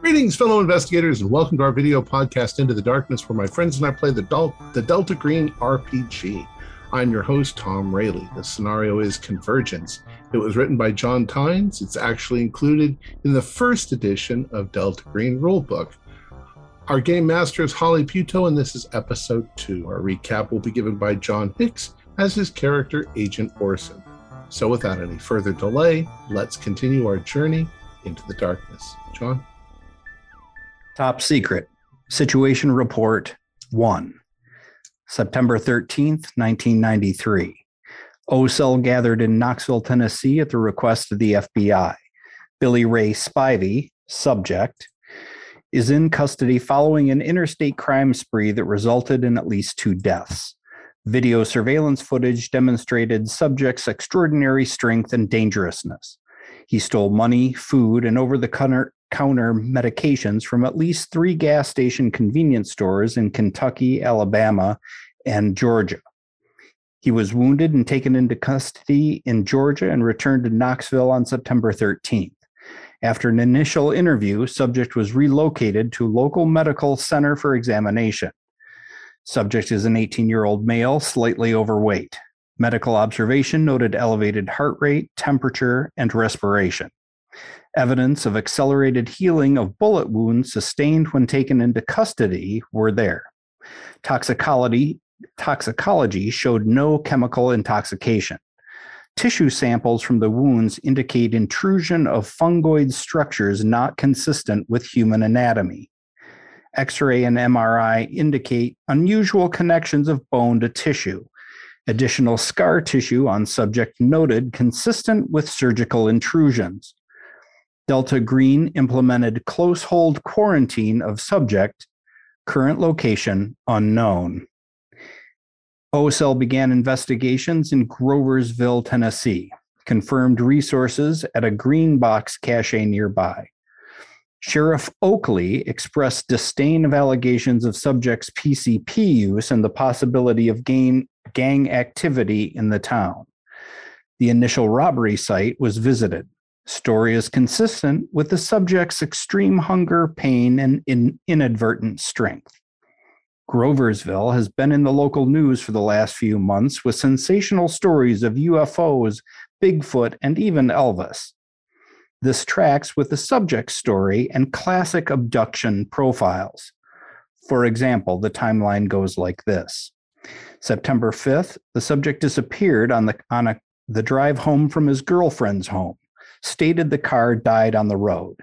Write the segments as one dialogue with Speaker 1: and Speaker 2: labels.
Speaker 1: Greetings, fellow investigators, and welcome to our video podcast, Into the Darkness, where my friends and I play the, Del- the Delta Green RPG. I'm your host, Tom Rayleigh. The scenario is Convergence. It was written by John Tynes. It's actually included in the first edition of Delta Green Rulebook. Our game master is Holly Puto, and this is episode two. Our recap will be given by John Hicks as his character, Agent Orson. So, without any further delay, let's continue our journey into the darkness. John?
Speaker 2: Top secret situation report one, September 13th, 1993. OCEL gathered in Knoxville, Tennessee at the request of the FBI. Billy Ray Spivey, subject, is in custody following an interstate crime spree that resulted in at least two deaths. Video surveillance footage demonstrated subject's extraordinary strength and dangerousness. He stole money, food, and over the counter counter medications from at least three gas station convenience stores in Kentucky, Alabama, and Georgia. He was wounded and taken into custody in Georgia and returned to Knoxville on September 13th. After an initial interview, subject was relocated to local medical center for examination. Subject is an 18-year-old male, slightly overweight. Medical observation noted elevated heart rate, temperature, and respiration. Evidence of accelerated healing of bullet wounds sustained when taken into custody were there. Toxicology, toxicology showed no chemical intoxication. Tissue samples from the wounds indicate intrusion of fungoid structures not consistent with human anatomy. X ray and MRI indicate unusual connections of bone to tissue. Additional scar tissue on subject noted consistent with surgical intrusions. Delta Green implemented close hold quarantine of subject, current location unknown. OSL began investigations in Groversville, Tennessee, confirmed resources at a green box cache nearby. Sheriff Oakley expressed disdain of allegations of subjects' PCP use and the possibility of gain, gang activity in the town. The initial robbery site was visited. Story is consistent with the subject's extreme hunger, pain, and in- inadvertent strength. Groversville has been in the local news for the last few months with sensational stories of UFOs, Bigfoot, and even Elvis. This tracks with the subject's story and classic abduction profiles. For example, the timeline goes like this. September 5th, the subject disappeared on the on a, the drive home from his girlfriend's home. Stated the car died on the road.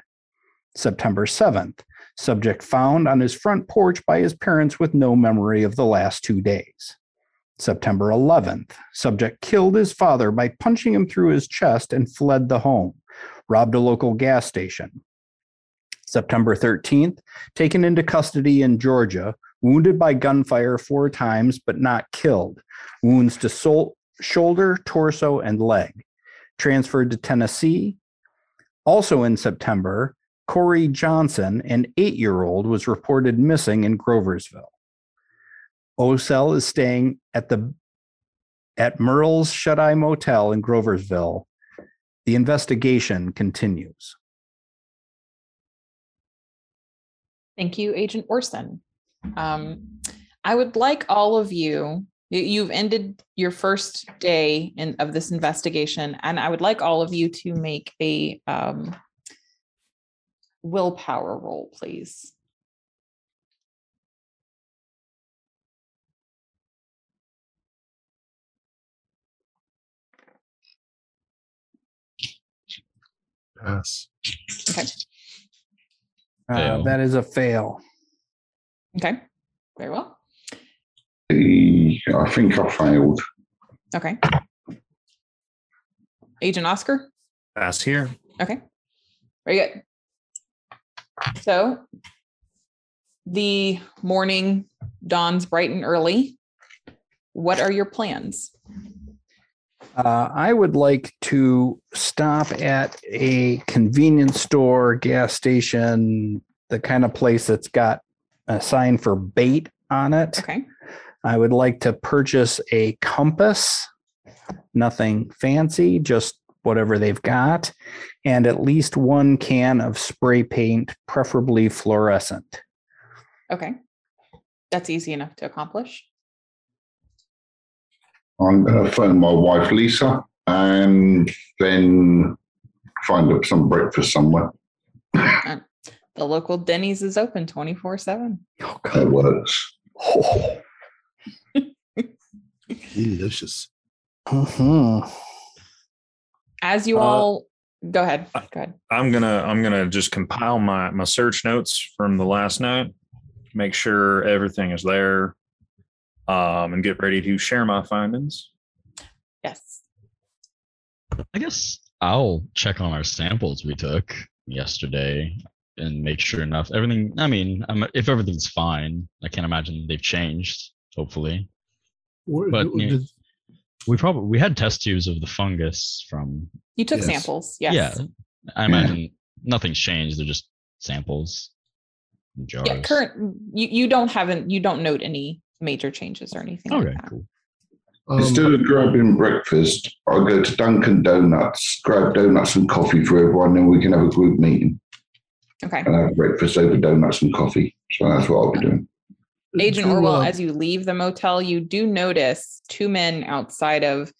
Speaker 2: September 7th, subject found on his front porch by his parents with no memory of the last 2 days. September 11th, subject killed his father by punching him through his chest and fled the home. Robbed a local gas station. September 13th, taken into custody in Georgia, wounded by gunfire four times but not killed, wounds to sol- shoulder, torso, and leg. Transferred to Tennessee. Also in September, Corey Johnson, an eight year old, was reported missing in Groversville. Osell is staying at the at Merle's Shut Eye Motel in Groversville. The investigation continues.
Speaker 3: Thank you, Agent Orson. Um, I would like all of you, you- you've ended your first day in, of this investigation, and I would like all of you to make a um, willpower roll, please.
Speaker 1: Pass.
Speaker 2: Uh,
Speaker 4: Fail.
Speaker 2: that is a fail.
Speaker 3: Okay, very well.
Speaker 5: I think I failed.
Speaker 3: Okay. Agent Oscar?
Speaker 6: Last here.
Speaker 3: Okay. Very good. So the morning dawns bright and early. What are your plans?
Speaker 2: Uh, I would like to stop at a convenience store, gas station, the kind of place that's got a sign for bait on it.
Speaker 3: Okay.
Speaker 2: I would like to purchase a compass. Nothing fancy, just whatever they've got, and at least one can of spray paint, preferably fluorescent.
Speaker 3: Okay. That's easy enough to accomplish.
Speaker 4: I'm gonna phone my wife Lisa and then find up some breakfast somewhere.
Speaker 3: The local Denny's is open 24 7.
Speaker 2: Oh,
Speaker 4: That works.
Speaker 2: God.
Speaker 1: Delicious.
Speaker 2: Mhm.
Speaker 3: As you
Speaker 5: Uh,
Speaker 3: all go ahead. Go
Speaker 5: I-
Speaker 3: ahead.
Speaker 5: I'm gonna I'm gonna just compile my my search notes from the last night, make sure everything is there, um, and get ready to share my findings.
Speaker 3: Yes.
Speaker 6: I guess I'll check on our samples we took yesterday and make sure enough everything. I mean, i if everything's fine, I can't imagine they've changed. Hopefully,
Speaker 1: Where-
Speaker 6: But,
Speaker 1: who-
Speaker 6: yeah.
Speaker 1: did-
Speaker 6: we probably we had test tubes of the fungus from.
Speaker 3: You took
Speaker 1: Yes.
Speaker 3: samples. Yes.
Speaker 6: Yeah, I imagine nothing's changed. They're just samples, in jars.
Speaker 3: Yeah, current you, you don't haven't you don't note any major changes or anything
Speaker 6: Okay,
Speaker 3: like that.
Speaker 6: cool.
Speaker 1: um,
Speaker 4: Instead of grabbing breakfast, I'll go to Dunkin' Donuts, grab donuts and coffee for everyone, and we can have a group meeting
Speaker 3: Okay.
Speaker 4: and have breakfast over donuts and coffee. So that's what I'll be doing.
Speaker 3: Agent
Speaker 1: do,
Speaker 3: Orwell,
Speaker 1: uh,
Speaker 3: as you leave the motel, you do notice two men outside of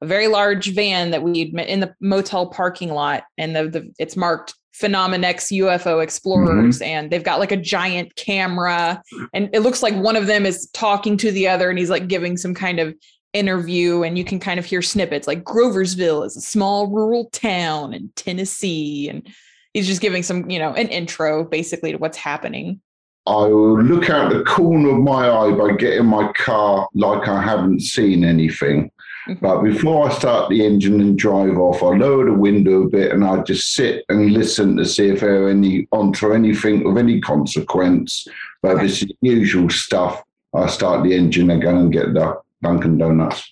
Speaker 3: a very large van that we'd met in the motel parking lot, and the, the it's marked Phenomenex UFO Explorers, and they've got like a giant camera, and it looks like one of them is talking to the other, and he's like giving some kind of interview, and you can kind of hear snippets like Groversville is a small rural town in Tennessee, and he's just giving some you know an intro basically to what's happening.
Speaker 4: I will look out the corner of my eye by getting my car like I haven't seen anything.
Speaker 3: Mhm.
Speaker 4: But before I start the engine and drive off, I lower the window a bit and I just sit and listen to see if there are any onto anything of any consequence. But if it's the usual stuff, I start the engine and go and get the Dunkin' Donuts.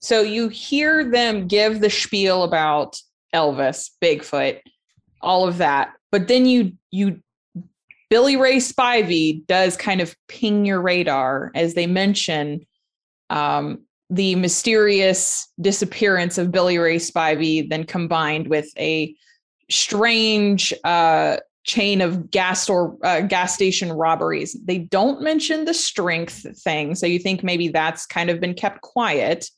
Speaker 3: So you hear them give the spiel about Elvis, Bigfoot, all of that, but then you you Billy Ray Spivey does kind of ping your radar as they mention um, the mysterious disappearance of Billy Ray Spivey, then combined with a strange uh, chain of gas or uh, gas station robberies. They don't mention the strength thing, so you think maybe that's kind of been kept quiet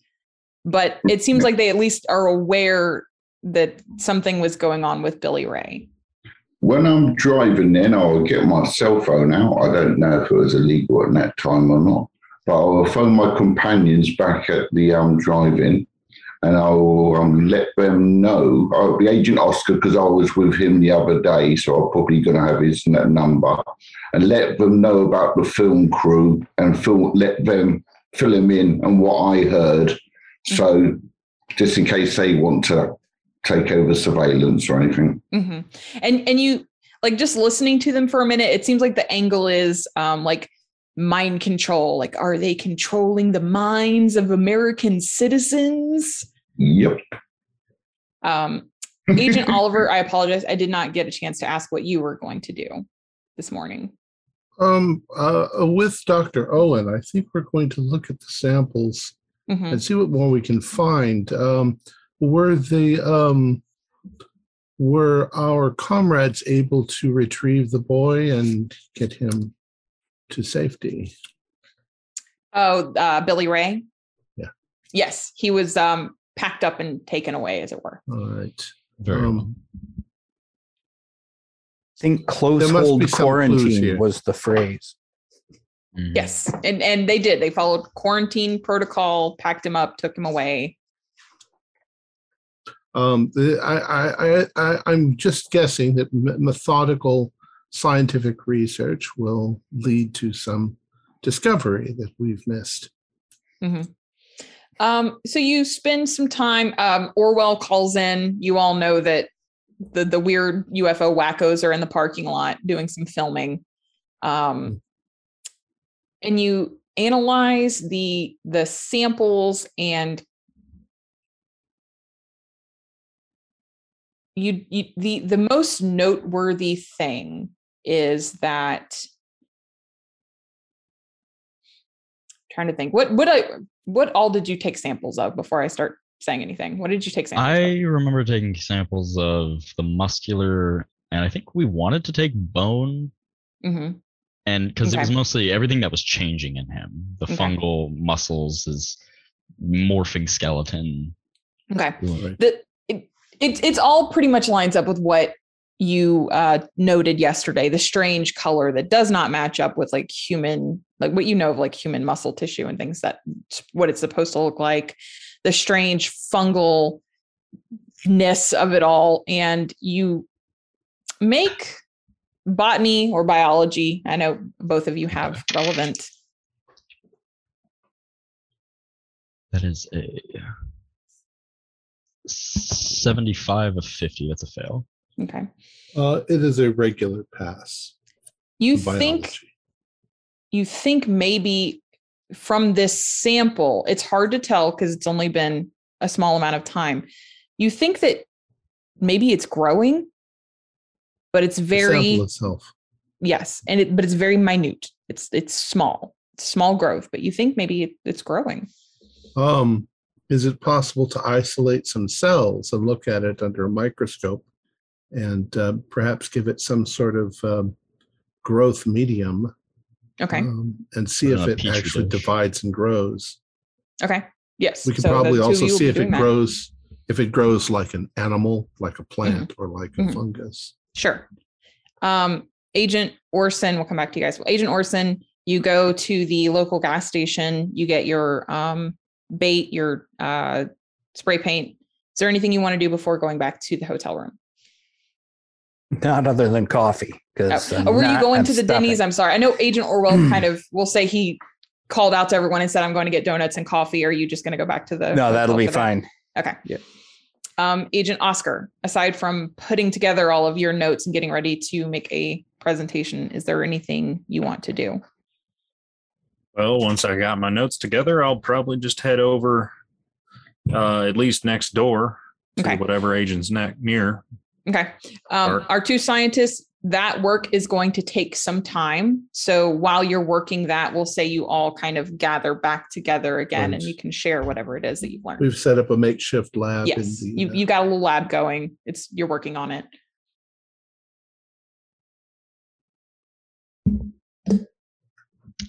Speaker 3: but it seems like they at least are aware that something was going on with Billy Ray.
Speaker 4: When I'm driving, then I'll get my cell phone out. I don't know if it was illegal at that time or not, but I'll phone my companions back at the um, drive-in, and I'll um, let them know. Oh, the agent Oscar, because I was with him the other day, so I'm probably going to have his n- number, and let them know about the film crew and fill, let them fill him in and what I heard. So, just in case they want to take over surveillance or anything.
Speaker 3: hmm And and you like just listening to them for a minute, it seems like the angle is um, like mind control. Like, are they controlling the minds of American citizens?
Speaker 4: Yep.
Speaker 3: Um, Agent Oliver, I apologize, I did not get a chance to ask what you were going to do this morning.
Speaker 1: um, uh, with Dr. Owen, I think we're going to look at the samples
Speaker 3: Mhm.
Speaker 1: and see what more we can find. Um, were the um, were our comrades able to retrieve the boy and get him to safety?
Speaker 3: Oh, uh, Billy Ray.
Speaker 1: Yeah.
Speaker 3: Yes, he was um, packed up and taken away, as it were.
Speaker 1: All right.
Speaker 6: Very well.
Speaker 1: um,
Speaker 2: Think close
Speaker 1: There must be
Speaker 2: hold
Speaker 1: some clues
Speaker 2: quarantine
Speaker 1: here.
Speaker 2: was the phrase.
Speaker 6: Mhm.
Speaker 3: Yes, and and they did. They followed quarantine protocol, packed him up, took him away.
Speaker 1: Um, the, I, I, I, I, I'm just guessing that me- methodical scientific research will lead to some discovery that we've missed.
Speaker 3: Um, so you spend some time. Um, Orwell calls in. You all know that the the weird UFO wackos are in the parking lot doing some filming, um, and you analyze the the samples and you, you the the most noteworthy thing is that trying to think what what I what all did you take samples of before I start saying anything. What did you take samples of?
Speaker 6: I remember taking samples of the muscular, and I think we wanted to take bone,
Speaker 3: Mhm.
Speaker 6: and because it was
Speaker 3: Okay.
Speaker 6: mostly everything that was changing in him the
Speaker 3: Okay.
Speaker 6: fungal muscles, his morphing skeleton.
Speaker 3: Okay.
Speaker 1: Right.
Speaker 3: the it, it, it's all pretty much lines up with what you uh, noted yesterday the strange color that does not match up with like human like what you know of like human muscle tissue and things that what it's supposed to look like the strange fungal ness of it all and you make botany or biology i know both of you have relevant
Speaker 6: That is a 75 of 50. That's a fail.
Speaker 3: okay
Speaker 1: Uh, it is a regular pass.
Speaker 3: you
Speaker 1: in
Speaker 3: think
Speaker 1: biology.
Speaker 3: you think maybe from this sample, it's hard to tell because it's only been a small amount of time. You think that maybe it's growing, but it's
Speaker 1: The sample
Speaker 3: very
Speaker 1: itself.
Speaker 3: yes, and it but it's very minute. It's it's small, it's small growth, but you think maybe it, it's growing.
Speaker 1: Um, is it possible to isolate some cells and look at it under a microscope, and uh, perhaps give it some sort of um, growth medium,
Speaker 3: Okay,
Speaker 1: um, and see if
Speaker 6: Uh,
Speaker 1: it
Speaker 6: Petri
Speaker 1: actually
Speaker 6: dish.
Speaker 1: divides and grows?
Speaker 3: okay, yes.
Speaker 1: We could
Speaker 3: so the
Speaker 1: probably
Speaker 3: two of
Speaker 1: also
Speaker 3: you will
Speaker 1: see
Speaker 3: be
Speaker 1: if it
Speaker 3: doing that. Mm-hmm.
Speaker 1: grows if it grows like an animal, like a plant, or like a
Speaker 3: Mhm.
Speaker 1: fungus.
Speaker 3: Sure. Um, Agent Orson, we'll come back to you guys. Agent Orson, you go to the local gas station, you get your um, bait, your uh, spray paint. Is there anything you want to do before going back to the hotel room?
Speaker 2: Not other than coffee. Because
Speaker 3: Oh, were you going to the Denny's? I'm sorry. I know Agent Orwell kind of will say he called out to everyone and said, I'm going to get donuts and coffee. are you just going to go back to the
Speaker 2: no, that'll
Speaker 3: hotel
Speaker 2: be
Speaker 3: for that?
Speaker 2: fine.
Speaker 3: Okay.
Speaker 2: Yeah.
Speaker 3: Um, Agent Oscar, aside from putting together all of your notes and getting ready to make a presentation, is there anything you want to do?
Speaker 5: Well, once I got my notes together, I'll probably just head over, uh, at least next door to
Speaker 3: Okay.
Speaker 5: whatever agent's ne- near.
Speaker 3: Okay. Um,
Speaker 5: Sure.
Speaker 3: our two scientists, that work is going to take some time. So while you're working that, we'll say you all kind of gather back together again
Speaker 1: Right.
Speaker 3: and you can share whatever it is that you've learned.
Speaker 1: We've set up a makeshift lab. in
Speaker 3: yes.
Speaker 1: the,
Speaker 3: You,
Speaker 1: uh,
Speaker 3: you got a little lab going. It's, you're working on it.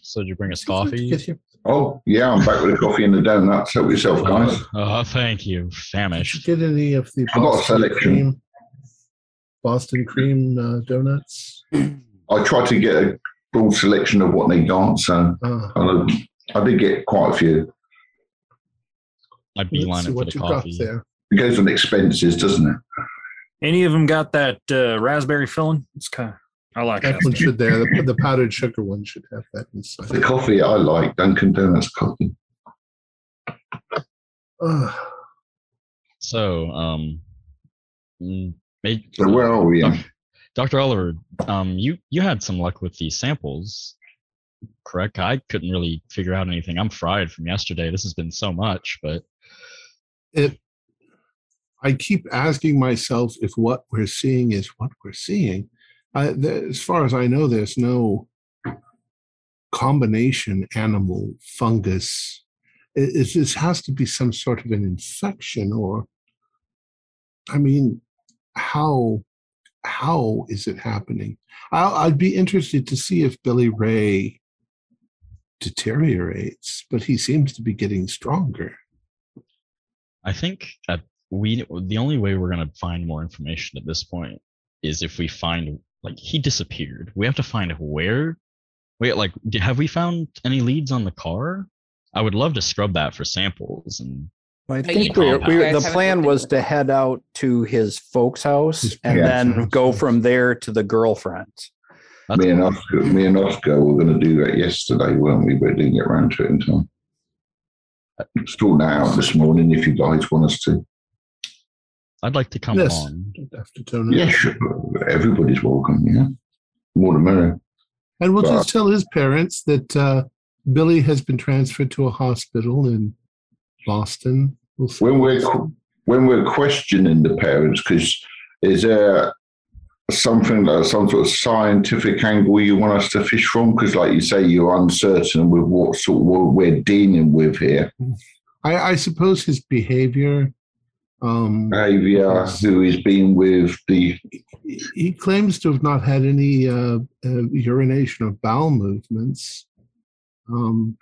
Speaker 6: So, did you bring us
Speaker 1: uh, Did you
Speaker 6: coffee?
Speaker 1: get your-
Speaker 4: Oh, yeah, I'm back with a coffee and a donut. Help yourself, guys.
Speaker 6: Oh, thank you.
Speaker 1: Did you
Speaker 6: Famished.
Speaker 1: get any of the
Speaker 4: I got a
Speaker 1: Boston
Speaker 4: selection.
Speaker 1: cream? Boston cream uh, donuts.
Speaker 4: I tried to get a broad selection of what they got, so
Speaker 1: Ah,
Speaker 4: I, I did get quite a few.
Speaker 6: I
Speaker 1: let's
Speaker 6: beeline
Speaker 1: see
Speaker 6: it for
Speaker 1: what
Speaker 6: the
Speaker 1: you got
Speaker 6: coffee.
Speaker 1: there.
Speaker 4: It goes on expenses, doesn't it?
Speaker 5: Any of them got that uh, raspberry filling? It's kind of, I like that.
Speaker 1: That one should there. The, the powdered sugar one should have that
Speaker 4: The
Speaker 1: inside.
Speaker 4: coffee I like, Dunkin' Donuts coffee.
Speaker 1: Ah,
Speaker 6: So, um, mm, ma-
Speaker 4: So where are we?
Speaker 6: Doc- Dr. Oliver, um, you you had some luck with these samples, correct? I couldn't really figure out anything. I'm fried from yesterday. This has been so much, but
Speaker 1: it. I keep asking myself if what we're seeing is what we're seeing. I, there, as far as I know, there's no combination animal fungus. It, it, this has to be some sort of an infection, or I mean, how how is it happening? I'll, I'd be interested to see if Billy Ray deteriorates, but he seems to be getting stronger.
Speaker 6: I think that we the only way we're gonna find more information at this point is if we find like he disappeared. We have to find where. Wait, like, d- have we found any leads on the car? I would love to scrub that for samples and
Speaker 2: I
Speaker 3: you
Speaker 2: think
Speaker 6: don't
Speaker 2: we,
Speaker 6: have
Speaker 2: we,
Speaker 3: to.
Speaker 2: the
Speaker 3: Guys haven't
Speaker 2: plan
Speaker 3: looked
Speaker 2: was
Speaker 3: into
Speaker 2: to head out to his folks' house
Speaker 1: His
Speaker 2: and
Speaker 1: parents'
Speaker 2: then
Speaker 1: house,
Speaker 2: go
Speaker 1: yes.
Speaker 2: from there to the girlfriend's.
Speaker 6: that's
Speaker 4: Me and Oscar, me and Oscar were going to do that yesterday, weren't we? But didn't get around to it in time. Sort that out this morning if you guys want us to.
Speaker 6: I'd like to come
Speaker 1: Yes.
Speaker 6: along.
Speaker 1: After Tony.
Speaker 4: Yeah, sure. Everybody's welcome. Yeah, more the merrier.
Speaker 1: And we'll
Speaker 4: Well-
Speaker 1: just tell his parents that uh, Billy has been transferred to a hospital in Boston. We'll see.
Speaker 4: when we're qu- when we're questioning the parents because is there something like some sort of scientific angle you want us to fish from because like you say you're uncertain with what sort of what we're dealing with here
Speaker 1: I, I suppose his behavior. Um,
Speaker 4: Avia, who is being with the
Speaker 1: he- he claims to have not had any uh, uh, urination or bowel movements. Um,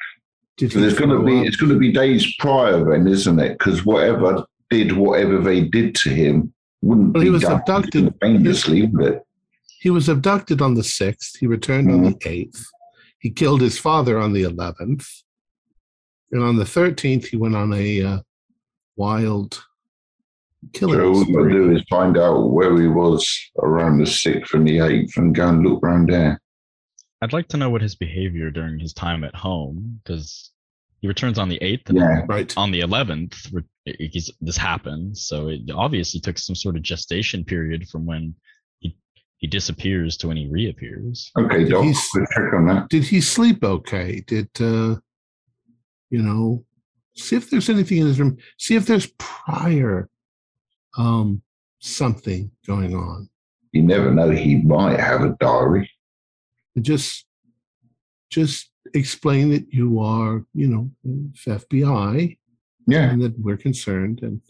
Speaker 1: did
Speaker 4: So
Speaker 1: he
Speaker 4: there's going to
Speaker 1: throw
Speaker 4: be
Speaker 1: up?
Speaker 4: it's going to be days prior then, isn't it? Because whatever did whatever they did to him wouldn't
Speaker 1: Well,
Speaker 4: be
Speaker 1: he was
Speaker 4: done
Speaker 1: abducted.
Speaker 4: simultaneously, would it?
Speaker 1: He was abducted on the 6th. He returned on the 8th. He killed his father on the 11th. And on the 13th, he went on a uh, wild killing
Speaker 4: So what we'll
Speaker 1: spree.
Speaker 4: do is find out where he was around the sixth and the eighth, and go and look around there.
Speaker 6: I'd like to know what his behavior during his time at home, because he returns on the eighth.
Speaker 4: Yeah.
Speaker 1: Right.
Speaker 6: on the 11th re- it- it's- this happened so it obviously took some sort of gestation period from when he he disappears to when he reappears
Speaker 4: Okay, Doc, we'll
Speaker 1: He's-
Speaker 4: check on that.
Speaker 1: Did he sleep okay? Did, uh, you know, see if there's anything in his room. See if there's prior um, something going on.
Speaker 4: You never know; he might have a diary.
Speaker 1: And just just explain that you are, you know, FBI
Speaker 4: Yeah,
Speaker 1: and that we're concerned and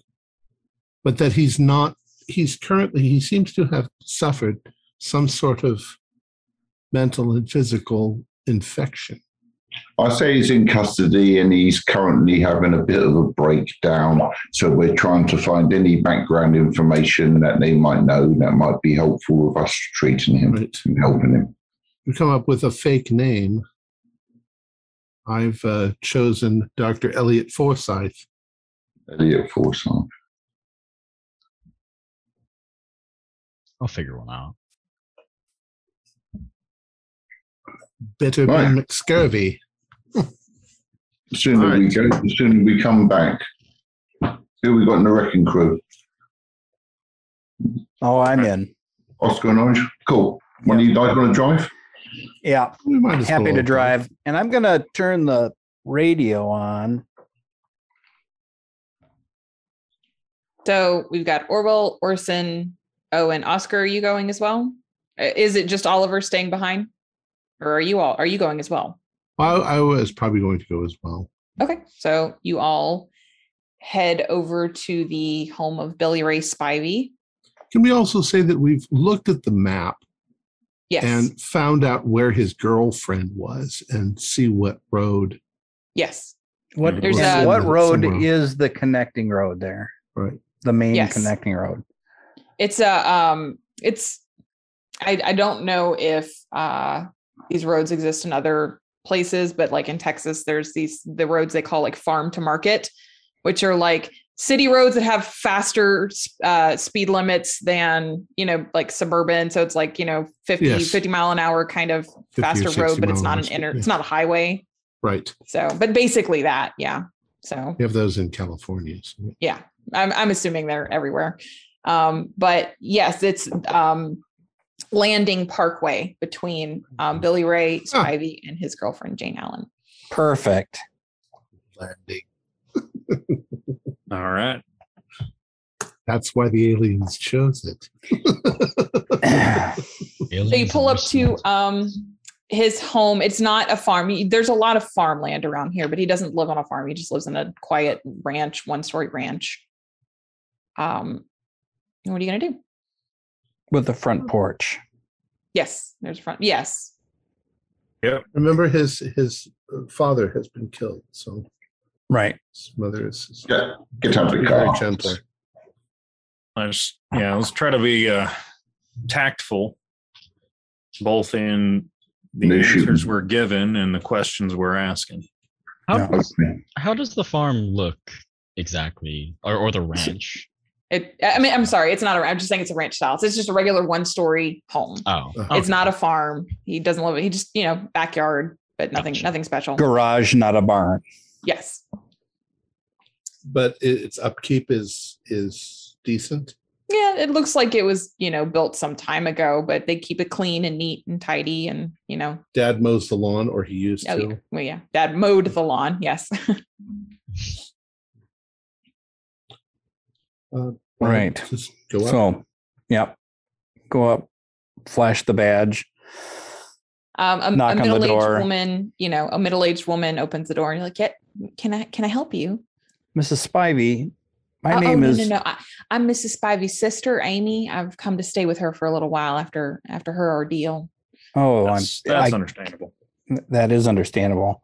Speaker 1: but that he's not he's currently he seems to have suffered some sort of mental and physical infection.
Speaker 4: I say he's in custody and he's currently having a bit of a breakdown. So we're trying to find any background information that they might know that might be helpful with us treating him
Speaker 1: Right.
Speaker 4: and helping him.
Speaker 1: You come up with a fake name. I've uh, chosen Dr. Elliot Forsyth.
Speaker 4: Elliot Forsyth.
Speaker 6: i'll figure one out
Speaker 1: Better
Speaker 4: Right.
Speaker 1: Ben McScurvy.
Speaker 4: The sooner
Speaker 1: All right.
Speaker 4: we go, the sooner we come back. Who we got in the wrecking crew?
Speaker 2: Oh, I'm in.
Speaker 4: Oscar and Orange. Cool. One of you guys want to drive?
Speaker 2: Yeah,
Speaker 1: We might as
Speaker 2: happy
Speaker 1: well-
Speaker 2: to drive. And I'm going to turn the radio on.
Speaker 3: So we've got Orwell, Orson, oh, and Oscar. Are you going as well? Uh, Is it just Oliver staying behind, or are you all? Are you going as well?
Speaker 1: Well, I was probably going to go as well.
Speaker 3: Okay, so you all head over to the home of Billy Ray Spivey.
Speaker 1: Can we also say that we've looked at the map
Speaker 3: Yes.
Speaker 1: and found out where his girlfriend was and see what road?
Speaker 3: yes.
Speaker 2: What,
Speaker 3: There's
Speaker 2: and
Speaker 3: a-
Speaker 2: what road
Speaker 1: Somewhere.
Speaker 2: is the connecting road there?
Speaker 1: Right.
Speaker 2: The main
Speaker 3: Yes.
Speaker 2: connecting road.
Speaker 3: It's a um it's I I don't know if uh these roads exist in other places, but like in Texas, there's these the roads they call like farm to market, which are like city roads that have faster uh speed limits than you know like suburban so it's like you know 50
Speaker 1: Yes.
Speaker 3: 50 mile an hour kind of
Speaker 1: 50 or
Speaker 3: faster
Speaker 1: 60
Speaker 3: road but it's
Speaker 1: mile
Speaker 3: not
Speaker 1: an
Speaker 3: an
Speaker 1: hour
Speaker 3: inner
Speaker 1: speed,
Speaker 3: it's
Speaker 1: yeah.
Speaker 3: not a highway
Speaker 1: Right.
Speaker 3: So, but basically that, yeah. So,
Speaker 1: We have those in California. so-
Speaker 3: yeah, I'm I'm assuming they're everywhere. Um, but yes, it's um, Landing Parkway between um, Billy Ray
Speaker 1: Huh.
Speaker 3: Spivey and his girlfriend Jane Allen.
Speaker 2: Perfect.
Speaker 1: Landing.
Speaker 5: All right.
Speaker 1: That's why the aliens chose it.
Speaker 3: So you pull up to um, his home. It's not a farm. You- There's a lot of farmland around here, but he doesn't live on a farm. He just lives in a quiet ranch, one story ranch. Um, and what are you gonna do?
Speaker 2: With the front porch.
Speaker 3: Yes, there's a front. Yes,
Speaker 1: Remember, his his uh, father has been killed, so
Speaker 2: Right.
Speaker 1: his mother is
Speaker 4: Yeah. Get out of the
Speaker 1: very
Speaker 4: car.
Speaker 1: gentle.
Speaker 5: Let's yeah, let's try to be uh, tactful, both in the
Speaker 4: No
Speaker 5: answers
Speaker 4: shooting.
Speaker 5: we're given and the questions we're asking.
Speaker 6: how,
Speaker 2: Yeah.
Speaker 6: does,
Speaker 4: Okay.
Speaker 6: how does the farm look exactly or, or the ranch
Speaker 3: It, I mean, I'm sorry, it's not a. I'm just saying it's a ranch style. It's just a regular one story home.
Speaker 6: oh
Speaker 1: Uh-huh.
Speaker 3: It's not a farm. He doesn't live. He just you know backyard, but nothing,
Speaker 6: Gotcha.
Speaker 3: nothing special.
Speaker 2: Garage, not a barn.
Speaker 3: Yes,
Speaker 1: But it- its upkeep is is decent.
Speaker 3: yeah. It looks like it was you know built some time ago, but they keep it clean and neat and tidy, and you know,
Speaker 1: Dad mows the lawn, or he used
Speaker 3: oh, yeah,
Speaker 1: to.
Speaker 3: well, yeah. Dad mowed the lawn. Yes,
Speaker 2: Right.
Speaker 1: Just go up.
Speaker 2: So, yep. Go up, flash the badge.
Speaker 3: um, a,
Speaker 2: Knock
Speaker 3: a
Speaker 2: on the
Speaker 3: middle aged
Speaker 2: door.
Speaker 3: woman, you know, a middle aged woman opens the door, and you're like, yeah, can I can I help you?
Speaker 2: Mrs. Spivey, my
Speaker 3: Uh-oh,
Speaker 2: name
Speaker 3: no,
Speaker 2: is.
Speaker 3: no, no. I, I'm Mrs. Spivey's sister, Amy. I've come to stay with her for a little while after after her ordeal.
Speaker 2: Oh,
Speaker 5: That's,
Speaker 2: I'm,
Speaker 5: that's
Speaker 2: I-
Speaker 5: understandable.
Speaker 2: that is understandable.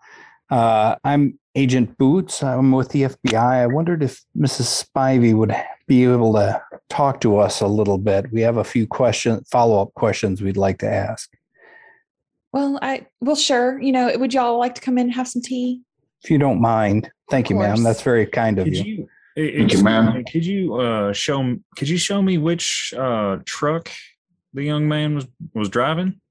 Speaker 2: Uh, I'm Agent Boots. I'm with the FBI. I wondered if Mrs. Spivey would be able to talk to us a little bit. We have a few question, follow up questions we'd like to ask.
Speaker 3: Well, I well, sure. You know, would y'all like to come in and have some tea?
Speaker 2: If you don't mind, thank you, ma'am.
Speaker 3: course.
Speaker 2: That's very kind of
Speaker 5: Could
Speaker 2: you.
Speaker 5: you, eh, eh,
Speaker 4: Thank you, ma'am.
Speaker 5: Could you uh, show m- Could you show me which uh, truck the young man was was driving?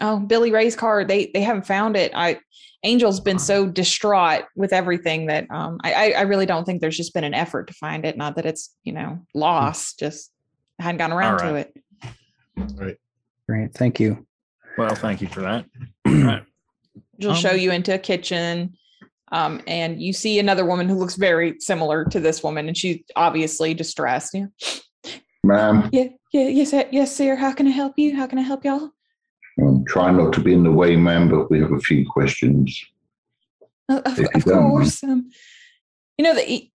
Speaker 3: Oh, Billy Ray's car. They they haven't found it. I Angel's been so distraught with everything that um I I, I really don't think there's just been an effort to find it. Not that it's you know lost, just hadn't gotten around
Speaker 5: All
Speaker 3: to
Speaker 5: right.
Speaker 3: it.
Speaker 2: Great. Thank you.
Speaker 5: Well, thank you for that. Uh, All right.
Speaker 3: She'll
Speaker 6: Um,
Speaker 3: show you into a kitchen. Um, and you see another woman who looks very similar to this woman, and she's obviously distressed. Yeah,
Speaker 4: Ma'am,
Speaker 3: yeah, yeah yes, sir- yes, sir. How can I help you? How can I help y'all?
Speaker 4: I'm trying Um, not to be in the way, ma'am, but we have a few questions.
Speaker 3: Uh, Of,
Speaker 4: If you
Speaker 3: of
Speaker 4: don't mind.
Speaker 3: course. Um, you know the, e,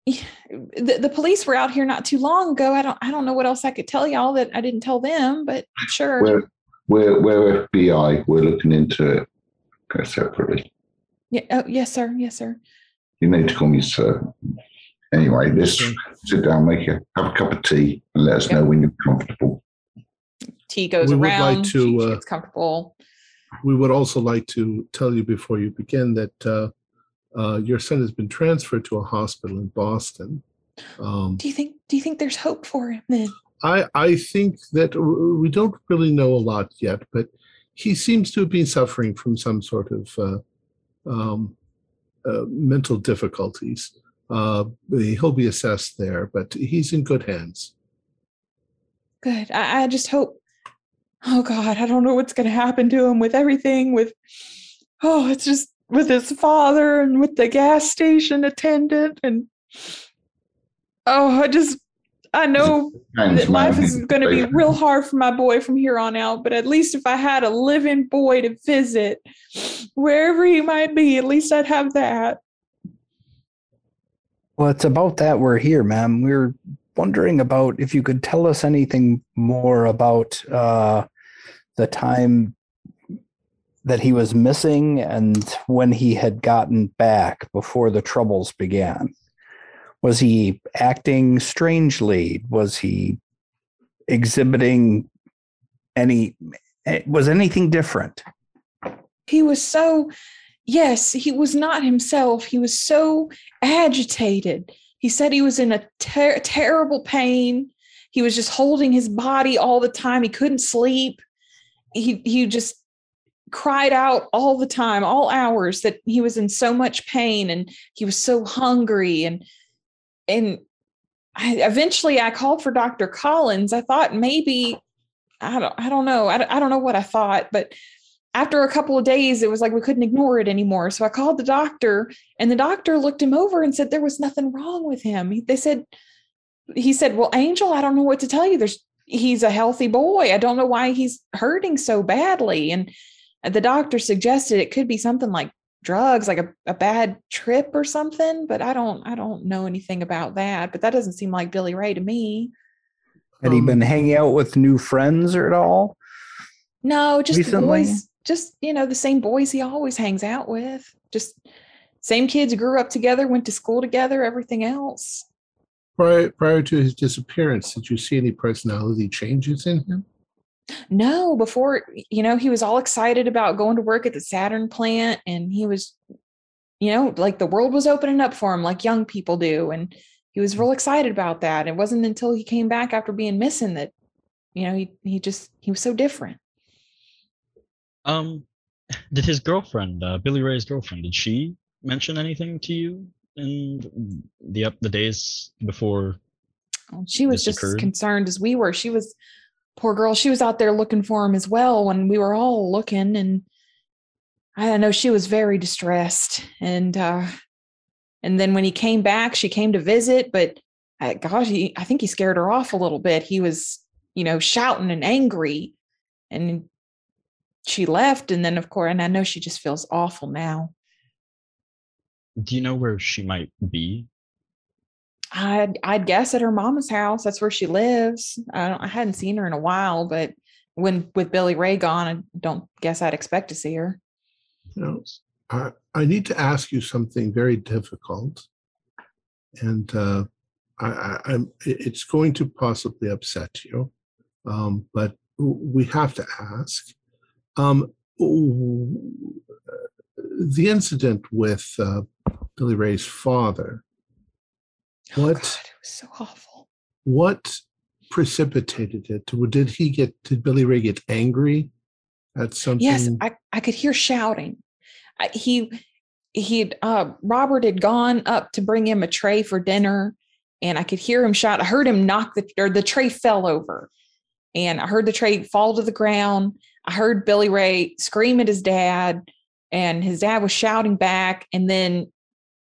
Speaker 3: the the police were out here not too long ago. I don't I don't know what else I could tell y'all that I didn't tell them, but sure.
Speaker 4: We're, we're, we're FBI. We're looking into it uh, separately.
Speaker 3: yeah, oh, yes, sir. Yes, sir.
Speaker 4: You need to call me sir. Anyway, let's sit down, make a have a cup of tea, and let us know when you're comfortable.
Speaker 3: T goes
Speaker 1: We would like
Speaker 3: around.
Speaker 1: to,
Speaker 3: she,
Speaker 1: uh,
Speaker 3: she gets comfortable.
Speaker 1: We would also like to tell you before you begin that uh, uh, your son has been transferred to a hospital in Boston. Um,
Speaker 3: Do you think Do you think there's hope for him then?
Speaker 1: I, I think that w- we don't really know a lot yet, but he seems to have been suffering from some sort of uh, um, uh, mental difficulties. Uh, he'll be assessed there, but he's in good hands.
Speaker 3: Good. I, I just hope. Oh God, I don't know what's going to happen to him with everything. With oh, it's just with his father and with the gas station attendant and oh, I just I know
Speaker 4: Thanks,
Speaker 3: that life
Speaker 4: ma'am.
Speaker 3: is going to be real hard for my boy from here on out. But at least if I had a living boy to visit, wherever he might be, at least I'd have that.
Speaker 2: Well, it's about that we're here, ma'am. We're wondering about if you could tell us anything more about uh, the time that he was missing and when he had gotten back before the troubles began. Was he acting strangely? Was he exhibiting any? eh, Was anything different?
Speaker 3: he was so yes he was not himself he was so agitated he said he was in a ter- terrible pain he was just holding his body all the time he couldn't sleep he he just cried out all the time all hours that he was in so much pain and he was so hungry and and I, eventually i called for dr collins i thought maybe i don't i don't know I don't, I don't know what i thought but after a couple of days, it was like we couldn't ignore it anymore. So I called the doctor, and the doctor looked him over and said there was nothing wrong with him. He- They said, he said, Well, Angel, I don't know what to tell you. There's he's a healthy boy. I don't know why he's hurting so badly. And the doctor suggested it could be something like drugs, like a, a bad trip or something. But I don't I don't know anything about that. But that doesn't seem like Billy Ray to me.
Speaker 2: Had he
Speaker 1: Um,
Speaker 2: been hanging out with new friends or at all?
Speaker 3: No, just the
Speaker 2: Recently?
Speaker 3: boys. Just you know, the same boys he always hangs out with. Just same kids grew up together, went to school together, everything else.
Speaker 1: Prior, prior to his disappearance, did you see any personality changes in him?
Speaker 3: No, before you know, he was all excited about going to work at the Saturn plant, and he was, you know, like the world was opening up for him, like young people do, and he was real excited about that. It wasn't until he came back after being missing that, you know, he he just he was so different.
Speaker 6: Um, did his girlfriend, uh, Billy Ray's girlfriend, did she mention anything to you in the up the days before?
Speaker 3: Well, She was
Speaker 6: this
Speaker 3: just as
Speaker 6: occurred?
Speaker 3: concerned as we were. She was poor girl. She was out there looking for him as well when we were all looking, and I don't know. She was very distressed, and uh, and then when he came back, she came to visit, but I, God, he, I think he scared her off a little bit. He was, you know, shouting and angry, and she left, and then of course, and I know she just feels awful now.
Speaker 6: Do you know where she might be?
Speaker 3: I'd, I'd guess at her mama's house. That's where she lives. I don't, I hadn't seen her in a while, but when with Billy Ray gone, I don't guess I'd expect to see her.
Speaker 1: You know, I, I need to ask you something very difficult, and uh, I, I, I'm it- it's going to possibly upset you, um, but w- we have to ask. Um, w- uh, the incident with uh, Billy Ray's father.
Speaker 3: Oh,
Speaker 1: What?
Speaker 3: God, it was so awful.
Speaker 1: what precipitated it did he get did billy ray get angry at something
Speaker 3: Yes, I, I could hear shouting. I, he he uh Robert had gone up to bring him a tray for dinner and I could hear him shout. I heard him knock the or the tray fell over. And I heard the tray fall to the ground. I heard Billy Ray scream at his dad and his dad was shouting back and then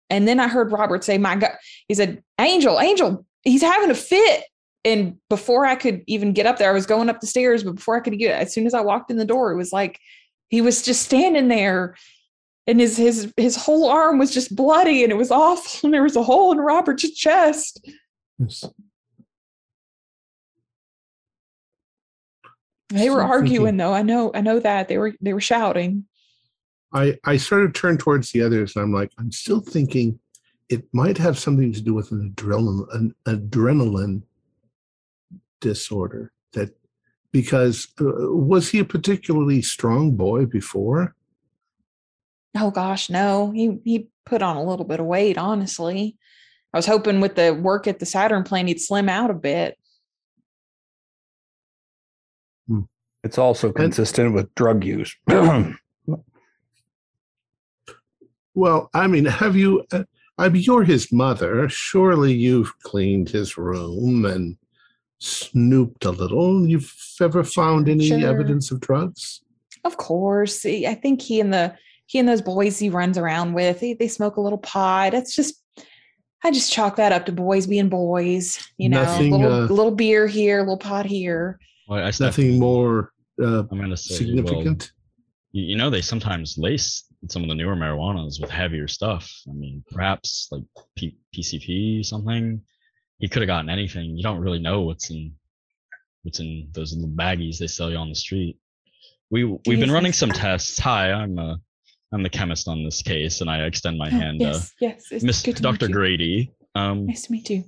Speaker 3: and then I heard Robert say my god he said angel angel he's having a fit and before I could even get up there, I was going up the stairs, but before I could get, as soon as I walked in the door, it was like he was just standing there, and his his his whole arm was just bloody, and it was awful, and there was a hole in Robert's chest.
Speaker 1: Yes.
Speaker 3: They were
Speaker 1: So thinking-
Speaker 3: arguing though. I know, I know that they were they were shouting.
Speaker 1: i i sort of turned towards the others and i'm like i'm still thinking it might have something to do with an adrenaline an adrenaline disorder that because uh, was he a particularly strong boy before
Speaker 3: Oh gosh, no, he he put on a little bit of weight. Honestly, I was hoping with the work at the Saturn plant, he'd slim out a bit.
Speaker 1: Hmm.
Speaker 2: It's also consistent with drug use.
Speaker 1: well i mean have you uh, i mean you're his mother surely you've cleaned his room and snooped a little you've ever found any
Speaker 3: Sure.
Speaker 1: evidence of drugs
Speaker 3: Of course. He- I think he and the he and those boys he runs around with, he, they smoke a little pot. It's just I just chalk that up to boys being boys, you know,
Speaker 1: Nothing,
Speaker 3: little
Speaker 1: uh,
Speaker 3: little beer here, little pot here.
Speaker 6: Well, I said,
Speaker 1: nothing more uh,
Speaker 6: I'm gonna say well,
Speaker 1: significant
Speaker 6: you you know, they sometimes lace some of the newer marijuanas with heavier stuff. I mean, perhaps like P- PCP or something. He could have gotten anything. You don't really know what's in what's in those little baggies they sell you on the street. We we've been running
Speaker 3: Jesus.
Speaker 6: some tests. Hi, I'm uh I'm the chemist on this case, and I extend my
Speaker 3: Oh,
Speaker 6: hand. Uh,
Speaker 3: yes, yes. It's
Speaker 6: Miss
Speaker 3: good to
Speaker 6: Dr.
Speaker 3: meet you.
Speaker 6: Grady. Um,
Speaker 3: Nice to meet you.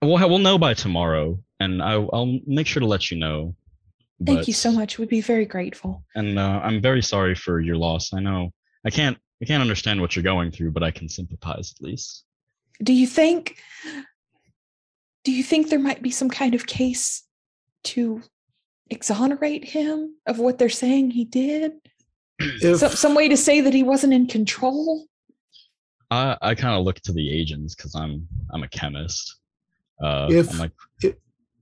Speaker 6: we'll ha- we'll know by tomorrow, and I, I'll make sure to let you know.
Speaker 3: Thank you
Speaker 6: but-
Speaker 3: so much. We'd be very grateful.
Speaker 6: and uh, I'm very sorry for your loss. I know I can't I can't understand what you're going through, but I can sympathize at least.
Speaker 3: Do you think do you think there might be some kind of case to exonerate him of what they're saying he did?
Speaker 1: if,
Speaker 3: Some, some way to say that he wasn't in control?
Speaker 6: I I kind of look to the agents because I'm I'm a chemist. Uh,
Speaker 1: If-
Speaker 6: I'm like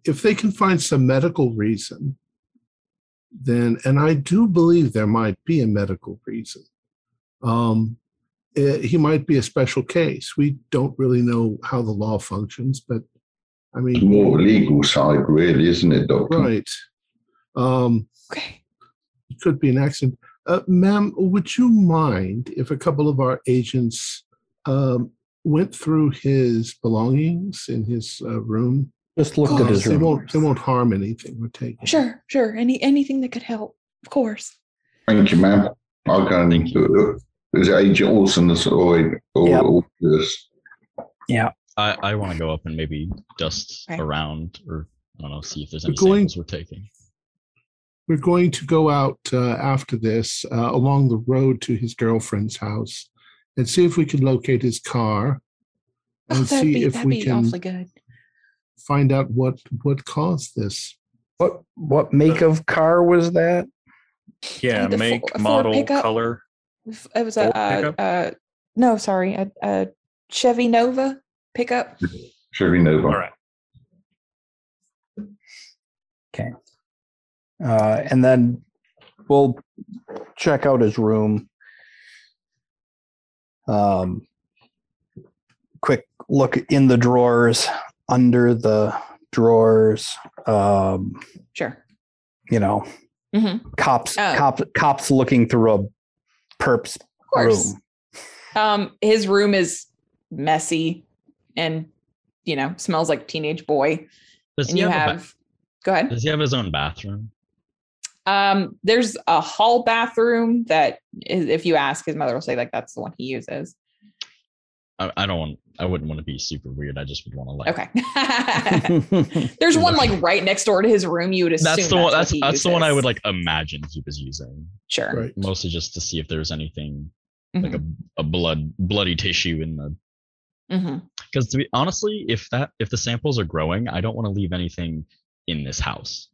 Speaker 1: if they can find some medical reason then and i do believe there might be a medical reason um eh, he might be a special case we don't really know how the law functions but i mean
Speaker 4: It's more the legal side, really, isn't it, Doctor?
Speaker 1: Right. Um,
Speaker 3: Okay.
Speaker 1: it could be an accident. Uh, ma'am, would you mind if a couple of our agents um, went through his belongings in his uh, room?
Speaker 2: Just looked at
Speaker 1: Uh,
Speaker 2: his
Speaker 1: they
Speaker 2: room.
Speaker 1: won't. They won't harm anything. We're taking.
Speaker 3: Sure, sure. Any anything that could help, of course.
Speaker 4: Thank you, ma'am. I'll go and
Speaker 6: Thank
Speaker 4: Is it Agent Olsen that's or, or,
Speaker 2: Yep.
Speaker 4: or uh, this?
Speaker 6: I I want to go up and maybe dust
Speaker 3: Okay.
Speaker 6: around or I don't know see if there's any
Speaker 1: Going-
Speaker 6: samples we're taking.
Speaker 1: We're going to go out uh, after this uh, along the road to his girlfriend's house and see if we can locate his car
Speaker 3: Oh,
Speaker 1: and
Speaker 3: that'd
Speaker 1: see
Speaker 3: be
Speaker 1: if
Speaker 3: that'd
Speaker 1: we
Speaker 3: be
Speaker 1: can
Speaker 3: awfully good.
Speaker 1: find out what what caused this.
Speaker 2: What what make of car was that?
Speaker 5: Yeah,
Speaker 3: The Fo-
Speaker 5: make,
Speaker 3: Ford
Speaker 5: model,
Speaker 3: pickup?
Speaker 5: color.
Speaker 3: F- It was
Speaker 5: Ford
Speaker 3: a uh,
Speaker 5: pickup?
Speaker 3: uh, no, sorry, a, a Chevy Nova pickup.
Speaker 4: Chevy Nova.
Speaker 5: All right.
Speaker 2: Uh, and then we'll check out his room. Um, quick look in the drawers, under the drawers. Um,
Speaker 3: Sure.
Speaker 2: you know,
Speaker 3: hmm Of
Speaker 2: cops,
Speaker 3: Oh.
Speaker 2: cops, cops looking through a perp's
Speaker 3: course.
Speaker 2: room.
Speaker 3: Um, his room is messy and you know smells like teenage boy
Speaker 6: Does
Speaker 3: and
Speaker 6: he
Speaker 3: you
Speaker 6: have a ba-
Speaker 3: have go ahead
Speaker 6: Does he have his own bathroom?
Speaker 3: Um, there's a hall bathroom that, i- if you ask, his mother will say like that's the one he uses.
Speaker 6: I, I don't want. I wouldn't want to be super weird. I just would want to like.
Speaker 3: Okay. there's one like right next door to his room. You would assume
Speaker 6: That's the one.
Speaker 3: what
Speaker 6: That's
Speaker 3: he
Speaker 6: that's the one I
Speaker 3: uses.
Speaker 6: would like imagine he was using,
Speaker 3: Sure.
Speaker 1: Right.
Speaker 6: mostly just to see if there's anything like
Speaker 3: Mhm,
Speaker 6: a, a blood bloody tissue in the.
Speaker 3: mhm.
Speaker 6: Because to be honestly, if that if the samples are growing, I don't want to leave anything in this house.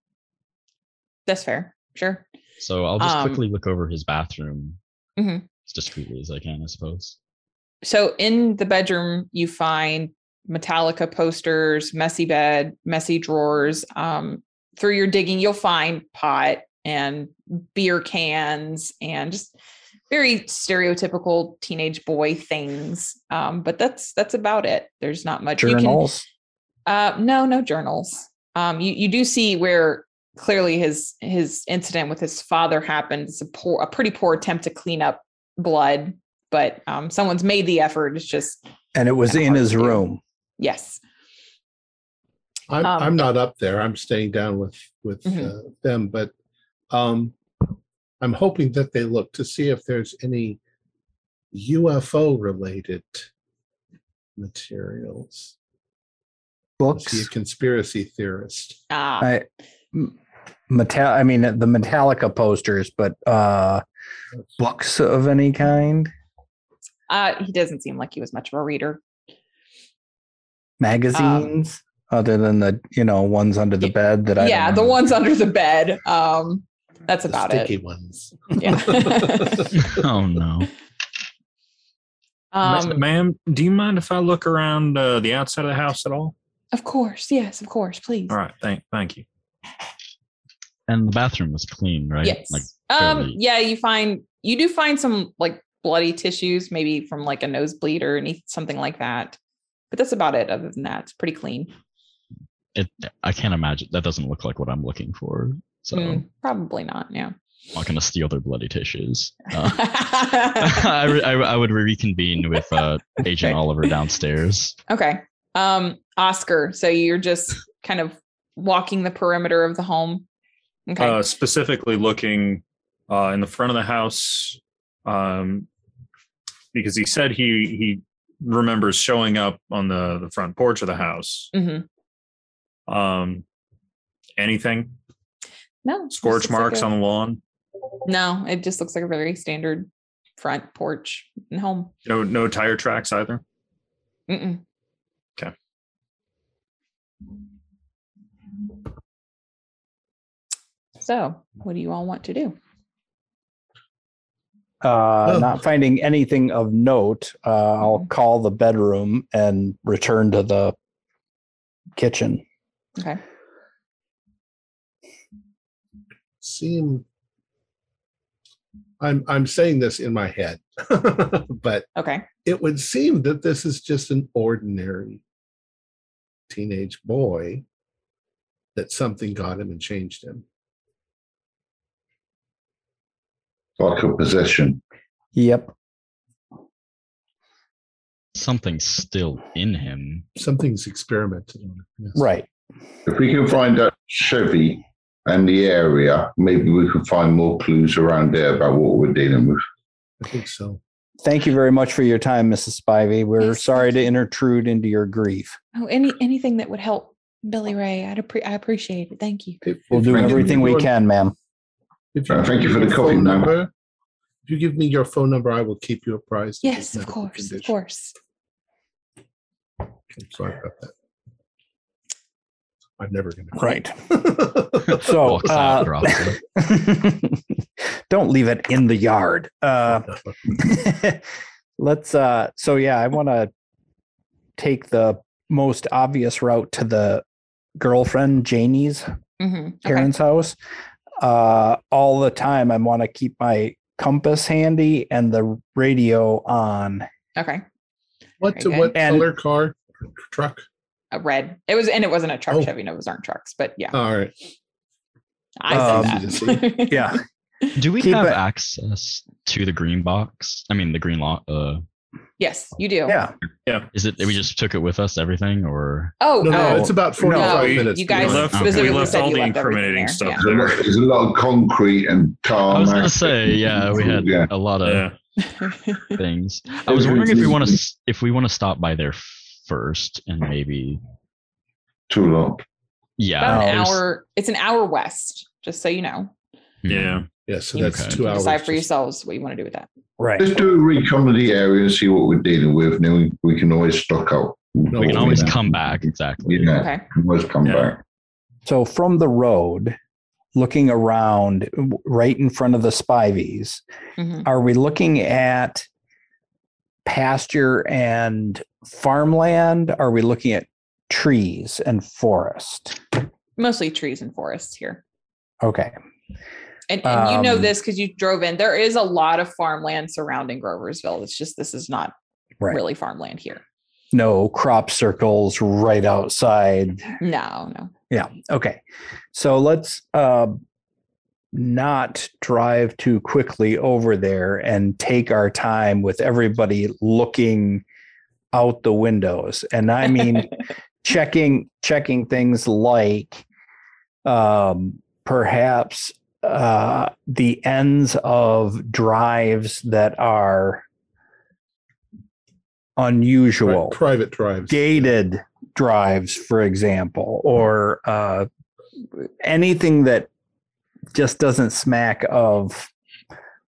Speaker 3: That's fair. Sure.
Speaker 6: So I'll just
Speaker 3: Um,
Speaker 6: quickly look over his bathroom
Speaker 3: Mhm.
Speaker 6: as discreetly as I can, I suppose.
Speaker 3: So in the bedroom, you find Metallica posters, messy bed, messy drawers. Um, through your digging, you'll find pot and beer cans and just very stereotypical teenage boy things. Um, but that's that's about it. There's not much. You can,
Speaker 2: journals.
Speaker 3: uh, no, no journals. Um, you you do see where clearly his his incident with his father happened. It's a poor, a pretty poor attempt to clean up blood, but um, someone's made the effort. It's just
Speaker 2: and it was
Speaker 3: kinda
Speaker 2: in
Speaker 3: hard
Speaker 2: his
Speaker 3: to do.
Speaker 2: room.
Speaker 3: yes,
Speaker 1: I'm,
Speaker 3: Um, Mm-hmm.
Speaker 1: I'm not up there. I'm staying down with with uh, them, but um, I'm hoping that they look to see if there's any UFO related materials. Is he a
Speaker 2: Books.
Speaker 1: conspiracy theorist?
Speaker 3: ah,
Speaker 2: I, m- metal, I mean, the Metallica posters, but uh, books of any kind,
Speaker 3: uh, he doesn't seem like he was much of a reader.
Speaker 2: magazines, other than the, you know, ones under the
Speaker 3: Um, Y-
Speaker 2: bed that I.
Speaker 3: yeah,
Speaker 2: don't
Speaker 3: the
Speaker 2: know.
Speaker 3: ones under the bed. Um, that's about
Speaker 1: the sticky
Speaker 3: it.
Speaker 1: ones.
Speaker 3: Yeah.
Speaker 6: oh no.
Speaker 5: Ma-
Speaker 3: um,
Speaker 5: Ma'am, do you mind if I look around uh, the outside of the house at all?
Speaker 3: of course, yes, of course, please.
Speaker 5: All right, thank thank you.
Speaker 6: And the bathroom was clean, right?
Speaker 3: Yes.
Speaker 6: Like
Speaker 3: um.
Speaker 6: fairly-
Speaker 3: Yeah. You find you do find some like bloody tissues, maybe from like a nosebleed or anything, something like that. But that's about it. Other than that, it's pretty clean.
Speaker 6: it, I can't imagine that doesn't look like what I'm looking for. So
Speaker 3: Mm, probably not. Yeah.
Speaker 6: I'm not gonna steal their bloody tissues. Uh, I, re- I, I would reconvene with uh, Agent
Speaker 2: Okay.
Speaker 6: Oliver downstairs.
Speaker 3: okay. Um. Oscar. So you're just kind of walking the perimeter of the home. Okay.
Speaker 5: Uh, specifically looking uh, in the front of the house um, because he said he he remembers showing up on the the front porch of the house.
Speaker 3: hmm
Speaker 5: Um, anything
Speaker 3: No. just
Speaker 5: scorch
Speaker 3: looks like
Speaker 5: marks
Speaker 3: a-
Speaker 5: on the lawn?
Speaker 3: No, it just looks like a very standard front porch and home.
Speaker 5: No no tire tracks either.
Speaker 3: Mm-mm.
Speaker 5: Okay.
Speaker 3: So, what do you all want to do?
Speaker 2: Uh,
Speaker 1: Oh.
Speaker 2: Not finding anything of note, uh,
Speaker 3: Mm-hmm.
Speaker 2: I'll call the bedroom and return to the kitchen.
Speaker 3: Okay.
Speaker 1: Seem. I'm I'm saying this in my head, but
Speaker 3: Okay.
Speaker 1: it would seem that this is just an ordinary teenage boy that something got him and changed him.
Speaker 4: like a possession.
Speaker 2: Yep.
Speaker 6: Something's still in him.
Speaker 1: Something's experimented on. Yes.
Speaker 2: Right.
Speaker 4: If we can find out Chevy and the area, maybe we can find more clues around there about what we're dealing with.
Speaker 1: I think so.
Speaker 2: Thank you very much for your time, Mrs. Spivey. We're
Speaker 3: Yes,
Speaker 2: sorry
Speaker 3: thank
Speaker 2: to
Speaker 3: you.
Speaker 2: intrude into your grief.
Speaker 3: Oh, any anything that would help Billy Ray, I'd appre- I appreciate it. Thank you.
Speaker 1: If-
Speaker 2: We'll
Speaker 1: if
Speaker 2: do
Speaker 1: you
Speaker 4: Thank you.
Speaker 2: everything we
Speaker 1: give me your-
Speaker 2: can, ma'am.
Speaker 1: if
Speaker 4: Uh,
Speaker 1: give
Speaker 4: thank
Speaker 1: me
Speaker 4: you for
Speaker 1: your
Speaker 4: the coffee,
Speaker 1: phone
Speaker 4: ma'am.
Speaker 1: number, If you give me your phone number, I will keep you apprised. his
Speaker 3: Yes, of
Speaker 1: medical
Speaker 3: course, of
Speaker 1: condition.
Speaker 3: course.
Speaker 1: I'm Sorry about that. I'm never going to.
Speaker 2: Right. So,
Speaker 6: Walks out,
Speaker 2: uh,
Speaker 6: drops it.
Speaker 2: don't leave it in the yard. Uh, let's uh so yeah i want to take the most obvious route to the girlfriend janie's
Speaker 3: hmm Okay.
Speaker 2: parents house uh all the time i want to keep my compass handy and the radio on
Speaker 3: Okay.
Speaker 1: What to
Speaker 3: Very
Speaker 1: what
Speaker 3: good.
Speaker 2: And-
Speaker 1: color car or truck?
Speaker 3: A red. It was, and it wasn't a truck
Speaker 1: Oh.
Speaker 3: Chevy. No, those aren't trucks. But yeah,
Speaker 1: All right.
Speaker 3: I
Speaker 1: Um,
Speaker 3: said that.
Speaker 2: yeah
Speaker 6: Do we
Speaker 2: Keep
Speaker 6: have
Speaker 2: it-
Speaker 6: access to the green box? I mean, the green lock. Uh,
Speaker 3: Yes, you do.
Speaker 2: Yeah.
Speaker 6: Is it that we just took it with us, everything, or
Speaker 3: Oh,
Speaker 1: No, no,
Speaker 3: oh,
Speaker 1: it's about 45
Speaker 3: no,
Speaker 1: minutes.
Speaker 3: you guys
Speaker 5: we left,
Speaker 6: specifically
Speaker 5: we left
Speaker 3: said
Speaker 5: all
Speaker 3: you
Speaker 5: the
Speaker 3: left everything
Speaker 5: incriminating
Speaker 3: there,
Speaker 5: stuff
Speaker 3: yeah.
Speaker 4: There's a lot-
Speaker 5: there.
Speaker 4: there's a lot of concrete and tar.
Speaker 6: I was gonna say, yeah, we had
Speaker 4: Yeah.
Speaker 6: a lot of
Speaker 5: Yeah.
Speaker 6: things. I was wondering if we want to if we want to stop by there first and maybe
Speaker 4: Too long.
Speaker 6: yeah,
Speaker 3: about an
Speaker 6: there's-
Speaker 3: hour. It's an hour west, just so you know.
Speaker 6: Hmm.
Speaker 5: Yeah.
Speaker 1: Yeah, so
Speaker 6: Okay.
Speaker 1: that's two hours.
Speaker 3: Decide for
Speaker 1: just-
Speaker 3: yourselves what you want to do with that.
Speaker 2: Right.
Speaker 4: Let's do a recon of the area and see what we're dealing with. And then we, we can always stock up.
Speaker 1: No,
Speaker 6: We can
Speaker 1: we
Speaker 6: always
Speaker 1: don't.
Speaker 6: come back. Exactly.
Speaker 4: Yeah,
Speaker 3: Okay.
Speaker 4: we can always come
Speaker 5: Yeah.
Speaker 4: back.
Speaker 2: So from the road, looking around w- right in front of the Spivies,
Speaker 3: hmm
Speaker 2: are we looking at pasture and farmland? Are we looking at trees and forest?
Speaker 3: Mostly trees and forests here.
Speaker 2: Okay.
Speaker 3: And, and you know
Speaker 2: Um,
Speaker 3: this because you drove in. There is a lot of farmland surrounding Groversville. It's just this is not
Speaker 2: Right.
Speaker 3: really farmland here.
Speaker 2: No crop circles right outside
Speaker 3: No, no.
Speaker 2: Yeah. Okay. So let's uh, not drive too quickly over there and take our time with everybody looking out the windows. And I mean, checking checking things like um, perhaps uh, the ends of drives that are
Speaker 1: pri-
Speaker 2: unusual
Speaker 1: Private drives.
Speaker 2: gated drives, for example, or uh, anything that just doesn't smack of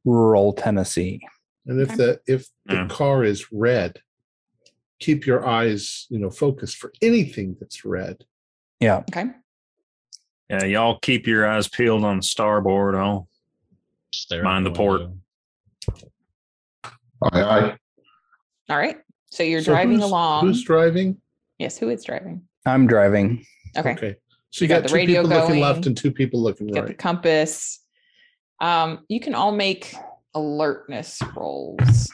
Speaker 2: rural Tennessee.
Speaker 1: And if
Speaker 3: Okay.
Speaker 1: the if the
Speaker 5: Yeah.
Speaker 1: car is red, keep your eyes, you know, focused for anything that's red.
Speaker 2: Yeah.
Speaker 3: Okay.
Speaker 5: Yeah. Y'all keep your eyes peeled on the starboard. I'll
Speaker 6: Stare
Speaker 5: Mind
Speaker 6: out
Speaker 5: the port.
Speaker 6: window.
Speaker 4: Aye, aye.
Speaker 3: All right. So you're
Speaker 1: So
Speaker 3: driving
Speaker 1: who's-
Speaker 3: along.
Speaker 1: Who's driving?
Speaker 3: yes, who is driving?
Speaker 2: I'm driving.
Speaker 3: Okay.
Speaker 1: So you
Speaker 3: You got
Speaker 1: got,
Speaker 3: the
Speaker 1: two
Speaker 3: radio
Speaker 1: people looking
Speaker 3: going.
Speaker 1: left and two people looking
Speaker 3: You got the
Speaker 1: right.
Speaker 3: compass. Um, you can all make alertness rolls.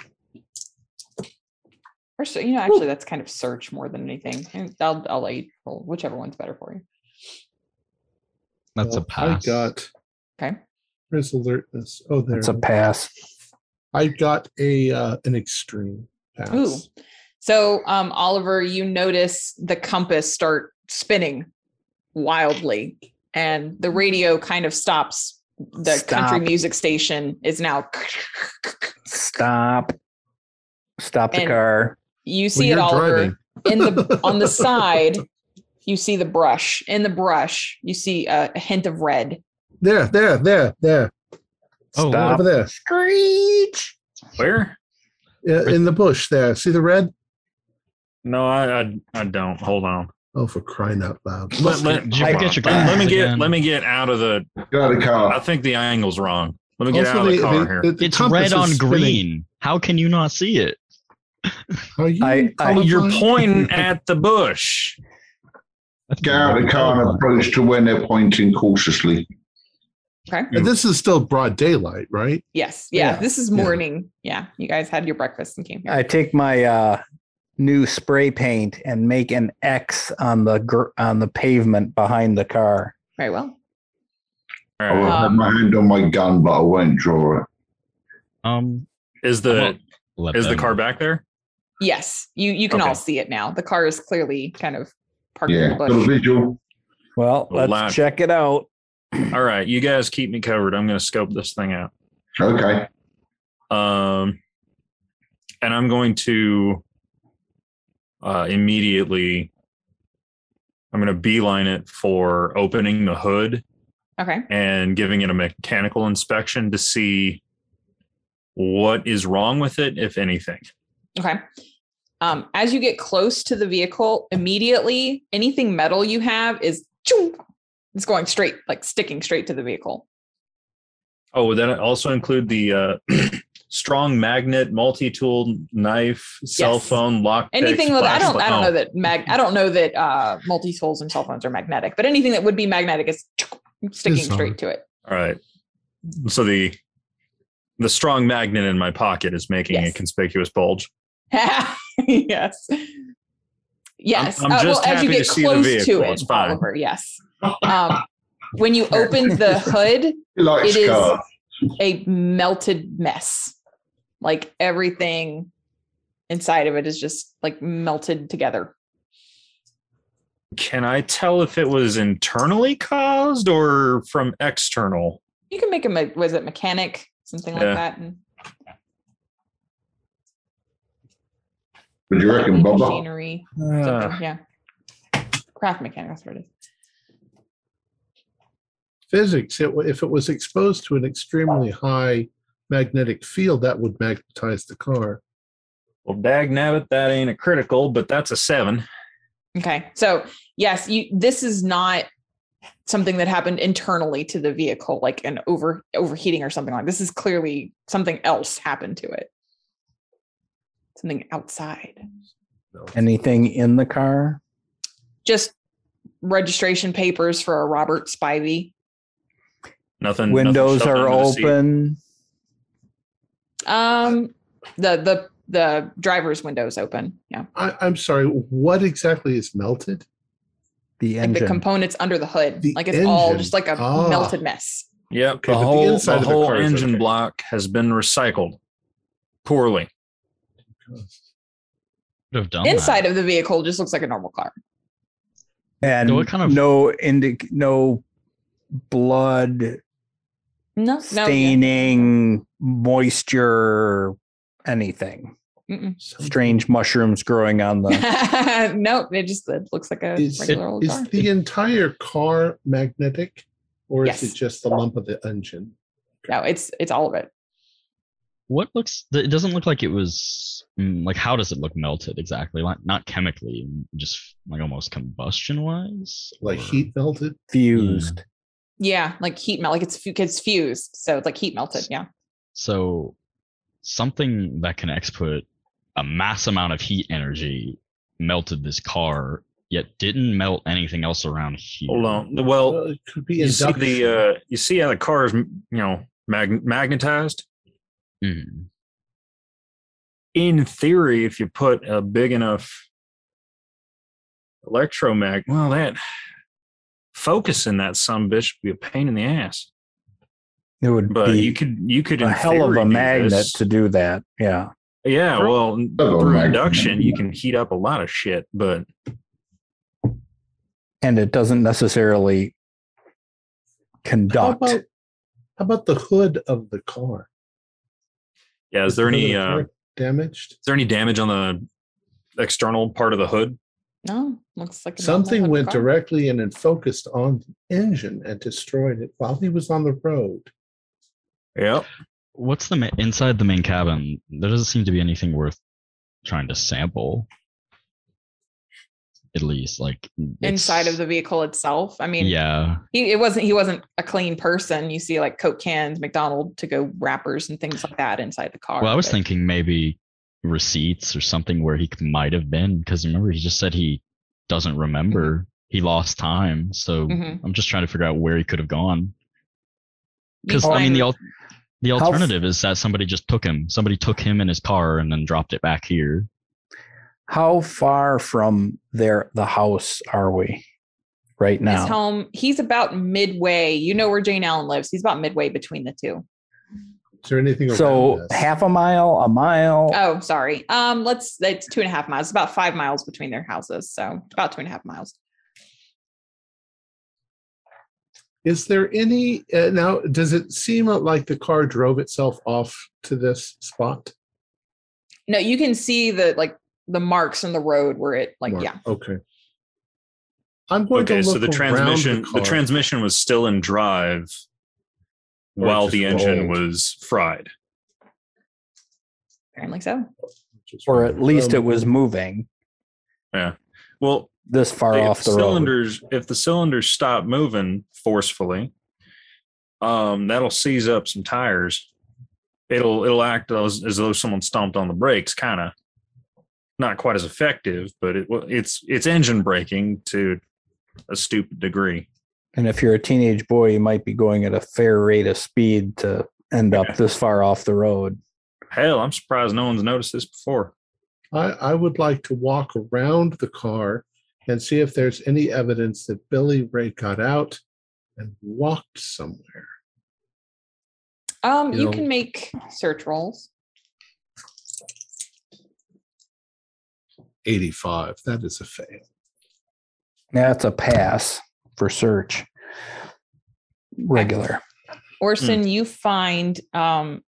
Speaker 3: Or so you know, actually that's kind of search more than anything. And I'll I'll let you roll whichever one's better for you.
Speaker 6: That's
Speaker 2: Oh,
Speaker 6: a
Speaker 1: Well,
Speaker 6: pass.
Speaker 1: I got
Speaker 3: Okay.
Speaker 1: where's alertness? Oh, there.
Speaker 2: It's a pass.
Speaker 1: I got a uh, an extreme pass.
Speaker 3: Ooh. So, um, Oliver, you notice the compass start spinning wildly, and the radio kind of stops. The country
Speaker 2: Stop.
Speaker 3: music station is now.
Speaker 2: Stop. Stop the
Speaker 3: And-
Speaker 2: car.
Speaker 3: You
Speaker 1: Well,
Speaker 3: see it,
Speaker 1: you're
Speaker 3: Oliver.
Speaker 1: driving.
Speaker 3: In the on the side, you see the brush. In the brush, you see a, a hint of red.
Speaker 1: There, there, there, there.
Speaker 6: Oh, look.
Speaker 2: Stop.
Speaker 1: Over there.
Speaker 2: Screech.
Speaker 5: where?
Speaker 1: Yeah, In the bush there. See the red?
Speaker 5: No, I, I, I don't. Hold on.
Speaker 1: Oh, for crying out loud.
Speaker 5: Let, let,
Speaker 6: Did you
Speaker 2: I-
Speaker 6: get your
Speaker 5: let, let me
Speaker 6: glasses
Speaker 5: get
Speaker 6: again?
Speaker 5: let me get out of the.
Speaker 4: Get out of the
Speaker 5: I
Speaker 4: car.
Speaker 5: think the angle's wrong. Let me get out of the car here.
Speaker 6: It's
Speaker 1: compass
Speaker 6: red
Speaker 1: is
Speaker 6: on
Speaker 1: spinning.
Speaker 6: green. How can you not see it?
Speaker 1: Are you
Speaker 2: I- I-
Speaker 5: Oh, you're
Speaker 1: colorblind?
Speaker 5: pointing at the bush.
Speaker 4: Get out of the car and approach to when they're pointing cautiously.
Speaker 3: Okay.
Speaker 1: And This is still broad daylight, right?
Speaker 3: Yes. Yeah.
Speaker 2: Yeah.
Speaker 3: This is morning. Yeah. You guys had your breakfast and came here.
Speaker 2: I take my uh, new spray paint and make an X on the gr- on the pavement behind the car.
Speaker 3: Very well.
Speaker 4: I
Speaker 5: All right.
Speaker 4: will have
Speaker 3: Um,
Speaker 4: my hand on my gun, but I won't draw it.
Speaker 6: Um,
Speaker 5: Is the
Speaker 6: let
Speaker 5: is the
Speaker 6: them-
Speaker 5: car back there?
Speaker 3: Yes. You you can all
Speaker 5: Okay.
Speaker 3: see it now. The car is clearly kind of parked in
Speaker 4: Yeah,
Speaker 3: the
Speaker 4: got a
Speaker 3: bush.
Speaker 4: visual.
Speaker 2: Well,
Speaker 5: Well,
Speaker 2: let's
Speaker 5: lad.
Speaker 2: check it out.
Speaker 5: All right, you guys keep me covered. I'm going to scope this thing out.
Speaker 4: Okay.
Speaker 5: Um, and I'm going to uh, immediately. I'm going to beeline it for opening the hood
Speaker 3: Okay.
Speaker 5: and giving it a mechanical inspection to see what is wrong with it, if anything.
Speaker 3: Okay. Um, as you get close to the vehicle, immediately anything metal you have is choo, it's going straight, like sticking straight to the vehicle.
Speaker 5: Oh, would that also include the uh, strong magnet, multi-tool, knife, cell
Speaker 3: Yes.
Speaker 5: phone, lock?
Speaker 3: Anything that I don't I don't know that mag I don't know that uh multi tools and cell phones are magnetic, but anything that would be magnetic is choo, sticking
Speaker 1: Is on.
Speaker 3: straight to it.
Speaker 5: Oh, All right. So the the strong magnet in my pocket is making a
Speaker 3: Yes.
Speaker 5: conspicuous bulge.
Speaker 3: yes. Yes. Uh,
Speaker 5: I'm just
Speaker 3: as you
Speaker 5: happy to
Speaker 3: get
Speaker 5: see the
Speaker 3: close
Speaker 5: vehicle,
Speaker 3: to it,
Speaker 5: it's fine.
Speaker 3: Oliver, yes. Um, when you open the hood,
Speaker 4: He likes
Speaker 3: It is-
Speaker 4: cars.
Speaker 3: a melted mess. Like everything inside of it is just like melted together.
Speaker 5: Can I tell if it was internally caused or from external?
Speaker 3: You can make a me- was it mechanic something
Speaker 5: Yeah.
Speaker 3: like that. And
Speaker 4: Would you reckon, Bubba?
Speaker 3: machinery,
Speaker 5: Uh,
Speaker 3: something, yeah. Craft mechanic, that's what it is.
Speaker 1: physics, it, wa- if it was exposed to an extremely high magnetic field, that would magnetize the car.
Speaker 5: well, dag nabbit, that ain't a critical, but that's a seven.
Speaker 3: Okay, so yes, you this is not something that happened internally to the vehicle, like an over overheating or something like. This is clearly something else happened to it. Something outside.
Speaker 1: No.
Speaker 2: Anything in the car?
Speaker 3: Just registration papers for a Robert Spivey.
Speaker 5: Nothing. nothing
Speaker 2: Windows
Speaker 5: shoved
Speaker 2: are
Speaker 5: under the seat.
Speaker 2: open.
Speaker 3: Um, the the the driver's windows open. Yeah,
Speaker 1: I, I'm sorry, what exactly is melted?
Speaker 2: The
Speaker 3: like the
Speaker 2: engine.
Speaker 3: components under the hood.
Speaker 1: The
Speaker 3: like it's all
Speaker 1: engine.
Speaker 3: just like a
Speaker 1: Ah.
Speaker 3: melted mess.
Speaker 5: Yep.
Speaker 1: Okay,
Speaker 5: the
Speaker 1: but the
Speaker 5: whole,
Speaker 1: inside
Speaker 5: the
Speaker 1: of the
Speaker 5: whole
Speaker 1: car is
Speaker 5: engine
Speaker 1: okay.
Speaker 5: block has been recycled poorly.
Speaker 6: Could have done
Speaker 3: Inside
Speaker 6: that.
Speaker 3: of the vehicle just looks like a normal car.
Speaker 2: and
Speaker 6: What kind of-
Speaker 2: no indic no blood
Speaker 3: No, no, yeah.
Speaker 2: staining, moisture, anything.
Speaker 3: Mm-mm.
Speaker 2: Strange mushrooms growing on the
Speaker 3: no, it just it looks like a
Speaker 1: Is,
Speaker 3: regular old car.
Speaker 1: is the entire car magnetic or is
Speaker 3: Yes.
Speaker 1: it just the lump of the engine?
Speaker 3: no, it's it's all of it.
Speaker 6: What looks? It doesn't look like it was. mm, Like, how does it look melted exactly? Like, not chemically, just like almost combustion wise.
Speaker 1: Like heat melted?
Speaker 2: fused.
Speaker 3: Yeah, like heat melt, like it's fu- it's fused, so it's like heat melted. Yeah,
Speaker 6: So, something that can export a mass amount of heat energy melted this car, yet didn't melt anything else around here.
Speaker 5: Hold on. Well,
Speaker 1: Well, it could be
Speaker 5: you see
Speaker 1: induction.
Speaker 5: the uh, you see how the car is you know mag- magnetized.
Speaker 6: Mhm.
Speaker 5: In theory, if you put a big enough electromag, well, that focusing that some bitch would be a pain in the ass.
Speaker 2: It would
Speaker 5: But
Speaker 2: be
Speaker 5: you could you could
Speaker 2: a
Speaker 5: in
Speaker 2: hell of
Speaker 5: theory
Speaker 2: a
Speaker 5: do
Speaker 2: magnet
Speaker 5: this.
Speaker 2: to do that. Yeah.
Speaker 5: Yeah,
Speaker 4: Throw-
Speaker 5: well,
Speaker 4: Throw a
Speaker 5: through
Speaker 4: magnet.
Speaker 5: induction, you can heat up a lot of shit, but
Speaker 2: And it doesn't necessarily
Speaker 1: How
Speaker 2: conduct.
Speaker 1: about, how about the hood of the car?
Speaker 5: yeah, is there
Speaker 1: the hood of
Speaker 5: any
Speaker 1: the
Speaker 5: uh,
Speaker 1: car
Speaker 5: is
Speaker 1: damaged?
Speaker 5: there any damage on the external part of the hood?
Speaker 3: no, Oh, looks like a normal
Speaker 1: Something
Speaker 3: hood
Speaker 1: went
Speaker 3: car.
Speaker 1: directly in and focused on the engine and destroyed it while he was on the road.
Speaker 5: Yep.
Speaker 6: What's the ma- inside the main cabin? There doesn't seem to be anything worth trying to sample. At least, like
Speaker 3: inside
Speaker 6: it's-
Speaker 3: of the vehicle itself. I mean,
Speaker 6: yeah,
Speaker 3: he it wasn't he wasn't a clean person. You see like Coke cans, McDonald to go wrappers and things like that inside the car.
Speaker 6: Well, I was
Speaker 3: but-
Speaker 6: thinking maybe receipts or something where he c- might have been because remember he just said he doesn't remember.
Speaker 3: Mm-hmm.
Speaker 6: He lost time, so
Speaker 3: Mhm.
Speaker 6: I'm just trying to figure out where he could have gone.
Speaker 3: You
Speaker 6: Because I mean,
Speaker 3: find-
Speaker 6: the al- the
Speaker 2: How f-
Speaker 6: alternative is that somebody just took him. Somebody took him in his car and then dropped it back here.
Speaker 2: How far from their the house are we right
Speaker 3: his
Speaker 2: now?
Speaker 3: home. He's about midway. You know where Jane Allen lives. He's about midway between the two.
Speaker 1: Is there anything around
Speaker 2: So
Speaker 1: us?
Speaker 2: half a mile, a mile.
Speaker 3: Oh, sorry. Um, let's it's two and a half miles, about five miles between their houses. So about two and a half miles.
Speaker 1: Is there any uh, now? Does it seem like the car drove itself off to this spot?
Speaker 3: No, you can see the like the marks on the road where it like
Speaker 1: Mark?
Speaker 3: yeah.
Speaker 1: Okay. I'm going
Speaker 5: Okay,
Speaker 1: to look
Speaker 5: so the
Speaker 1: around
Speaker 5: transmission the,
Speaker 1: car.
Speaker 5: transmission was still in drive
Speaker 1: Or it
Speaker 5: while
Speaker 1: just
Speaker 5: the engine
Speaker 1: rolled.
Speaker 5: was fried.
Speaker 3: Apparently so.
Speaker 2: or at least it
Speaker 1: Um,
Speaker 2: was moving
Speaker 5: Well,
Speaker 2: this far
Speaker 5: if
Speaker 2: off the road.
Speaker 5: cylinders if the cylinders stop moving forcefully, um, that'll seize up some tires. It'll it'll act as, as though someone stomped on the brakes, kind of. Not quite as effective, but it wa- it's it's engine braking to a stupid degree.
Speaker 2: And if you're a teenage boy, you might be going at a fair rate of speed to end
Speaker 5: Yeah.
Speaker 2: up this far off the road.
Speaker 5: Hell, I'm surprised no one's noticed this before.
Speaker 1: I, I would like to walk around the car and see if there's any evidence that Billy Ray got out and walked somewhere.
Speaker 3: Um,
Speaker 1: You
Speaker 3: you
Speaker 1: know-
Speaker 3: can make search rolls.
Speaker 1: 85. That is a fail.
Speaker 2: That's a pass for search. Regular.
Speaker 5: Mm.
Speaker 3: Orson, you find um,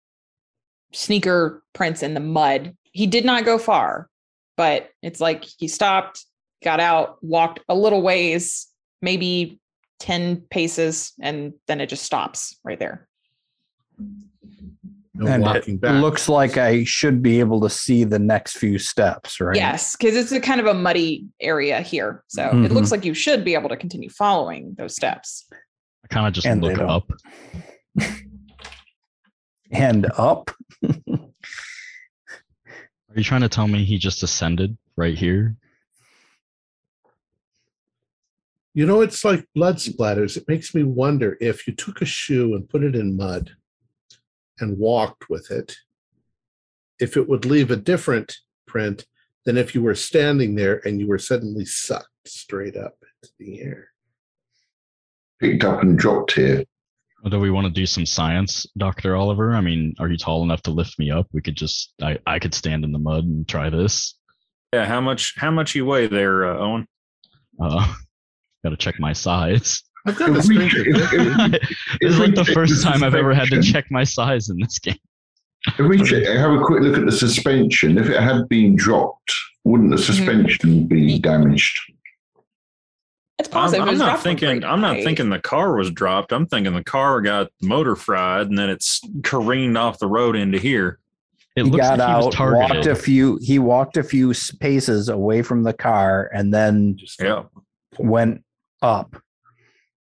Speaker 3: sneaker prints in the mud. He did not go far, but it's like he stopped, got out, walked a little ways, maybe 10 paces, and then it just stops right there.
Speaker 1: No
Speaker 2: and
Speaker 1: walking
Speaker 2: it
Speaker 1: back.
Speaker 2: looks like I should be able to see the next few steps, right?
Speaker 3: Yes, because it's a kind of a muddy area here. So it
Speaker 5: Mm-hmm.
Speaker 3: looks like you should be able to continue following those steps.
Speaker 6: I kind of just
Speaker 2: And they
Speaker 6: look
Speaker 2: don't.
Speaker 6: up.
Speaker 2: And up.
Speaker 6: Are you trying to tell me he just ascended right here?
Speaker 1: You know, it's like blood splatters. It makes me wonder if you took a shoe and put it in mud and walked with it, if it would leave a different print than if you were standing there and you were suddenly sucked straight up into the air.
Speaker 4: Picked up and dropped here.
Speaker 6: Or do we want to do some science, Doctor Oliver? I mean, are you tall enough to lift me up? We could just I I could stand in the mud and try this.
Speaker 5: Yeah, how much? How much you weigh there, uh, Owen?
Speaker 6: Uh, gotta check my size.
Speaker 1: I've got a
Speaker 4: If we-
Speaker 1: strange
Speaker 4: if- if-
Speaker 6: this is like the
Speaker 4: If we-
Speaker 6: first time I've ever had to
Speaker 4: suspension-
Speaker 6: check my size in this game.
Speaker 4: If we check, have a quick look at the suspension, if it had been dropped, wouldn't the suspension be damaged?
Speaker 3: It's
Speaker 5: I'm,
Speaker 3: possible.
Speaker 5: I'm not thinking. I'm not thinking the car was dropped. I'm thinking the car got motor fried and then it's careened off the road into here.
Speaker 6: It
Speaker 2: he
Speaker 6: looks
Speaker 2: got
Speaker 6: like he was
Speaker 2: out, walked a
Speaker 6: targeted.
Speaker 2: few he walked a few s- paces away from the car and then
Speaker 1: Just
Speaker 5: Yeah,
Speaker 2: went up,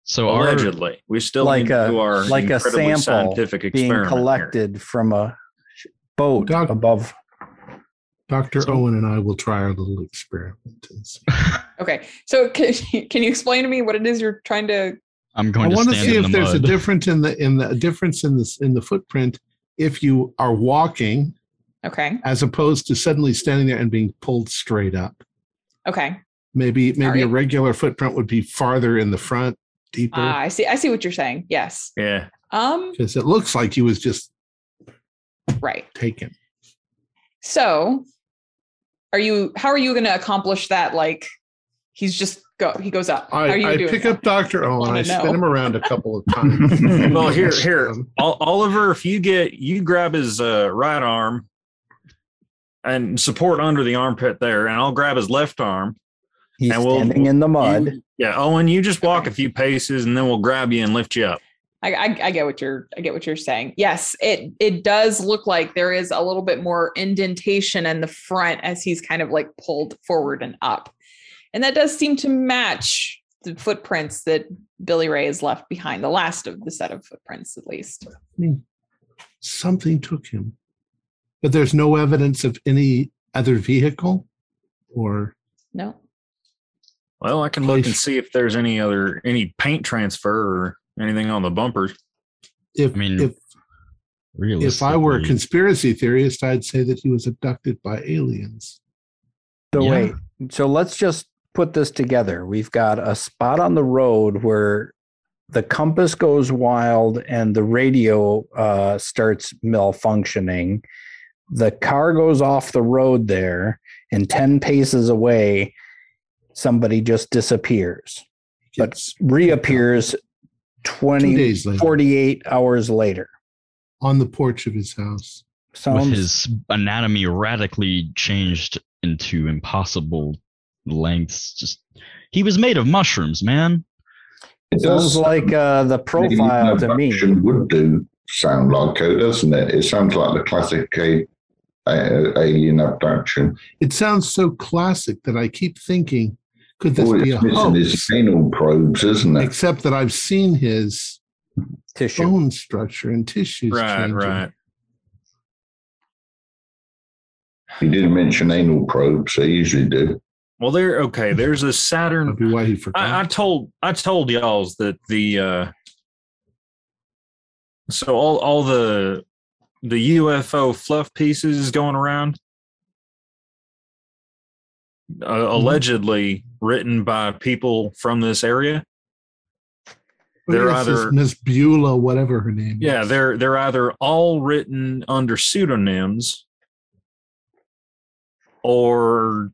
Speaker 6: So our
Speaker 5: allegedly. We still
Speaker 2: Like
Speaker 5: need to
Speaker 2: a-
Speaker 5: do our
Speaker 2: like a
Speaker 5: incredibly
Speaker 2: sample
Speaker 5: scientific
Speaker 2: being
Speaker 5: experiment here.
Speaker 2: collected from a sh- boat
Speaker 1: Doc-
Speaker 2: above.
Speaker 1: Dr. Owen and I will try our little experiment. and see.
Speaker 3: Okay, so can, can you explain to me what it is you're trying to?
Speaker 6: I'm
Speaker 1: I
Speaker 6: going to
Speaker 1: want to
Speaker 6: stand
Speaker 1: see
Speaker 6: in
Speaker 1: if
Speaker 6: the
Speaker 1: there's a
Speaker 6: mud.
Speaker 1: difference in the in the a difference in this in the footprint if you are walking
Speaker 3: Okay,
Speaker 1: as opposed to suddenly standing there and being pulled straight up.
Speaker 3: okay,
Speaker 1: Maybe maybe a
Speaker 3: right.
Speaker 1: regular footprint would be farther in the front,
Speaker 3: Ah,
Speaker 1: deeper,
Speaker 3: I see. I see what you're saying. Yes.
Speaker 5: Yeah.
Speaker 3: Um.
Speaker 1: because it looks like he was just
Speaker 3: Right.
Speaker 1: taken.
Speaker 3: So, are you? How are you going to accomplish that? Like, he's just go. He goes up. how are you
Speaker 1: I, I
Speaker 3: doing
Speaker 1: pick
Speaker 3: that?
Speaker 1: up Doctor Owen.
Speaker 3: wanna
Speaker 1: I spin
Speaker 3: know.
Speaker 1: him around a couple of times.
Speaker 5: Well, here, here,
Speaker 1: Um,
Speaker 5: Ol- Oliver. If you get, you grab his uh, right arm and support under the armpit there, and I'll grab his left arm.
Speaker 2: He's
Speaker 5: And we'll-
Speaker 2: standing in the mud.
Speaker 5: You- yeah, Owen, you just walk
Speaker 3: Okay.
Speaker 5: a few paces, and then we'll grab you and lift you up.
Speaker 3: I, I, I get what you're I get what you're saying. Yes, it it does look like there is a little bit more indentation in the front as he's kind of like pulled forward and up. And that does seem to match the footprints that Billy Ray has left behind, the last of the set of footprints at least.
Speaker 1: something took him, but there's no evidence of any other vehicle or
Speaker 3: No.
Speaker 5: Well, I can look and
Speaker 1: Please.
Speaker 5: see if there's any other any paint transfer or anything on the bumpers.
Speaker 1: if
Speaker 6: I mean,
Speaker 1: if if I were a
Speaker 6: Realistically,
Speaker 1: conspiracy theorist, I'd say that he was abducted by aliens.
Speaker 2: So
Speaker 6: Yeah.
Speaker 2: wait, so let's just put this together. We've got a spot on the road where the compass goes wild and the radio uh, starts malfunctioning. The car goes off the road there, and 10 paces away, somebody just disappears, but
Speaker 1: Yes.
Speaker 2: reappears 20,
Speaker 1: days later.
Speaker 2: 48 hours later.
Speaker 1: on the porch of his house.
Speaker 2: Sounds
Speaker 6: with his anatomy radically changed into impossible lengths, just he was made of mushrooms, man.
Speaker 4: It
Speaker 2: sounds like uh, the
Speaker 4: maybe
Speaker 2: profile to me.
Speaker 4: abduction Would do sound like it, doesn't it? It sounds like the classic a, a, alien abduction.
Speaker 1: It sounds so classic that I keep thinking, could this
Speaker 4: All
Speaker 1: be a
Speaker 4: it's missing Oh, is
Speaker 1: hoax?
Speaker 4: anal probes, isn't it?
Speaker 1: Except that I've seen his
Speaker 2: Tissue.
Speaker 1: bone structure and tissues.
Speaker 5: right,
Speaker 1: changing.
Speaker 5: right.
Speaker 4: He didn't mention anal probes. They usually do.
Speaker 5: Well, there. Okay, there's a
Speaker 1: That'd
Speaker 5: Saturn.
Speaker 1: be why he forgot.
Speaker 5: I, I told I told y'all's that the uh so all all the the UFO fluff pieces going around uh, allegedly written by people from this area.
Speaker 1: What
Speaker 5: they're
Speaker 1: is this
Speaker 5: either-
Speaker 1: Miss Beulah, whatever her name is.
Speaker 5: Yeah, they're they're either all written under pseudonyms or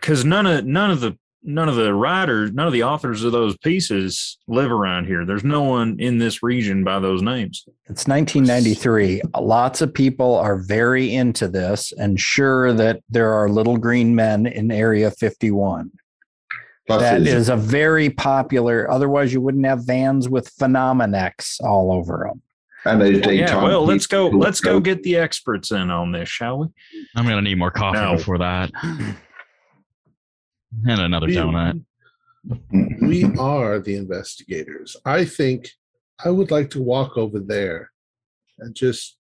Speaker 5: because none of none of the none of the writers, none of the authors of those pieces live around here. There's no one in this region by those names.
Speaker 2: It's 1993. Lots of people are very into this and sure that there are little green men in Area 51.
Speaker 4: Plus
Speaker 2: That
Speaker 4: it's-
Speaker 2: is a very popular, otherwise, you wouldn't have vans with Phenomenex all over them.
Speaker 4: and those daytime.
Speaker 5: Oh, yeah, well, let's go.
Speaker 4: people
Speaker 5: Let's go get the experts in on this, shall we?
Speaker 6: I'm gonna need more coffee
Speaker 5: No.
Speaker 6: before that, and another donut.
Speaker 4: Mm-hmm.
Speaker 1: we are the investigators. I think I would like to walk over there and just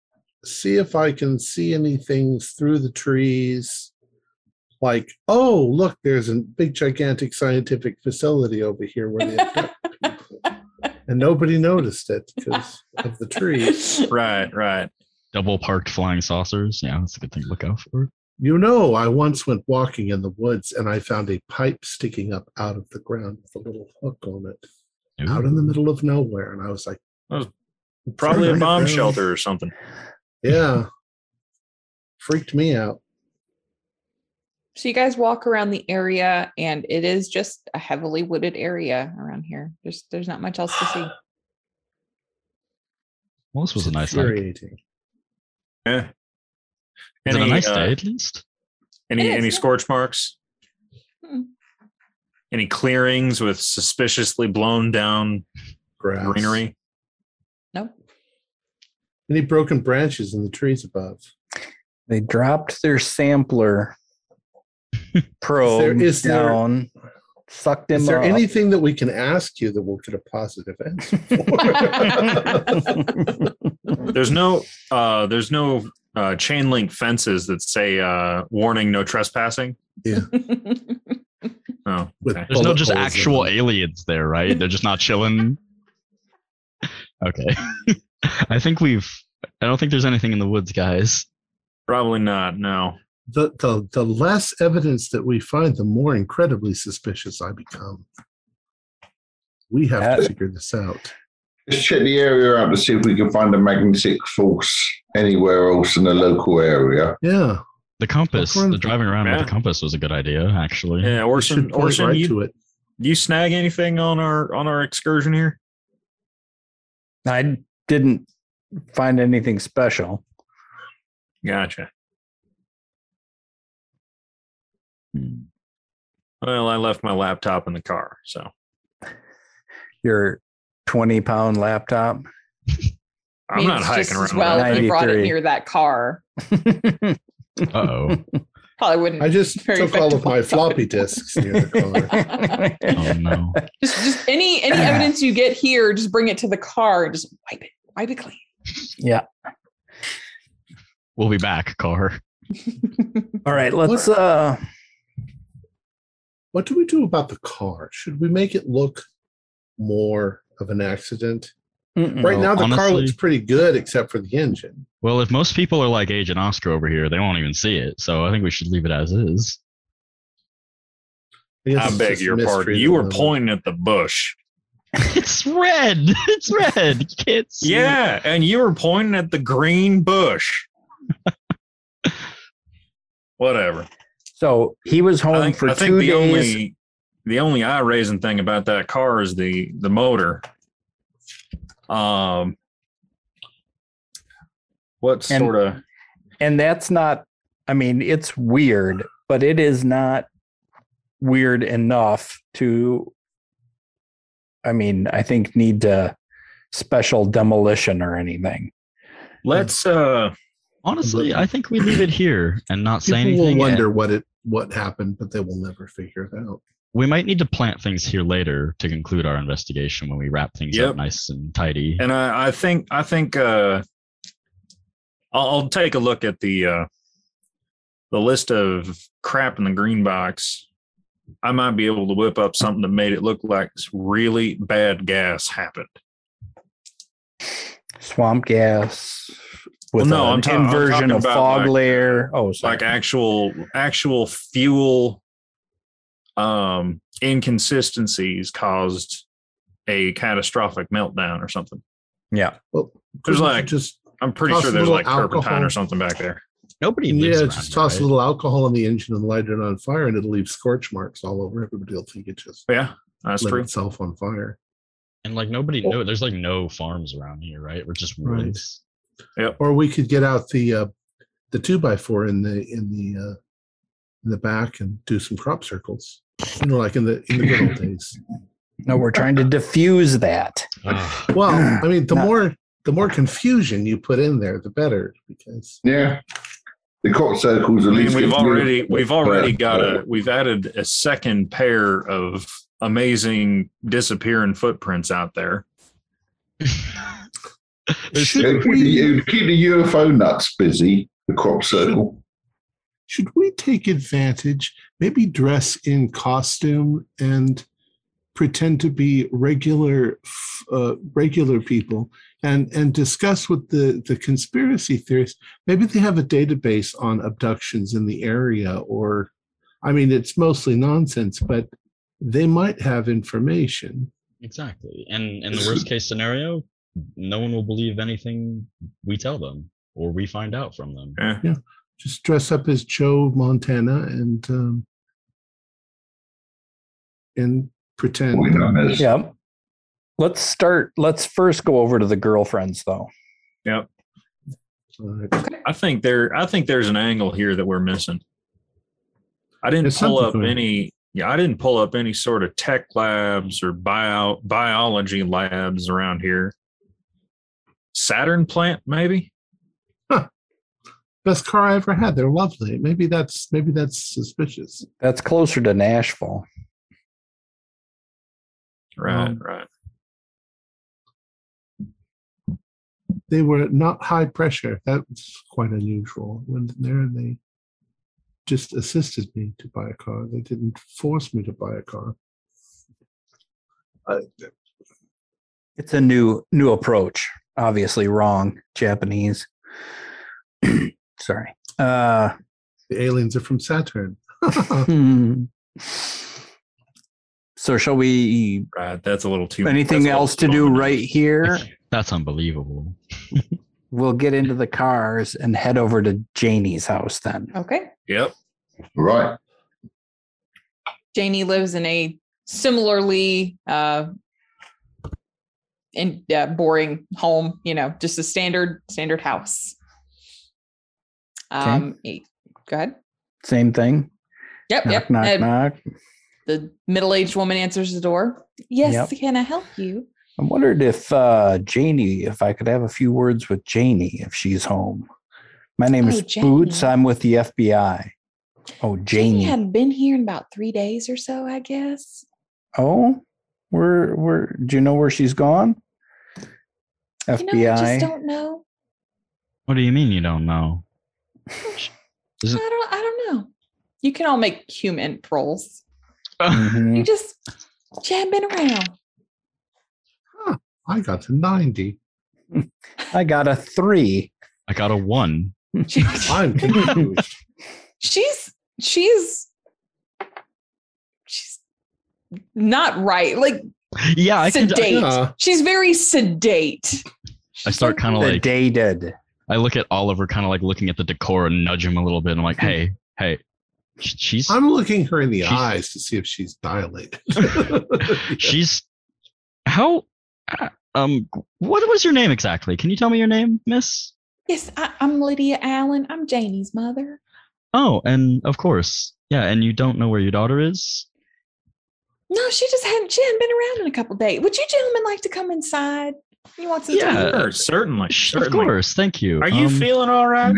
Speaker 1: see if I can see any things through the trees. Like, oh, look, there's a big, gigantic scientific facility over here where they abduct people. And nobody noticed it because of the trees.
Speaker 5: Right, right.
Speaker 6: Double parked flying saucers. Yeah, that's a good thing to look out for.
Speaker 1: You know, I once went walking in the woods and I found a pipe sticking up out of the ground with a little hook on it
Speaker 6: Ooh.
Speaker 1: out in the middle of nowhere. And I was like,
Speaker 5: Probably a
Speaker 1: Right,
Speaker 5: bomb
Speaker 1: right.
Speaker 5: shelter or something.
Speaker 1: yeah, freaked me out.
Speaker 3: So you guys walk around the area, and it is just a heavily wooded area around here. There's there's not much else to see.
Speaker 6: Well, this was a
Speaker 1: It's
Speaker 6: nice night.
Speaker 1: infuriating.
Speaker 5: Yeah.
Speaker 6: Is it a
Speaker 5: Any,
Speaker 6: nice
Speaker 5: uh,
Speaker 6: day at least?
Speaker 5: Any
Speaker 3: It is,
Speaker 5: any
Speaker 3: yeah.
Speaker 5: scorch marks?
Speaker 3: Mm.
Speaker 5: Any clearings with suspiciously blown down
Speaker 1: Grass.
Speaker 5: greenery?
Speaker 3: Nope.
Speaker 1: Any broken branches in the trees above?
Speaker 2: They dropped their sampler probe
Speaker 1: is there-
Speaker 2: down, sucked him
Speaker 1: Is there
Speaker 2: up.
Speaker 1: anything that we can ask you that will get a positive answer? for?
Speaker 5: There's no uh there's no uh chain link fences that say uh warning no trespassing. Oh.
Speaker 1: With
Speaker 5: okay.
Speaker 6: There's no
Speaker 1: bullet holes
Speaker 6: just
Speaker 1: in
Speaker 6: actual
Speaker 1: them.
Speaker 6: aliens there, right? They're just not chilling. Okay. I think we've. I don't think there's anything in the woods, guys.
Speaker 5: Probably not, no.
Speaker 1: the, the the less evidence that we find, the more incredibly suspicious I become. We have to
Speaker 2: That-
Speaker 1: figure this out.
Speaker 4: Let's check the area out to see if we can find a magnetic force anywhere else in the local area.
Speaker 1: Yeah,
Speaker 6: The compass,
Speaker 1: Look around.
Speaker 6: the driving around with
Speaker 5: Yeah.
Speaker 6: the compass was a good idea, actually.
Speaker 5: Yeah,
Speaker 1: we
Speaker 5: Orson
Speaker 1: Mm-hmm. should point
Speaker 5: Orson
Speaker 1: right
Speaker 5: you,
Speaker 1: to it.
Speaker 5: you snag anything on our on our excursion here?
Speaker 2: I didn't find anything special.
Speaker 5: Gotcha.
Speaker 6: Hmm.
Speaker 5: Well, I left my laptop in the car, so
Speaker 2: Your 20 pound laptop.
Speaker 5: I'm
Speaker 3: Maybe
Speaker 5: not
Speaker 3: it's
Speaker 5: hiking
Speaker 3: just
Speaker 5: around.
Speaker 3: As
Speaker 5: with
Speaker 3: well,
Speaker 5: that
Speaker 3: if you
Speaker 5: thing.
Speaker 3: brought it
Speaker 2: 93.
Speaker 3: near that car.
Speaker 6: Uh-oh.
Speaker 3: Probably wouldn't.
Speaker 1: I just
Speaker 3: Very
Speaker 1: took all of my
Speaker 3: effective.
Speaker 1: floppy disks near the car.
Speaker 6: oh no.
Speaker 3: just, just any any evidence you get here, just bring it to the car. and Just wipe it, wipe it
Speaker 6: We'll be back, car.
Speaker 3: clean.
Speaker 2: All right, let's uh
Speaker 1: What do we do about the car? Should we make it look more of an accident?
Speaker 2: mm-mm.
Speaker 1: Right now, the car
Speaker 6: honestly-
Speaker 1: looks pretty good except for the engine.
Speaker 6: Well, if most people are like Agent Oscar over here, they won't even see it. So I think we should leave it as is.
Speaker 1: guess
Speaker 5: I
Speaker 1: it's
Speaker 5: beg
Speaker 1: just
Speaker 5: your
Speaker 1: mystery
Speaker 5: pardon.
Speaker 1: that
Speaker 5: You were
Speaker 1: I'm-
Speaker 5: pointing at the bush.
Speaker 6: It's red. It's red. You can't see it.
Speaker 5: Yeah, and you were pointing at the green bush. Whatever.
Speaker 2: So he was home
Speaker 5: I think,
Speaker 2: for
Speaker 5: I think
Speaker 2: two
Speaker 5: the
Speaker 2: days.
Speaker 5: only the only eye raising thing about that car is the the motor. Um, what
Speaker 2: And-
Speaker 5: sort of?
Speaker 2: and that's not i mean it's weird but it is not weird enough to i mean i think need to special demolition or anything
Speaker 5: Let's uh,
Speaker 6: Honestly, I think we leave it here and not say
Speaker 1: People will
Speaker 6: anything.
Speaker 1: wonder what it what happened, but they will never figure it out.
Speaker 6: We might need to plant things here later to conclude our investigation when we wrap things
Speaker 5: Yep.
Speaker 6: up nice and tidy.
Speaker 5: and I, I think I think uh, I'll, I'll take a look at the uh, the list of crap in the green box. I might be able to whip up something that made it look like really bad gas happened.
Speaker 2: swamp gas with
Speaker 5: Well, no,
Speaker 2: an
Speaker 5: I'm ta- I'm
Speaker 2: inversion
Speaker 5: talking
Speaker 2: of
Speaker 5: about,
Speaker 2: fog
Speaker 5: like,
Speaker 2: layer oh sorry.
Speaker 5: like actual actual fuel um inconsistencies caused a catastrophic meltdown or something
Speaker 2: yeah
Speaker 1: Well,
Speaker 5: There's
Speaker 1: couldn't you
Speaker 5: like-
Speaker 1: just
Speaker 5: i'm pretty
Speaker 1: Toss
Speaker 5: sure
Speaker 1: a
Speaker 5: there's
Speaker 1: little
Speaker 5: like turpentine
Speaker 1: alcohol.
Speaker 5: or something back there
Speaker 6: Nobody lives
Speaker 1: Yeah,
Speaker 6: around
Speaker 1: just
Speaker 6: here,
Speaker 1: toss
Speaker 6: right?
Speaker 1: a little alcohol in the engine and light it on fire, and it'll leave scorch marks all over. Everybody will think it just
Speaker 5: Yeah, that's
Speaker 1: lit
Speaker 5: true.
Speaker 1: itself on fire.
Speaker 6: And like nobody know there's like no farms around here, right? We're just
Speaker 1: Oh. Right.
Speaker 6: woods.
Speaker 1: Or we could get out the uh, the two by four in the in the uh, in the back and do some crop circles. You know, like in the in the good old days.
Speaker 2: No, we're trying to diffuse that.
Speaker 6: Ugh.
Speaker 1: Well, I mean, the
Speaker 2: No.
Speaker 1: more the more confusion you put in there, the better. Because
Speaker 4: Yeah. The cop circles.
Speaker 5: I
Speaker 4: At
Speaker 5: mean,
Speaker 4: least
Speaker 5: we've
Speaker 4: get
Speaker 5: already
Speaker 4: rid of-
Speaker 5: we've already
Speaker 4: Yeah.
Speaker 5: got a we've added a second pair of amazing disappearing footprints out there.
Speaker 6: There's-
Speaker 1: Should-
Speaker 4: It'd keep, the, it'd keep the UFO nuts busy. The cop circle.
Speaker 1: should we take advantage? Maybe dress in costume and pretend to be regular f- uh, regular people, and and discuss with the the conspiracy theorists. Maybe they have a database on abductions in the area, or I mean, it's mostly nonsense, but they might have information.
Speaker 6: exactly. And in the worst case scenario, no one will believe anything we tell them or we find out from them.
Speaker 5: Yeah.
Speaker 1: Just dress up as Joe Montana and um, and pretend.
Speaker 4: We know this.
Speaker 2: Yep. Let's start. Let's first go over to the girlfriends, though.
Speaker 1: Uh,
Speaker 5: I think there I think there's an angle here that we're missing. I didn't
Speaker 1: There's
Speaker 5: pull
Speaker 1: something
Speaker 5: up
Speaker 1: going on.
Speaker 5: any yeah, I didn't pull up any sort of tech labs or bio biology labs around here. Saturn plant, maybe?
Speaker 1: best car I ever had. They're lovely. Maybe that's maybe that's suspicious.
Speaker 2: That's closer to Nashville.
Speaker 5: Right,
Speaker 1: Um,
Speaker 5: right.
Speaker 1: They were not high pressure. That's quite unusual. When there and they just assisted me to buy a car. They didn't force me to buy a car.
Speaker 2: It's a new new approach. Obviously wrong. Japanese. Sorry. Uh
Speaker 1: The aliens are from Saturn.
Speaker 2: hmm. So shall we
Speaker 5: Right. That's a little too
Speaker 2: anything
Speaker 5: that's a little
Speaker 2: else to
Speaker 5: too
Speaker 2: do
Speaker 5: ominous.
Speaker 2: right here?
Speaker 6: That's unbelievable.
Speaker 2: We'll get into the cars and head over to Janie's house then.
Speaker 3: Okay.
Speaker 5: Yep.
Speaker 4: Right.
Speaker 3: Janie lives in a similarly uh in uh, boring home, you know, just a standard standard house. Um eh, go ahead.
Speaker 2: Same thing.
Speaker 3: Yep,
Speaker 2: Knock
Speaker 3: yep.
Speaker 2: knock
Speaker 3: And
Speaker 2: knock.
Speaker 3: the middle-aged woman answers the door. Yes,
Speaker 2: Yep.
Speaker 3: can I help you?
Speaker 2: I wondered if uh, Janie, if I could have a few words with Janie if she's home. My name
Speaker 3: Oh,
Speaker 2: is
Speaker 3: Janie.
Speaker 2: Boots. I'm with the FBI. Oh,
Speaker 3: Janie
Speaker 2: Janie.
Speaker 3: hadn't been here in about three days or so, I guess.
Speaker 2: oh, where where do you know where she's gone? FBI.
Speaker 3: You know, I just don't know.
Speaker 6: What do you mean you don't know?
Speaker 3: I
Speaker 6: Is it-
Speaker 3: don't I don't know. You can all make human rolls.
Speaker 2: Mhm.
Speaker 3: You just she hadn't been around.
Speaker 1: I got to 90.
Speaker 2: I got a three.
Speaker 6: I got a one.
Speaker 3: She-
Speaker 1: I'm confused.
Speaker 3: she's she's she's not right. Like
Speaker 6: Yeah, I can.
Speaker 3: sedate.
Speaker 1: yeah.
Speaker 3: She's very sedate. Oh,
Speaker 6: I start kind of
Speaker 2: The
Speaker 6: Oh, like
Speaker 2: dated.
Speaker 6: I look at Oliver, kind of like looking at the decor and nudge him a little bit. And I'm like, hey, hey, sh- she's
Speaker 1: I'm looking her in the
Speaker 6: She's-
Speaker 1: eyes to see if she's dilated.
Speaker 6: she's how uh, um what was your name exactly? Can you tell me your name, Miss?
Speaker 3: Yes, I, I'm Lydia Allen. I'm Janie's mother.
Speaker 6: Oh, and of course, yeah. And you don't know where your daughter is?
Speaker 3: No, she just hadn't she hadn't been around in a couple days. Would you gentlemen like to come inside? You want some
Speaker 6: Yeah.
Speaker 3: time?
Speaker 5: Sure, certainly.
Speaker 6: Sh-
Speaker 5: certainly.
Speaker 6: Uh, Of course, thank you.
Speaker 5: Are you
Speaker 6: Um,
Speaker 5: feeling all right?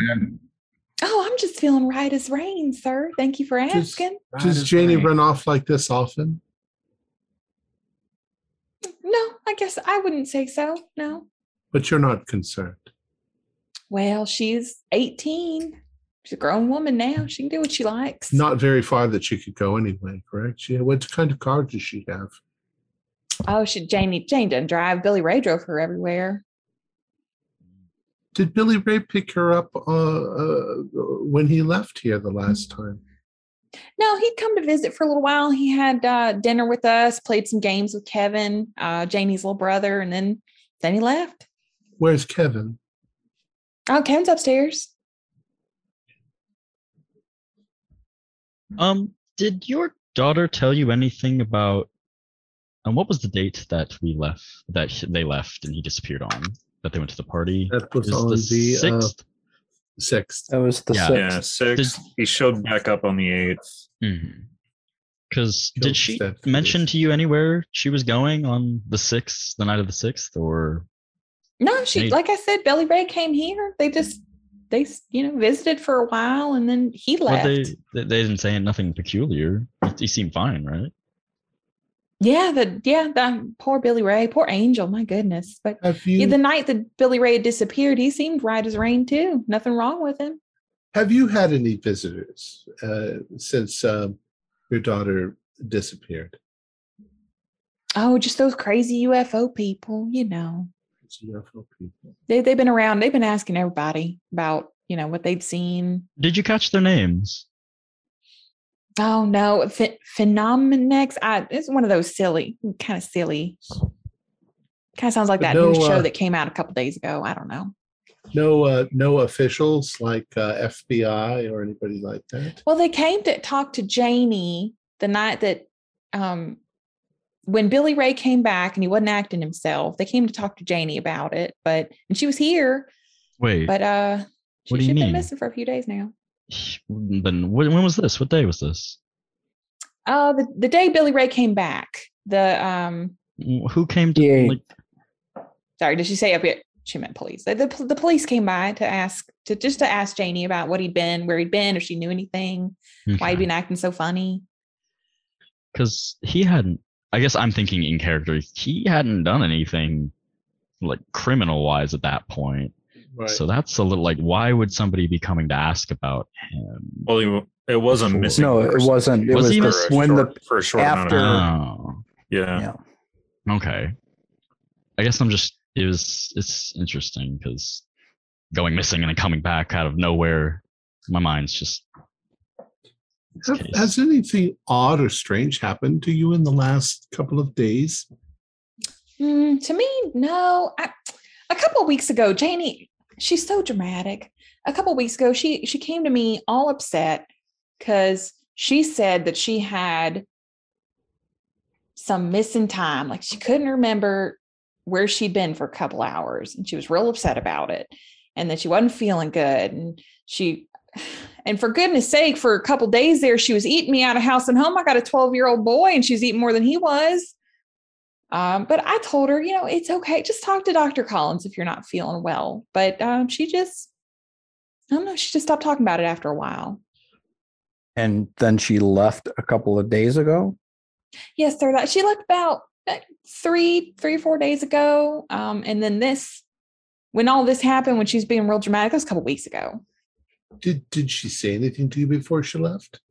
Speaker 3: Oh, I'm just feeling right as rain, sir. Thank you for
Speaker 1: Just-
Speaker 3: asking.
Speaker 1: Does Janie run off like this often?
Speaker 3: No, I guess I wouldn't say so. No.
Speaker 1: But you're not concerned.
Speaker 3: Well, she's 18. She's a grown woman now. She can do what she likes.
Speaker 1: Not very far that she could go anyway, correct? She, what kind of car does she have?
Speaker 3: Oh, she Janie Jane didn't drive. Billy Ray drove her everywhere.
Speaker 1: did Billy Ray pick her up uh, uh, when he left here the last
Speaker 3: Mm-hmm.
Speaker 1: time?
Speaker 3: No, he'd come to visit for a little while. He had uh, dinner with us, played some games with Kevin, uh, Janie's little brother, and then then he left.
Speaker 1: Where's Kevin?
Speaker 3: Oh, Kevin's upstairs.
Speaker 6: Um, did your daughter tell you anything about? And what was the date that we left? That he- they left and he disappeared on. That they went to the party.
Speaker 1: That was
Speaker 6: Is
Speaker 1: on the,
Speaker 6: sixth.
Speaker 1: uh, sixth.
Speaker 2: That was the
Speaker 6: Yeah.
Speaker 5: Yeah,
Speaker 2: sixth.
Speaker 5: six.
Speaker 6: Did-
Speaker 5: He showed back up on the eighth.
Speaker 6: Because
Speaker 1: Killed
Speaker 6: Mm-hmm. did she
Speaker 1: Seth for
Speaker 6: mention
Speaker 1: this.
Speaker 6: to you anywhere she was going on the sixth, the night of the sixth, or
Speaker 3: No, she
Speaker 6: Hey.
Speaker 3: like I said, Billy Ray came here. They just they s- you know visited for a while and then he
Speaker 6: well,
Speaker 3: left.
Speaker 6: they they they didn't say nothing peculiar. He seemed fine, right?
Speaker 3: yeah, the yeah, the poor Billy Ray, poor angel, my goodness. But
Speaker 1: Have
Speaker 3: yeah,
Speaker 1: you
Speaker 3: the night that Billy Ray had disappeared, he seemed right as rain too. Nothing wrong with him.
Speaker 1: have you had any visitors uh, since um, your daughter disappeared?
Speaker 3: Oh, just those crazy UFO people, you know.
Speaker 1: It's UFO people.
Speaker 3: They they've been around. They've been asking everybody about, you know, what they'd seen.
Speaker 6: Did you catch their names?
Speaker 3: Oh no, Ph- Phenomenex. I it's one of those silly, kind of silly. Kind of sounds like
Speaker 1: But
Speaker 3: that
Speaker 1: no,
Speaker 3: new show
Speaker 1: uh,
Speaker 3: that came out a couple days ago. I don't know.
Speaker 1: No, uh, no officials like uh, FBI or anybody like that.
Speaker 3: Well, they came to talk to Janie the night that um when Billy Ray came back and he wasn't acting himself, they came to talk to Janie about it, but and she was here,
Speaker 6: Wait,
Speaker 3: but uh she
Speaker 6: What do you
Speaker 3: she'd been
Speaker 6: mean?
Speaker 3: missing for a few days now.
Speaker 6: then when, when was this? What day was this?
Speaker 3: Uh the, the day Billy Ray came back, the um
Speaker 6: Who came to?
Speaker 2: The eighth.
Speaker 6: Like,
Speaker 3: sorry, did she say up yet? She meant police. The, the, the police came by to ask to just to ask Janie about what he'd been, where he'd been, if she knew anything, why he'd been acting so funny.
Speaker 6: because he hadn't i guess i'm thinking in character he hadn't done anything like criminal wise at that point
Speaker 1: Right.
Speaker 6: so that's a little like why would somebody be coming to ask about him
Speaker 5: Well, he, it was a
Speaker 6: Four.
Speaker 5: missing.
Speaker 2: No, it
Speaker 5: person
Speaker 2: wasn't. It
Speaker 6: Was
Speaker 2: was,
Speaker 6: he
Speaker 2: the-
Speaker 5: for a
Speaker 2: when
Speaker 5: short-
Speaker 2: the
Speaker 5: for a short amount
Speaker 1: uh,
Speaker 2: after-
Speaker 5: of time.
Speaker 6: oh
Speaker 5: Yeah.
Speaker 2: yeah.
Speaker 6: okay i guess i'm just it was it's interesting because going missing and then coming back out of nowhere my mind's just
Speaker 1: Have,
Speaker 6: case.
Speaker 1: has anything odd or strange happened to you in the last couple of days?
Speaker 3: Mm, to me, no. I, a couple of weeks ago, Janie, she's so dramatic. A couple of weeks ago, she she came to me all upset because she said that she had some missing time, like she couldn't remember where she'd been for a couple hours, and she was real upset about it, and that she wasn't feeling good, and she. And for goodness sake, for a couple days there, she was eating me out of house and home. I got a 12 year old boy and she was eating more than he was. Um, but I told her, you know, it's okay. Just talk to Dr. Collins if you're not feeling well. But um, she just, I don't know, she just stopped talking about it after a while.
Speaker 2: And then she left a couple of days ago.
Speaker 3: Yes, sir. That she left about eh, three, three or four days ago. Um, and then this, when all this happened, when she's being real dramatic, that was a couple weeks ago.
Speaker 1: Did did she say anything to you before she left?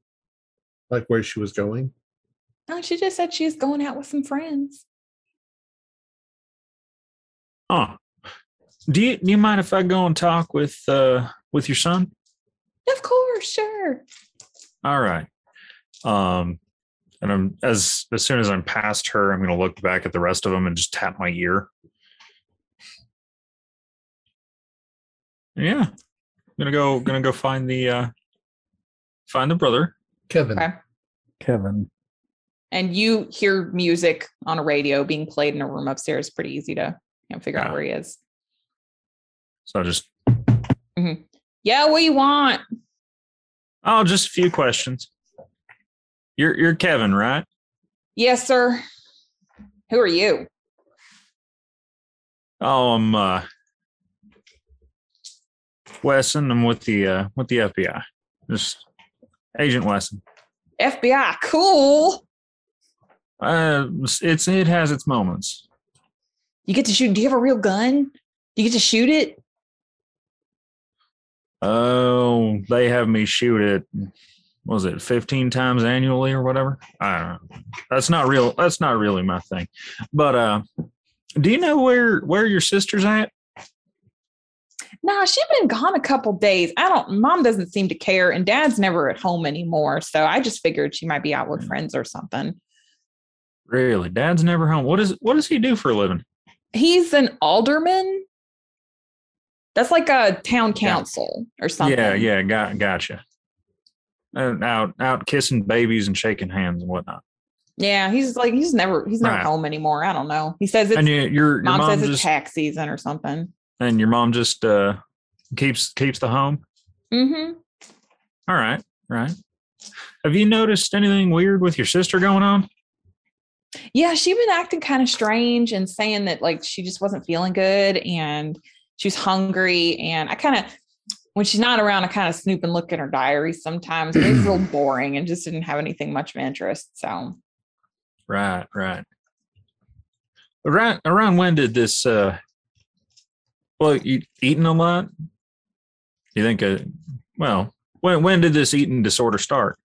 Speaker 1: Like where she was going?
Speaker 3: No, uh, she just said she's going out with some friends.
Speaker 5: Huh. Do you do you mind if I go and talk with uh with your son?
Speaker 3: Of course, sure.
Speaker 5: All right. Um and I'm as as soon as I'm past her, I'm gonna look back at the rest of them and just tap my ear. Yeah. I'm gonna go gonna go find the uh find the brother.
Speaker 1: Kevin.
Speaker 3: Okay.
Speaker 2: Kevin.
Speaker 3: And you hear music on a radio being played in a room upstairs. Pretty easy to you know, figure out
Speaker 5: Yeah.
Speaker 3: where he is.
Speaker 5: So I just
Speaker 3: Yeah, what do you want?
Speaker 5: oh just a few questions. You're you're Kevin, right?
Speaker 3: Yes, sir. Who are you?
Speaker 5: Oh I'm uh Wesson, I'm with the uh with the FBI. Just Agent Wesson.
Speaker 3: FBI. Cool.
Speaker 5: Uh, it's it has its moments.
Speaker 3: You get to shoot. Do you have a real gun? You get to shoot it?
Speaker 5: Oh, they have me shoot it. what Was it fifteen times annually or whatever? I don't know. That's not real. That's not really my thing. But uh, do you know where where your sister's at?
Speaker 3: Nah, she's been gone a couple days. I don't, mom doesn't seem to care, and dad's never at home anymore. So I just figured she might be out
Speaker 5: Mm.
Speaker 3: with friends or something.
Speaker 5: Really, Dad's never home. What is what does he do for a living?
Speaker 3: He's an alderman. That's like a town council or something.
Speaker 5: Yeah, yeah, got gotcha. and out out kissing babies and shaking hands and whatnot.
Speaker 3: Yeah, he's like he's never he's never
Speaker 5: Right.
Speaker 3: home anymore. I don't know. He says it's
Speaker 5: and you, your your
Speaker 3: mom,
Speaker 5: mom,
Speaker 3: says it's
Speaker 5: just
Speaker 3: tax season or something.
Speaker 5: and your mom just uh keeps keeps the home.
Speaker 3: Mm-hmm.
Speaker 5: All right, right. Have you noticed anything weird with your sister going on?
Speaker 3: Yeah, she'd been acting kind of strange and saying that like she just wasn't feeling good and she was hungry. And I kind of, when she's not around, I kind of snoop and look in her diary sometimes. and It's a little boring and just didn't have anything much of interest. So
Speaker 5: Right, right. Around around when did this? uh Well, you eating a lot. You think? Uh, well, when when did this eating disorder start?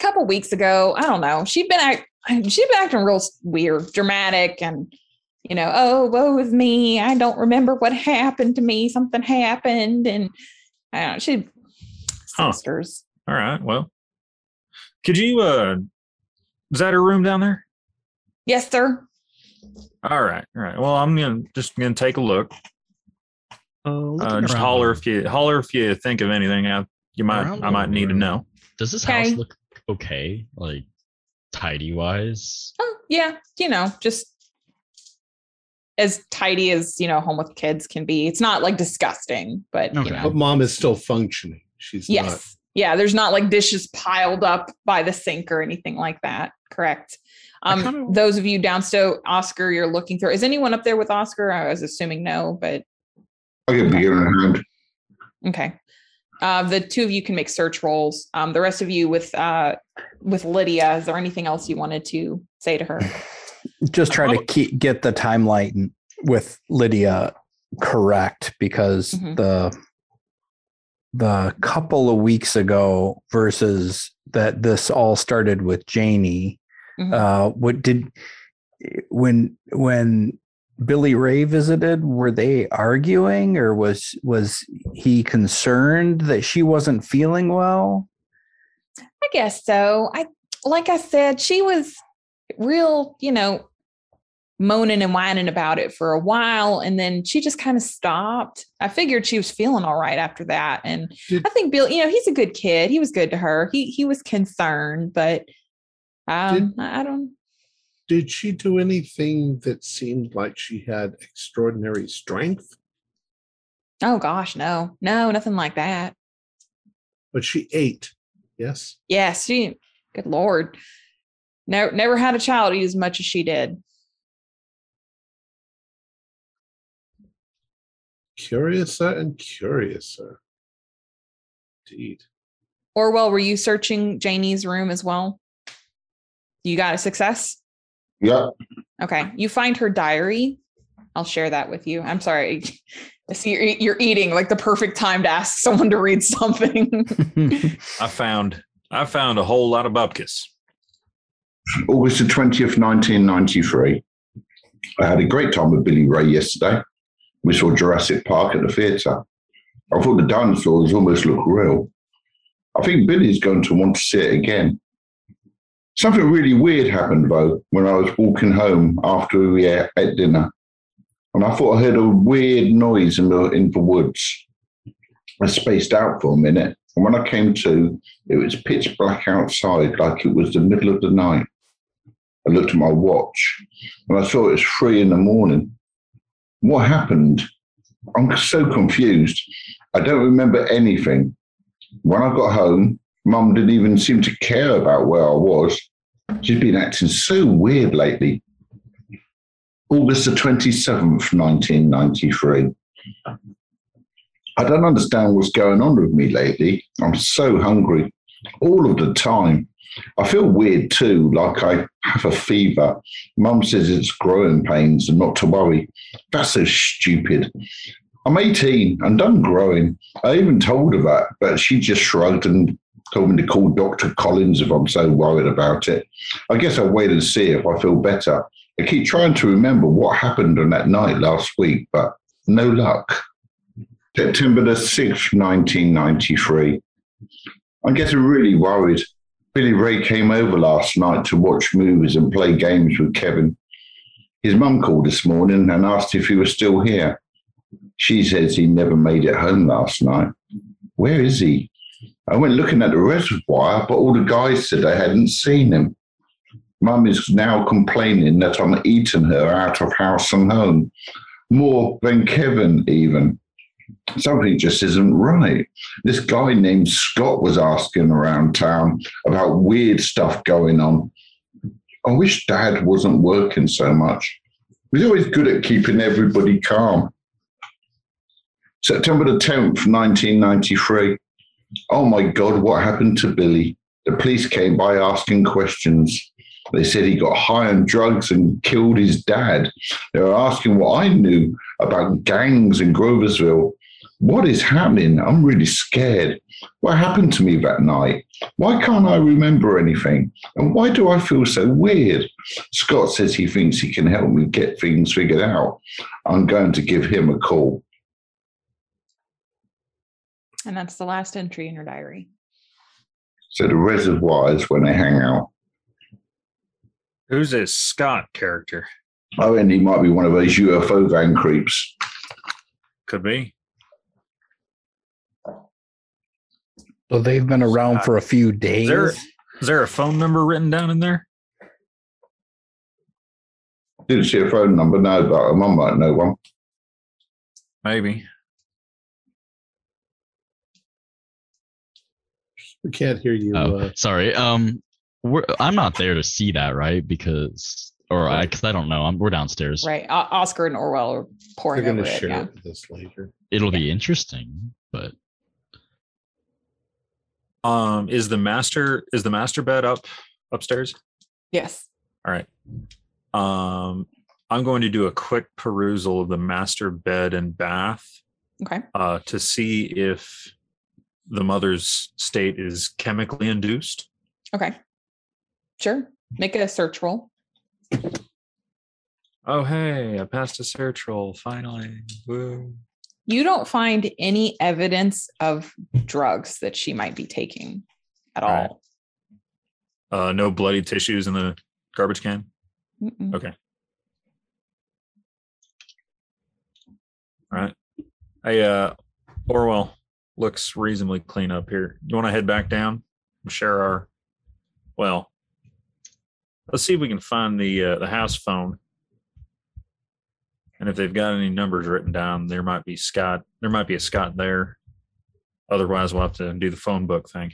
Speaker 3: a couple weeks ago, I don't know, she'd been act, she'd been acting real s- weird, dramatic, and you know, oh woe is me, I don't remember what happened to me. Something happened, and I don't know, she
Speaker 5: Huh.
Speaker 3: sisters.
Speaker 5: All right. Well, could you? uh Is that her room down there?
Speaker 3: Yes, sir.
Speaker 5: All right. All right. Well, I'm gonna just gonna take a look.
Speaker 6: Oh,
Speaker 5: Uh, just holler if you holler if you think of anything. I you might
Speaker 6: Around
Speaker 5: I might
Speaker 6: the
Speaker 5: need to
Speaker 6: room.
Speaker 5: know.
Speaker 6: Does this
Speaker 3: Okay.
Speaker 6: house look okay? Like tidy wise?
Speaker 3: Oh, yeah. You know, just as tidy as, you know, home with kids can be. It's not like disgusting, but
Speaker 6: Okay.
Speaker 3: you know.
Speaker 1: But mom is still functioning. She's
Speaker 3: Yes.
Speaker 1: not.
Speaker 3: Yeah, there's not like dishes piled up by the sink or anything like that. Correct.
Speaker 6: I
Speaker 3: Um,
Speaker 6: kinda-
Speaker 3: those of you downstairs, Oscar, you're looking through. Is anyone up there with Oscar? I was assuming no, but
Speaker 4: I could be giving a hand.
Speaker 3: okay. Uh, the two of you can make search rolls. Um, the rest of you with uh, with Lydia. Is there anything else you wanted to say to her?
Speaker 2: Just try to keep, get the timeline with Lydia correct because
Speaker 3: Mhm.
Speaker 2: the the couple of weeks ago versus that this all started with Janie.
Speaker 3: Mhm.
Speaker 2: Uh, what did when when Billy Ray visited? Were they arguing, or was was he concerned that she wasn't feeling well?
Speaker 3: I guess so. I like I said, she was real, you know, moaning and whining about it for a while and then she just kind of stopped. I figured she was feeling all right after that and
Speaker 1: Did-
Speaker 3: I think Bill, you know, he's a good kid. He was good to her. He he was concerned, but um I I don't
Speaker 1: Did she do anything that seemed like she had extraordinary strength?
Speaker 3: Oh gosh, no. No, nothing like that.
Speaker 1: But she ate. Yes.
Speaker 3: Yes, she good lord. No, never had a child eat as much as she did.
Speaker 1: Curiouser and curiouser. Indeed.
Speaker 3: Orwell, were you searching Janie's room as well? You got a success?
Speaker 4: Yeah,
Speaker 3: Okay. You find her diary. I'll share that with you. I'm sorry. I see you're, you're eating like the perfect time to ask someone to read something.
Speaker 5: I found I found a whole lot of bupkis.
Speaker 4: August the 20th, 1993. I had a great time with Billy Ray yesterday. We saw Jurassic Park at the theatre. I thought the dinosaurs almost looked real. I think Billy's going to want to see it again. Something really weird happened, though, when I was walking home after we ate ate dinner. And I thought I heard a weird noise in the, in the woods. I spaced out for a minute. And when I came to, it was pitch black outside, like it was the middle of the night. I looked at my watch and I saw it was three in the morning. What happened? I'm so confused. I don't remember anything. When I got home, Mum didn't even seem to care about where I was. She's been acting so weird lately. August the 27th, 1993. I don't understand what's going on with me lately. I'm so hungry all of the time. I feel weird too, like I have a fever. Mum says it's growing pains and not to worry. That's so stupid. I'm 18 and done growing. I even told her that, but she just shrugged and told me to call Dr. Collins if I'm so worried about it. I guess I'll wait and see if I feel better. I keep trying to remember what happened on that night last week, but no luck. September the 6th, 1993. I'm getting really worried. Billy Ray came over last night to watch movies and play games with Kevin. His mum called this morning and asked if he was still here. She says he never made it home last night. Where is he? I went looking at the reservoir, but all the guys said they hadn't seen him. Mum is now complaining that I'm eating her out of house and home, more than Kevin, even. Something just isn't right. This guy named Scott was asking around town about weird stuff going on. I wish Dad wasn't working so much. He's always good at keeping everybody calm. September the 10th, 1993. Oh my God, what happened to Billy? The police came by asking questions. They said he got high on drugs and killed his dad. They were asking what I knew about gangs in Groversville. What is happening? I'm really scared. What happened to me that night? Why can't I remember anything? And why do I feel so weird? Scott says he thinks he can help me get things figured out. I'm going to give him a call.
Speaker 3: And that's the last entry in her diary.
Speaker 4: So the reservoir is when they hang out.
Speaker 5: Who's this Scott character?
Speaker 4: Oh, and he might be one of those UFO van creeps.
Speaker 5: Could be.
Speaker 2: So they've been around for a few days.
Speaker 5: there- Is there a phone number written down in there?
Speaker 4: Didn't see a phone number, no, but I might know one.
Speaker 5: Maybe.
Speaker 1: We can't hear you.
Speaker 6: Oh,
Speaker 1: Uh,
Speaker 6: sorry. Um, we're, I'm not there to see that, right? Because, or I, because I don't know. I'm, we're downstairs.
Speaker 3: Right. O- Oscar and Orwell are
Speaker 1: they're
Speaker 3: pouring
Speaker 1: going
Speaker 3: over
Speaker 1: to
Speaker 3: it.
Speaker 1: share
Speaker 3: Yeah.
Speaker 1: it with us later.
Speaker 6: It'll be interesting, but
Speaker 5: Um, is the master is the master bed up upstairs?
Speaker 3: Yes.
Speaker 5: All right. Um, I'm going to do a quick perusal of the master bed and bath
Speaker 3: Okay.
Speaker 5: uh, to see if the mother's state is chemically induced.
Speaker 3: Okay. Sure. Make a search roll.
Speaker 5: Oh, hey, I passed a search roll finally. Woo.
Speaker 3: You don't find any evidence of drugs that she might be taking at
Speaker 5: Right.
Speaker 3: all.
Speaker 5: Uh, no bloody tissues in the garbage can.
Speaker 3: Mm-mm.
Speaker 5: Hey, uh, Orwell looks reasonably clean up here. You want to head back down? and Share our. Well, let's see if we can find the uh, the house phone. And if they've got any numbers written down, there might be Scott. There might be a Scott there. Otherwise, we'll have to do the phone book thing.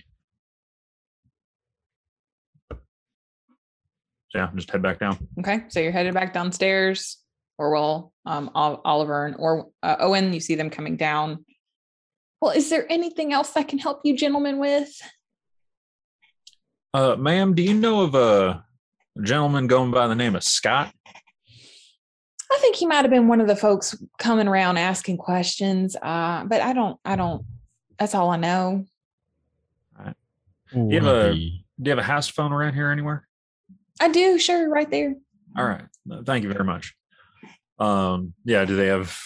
Speaker 5: Yeah, just head back down.
Speaker 3: Okay. So you're headed back downstairs. Orwell, um, Ol- Oliver, and or uh, Owen. You see them coming down. Well, is there anything else I can help you, gentlemen, with?
Speaker 5: Uh, ma'am, do you know of a gentleman going by the name of Scott?
Speaker 3: I think he might have been one of the folks coming around asking questions. Uh, but I don't, I don't, that's all I know.
Speaker 6: you
Speaker 5: have a- Do you have a house phone around here anywhere?
Speaker 3: I do, sure, right there.
Speaker 5: All right. No, Thank you very much. Um, yeah, do they have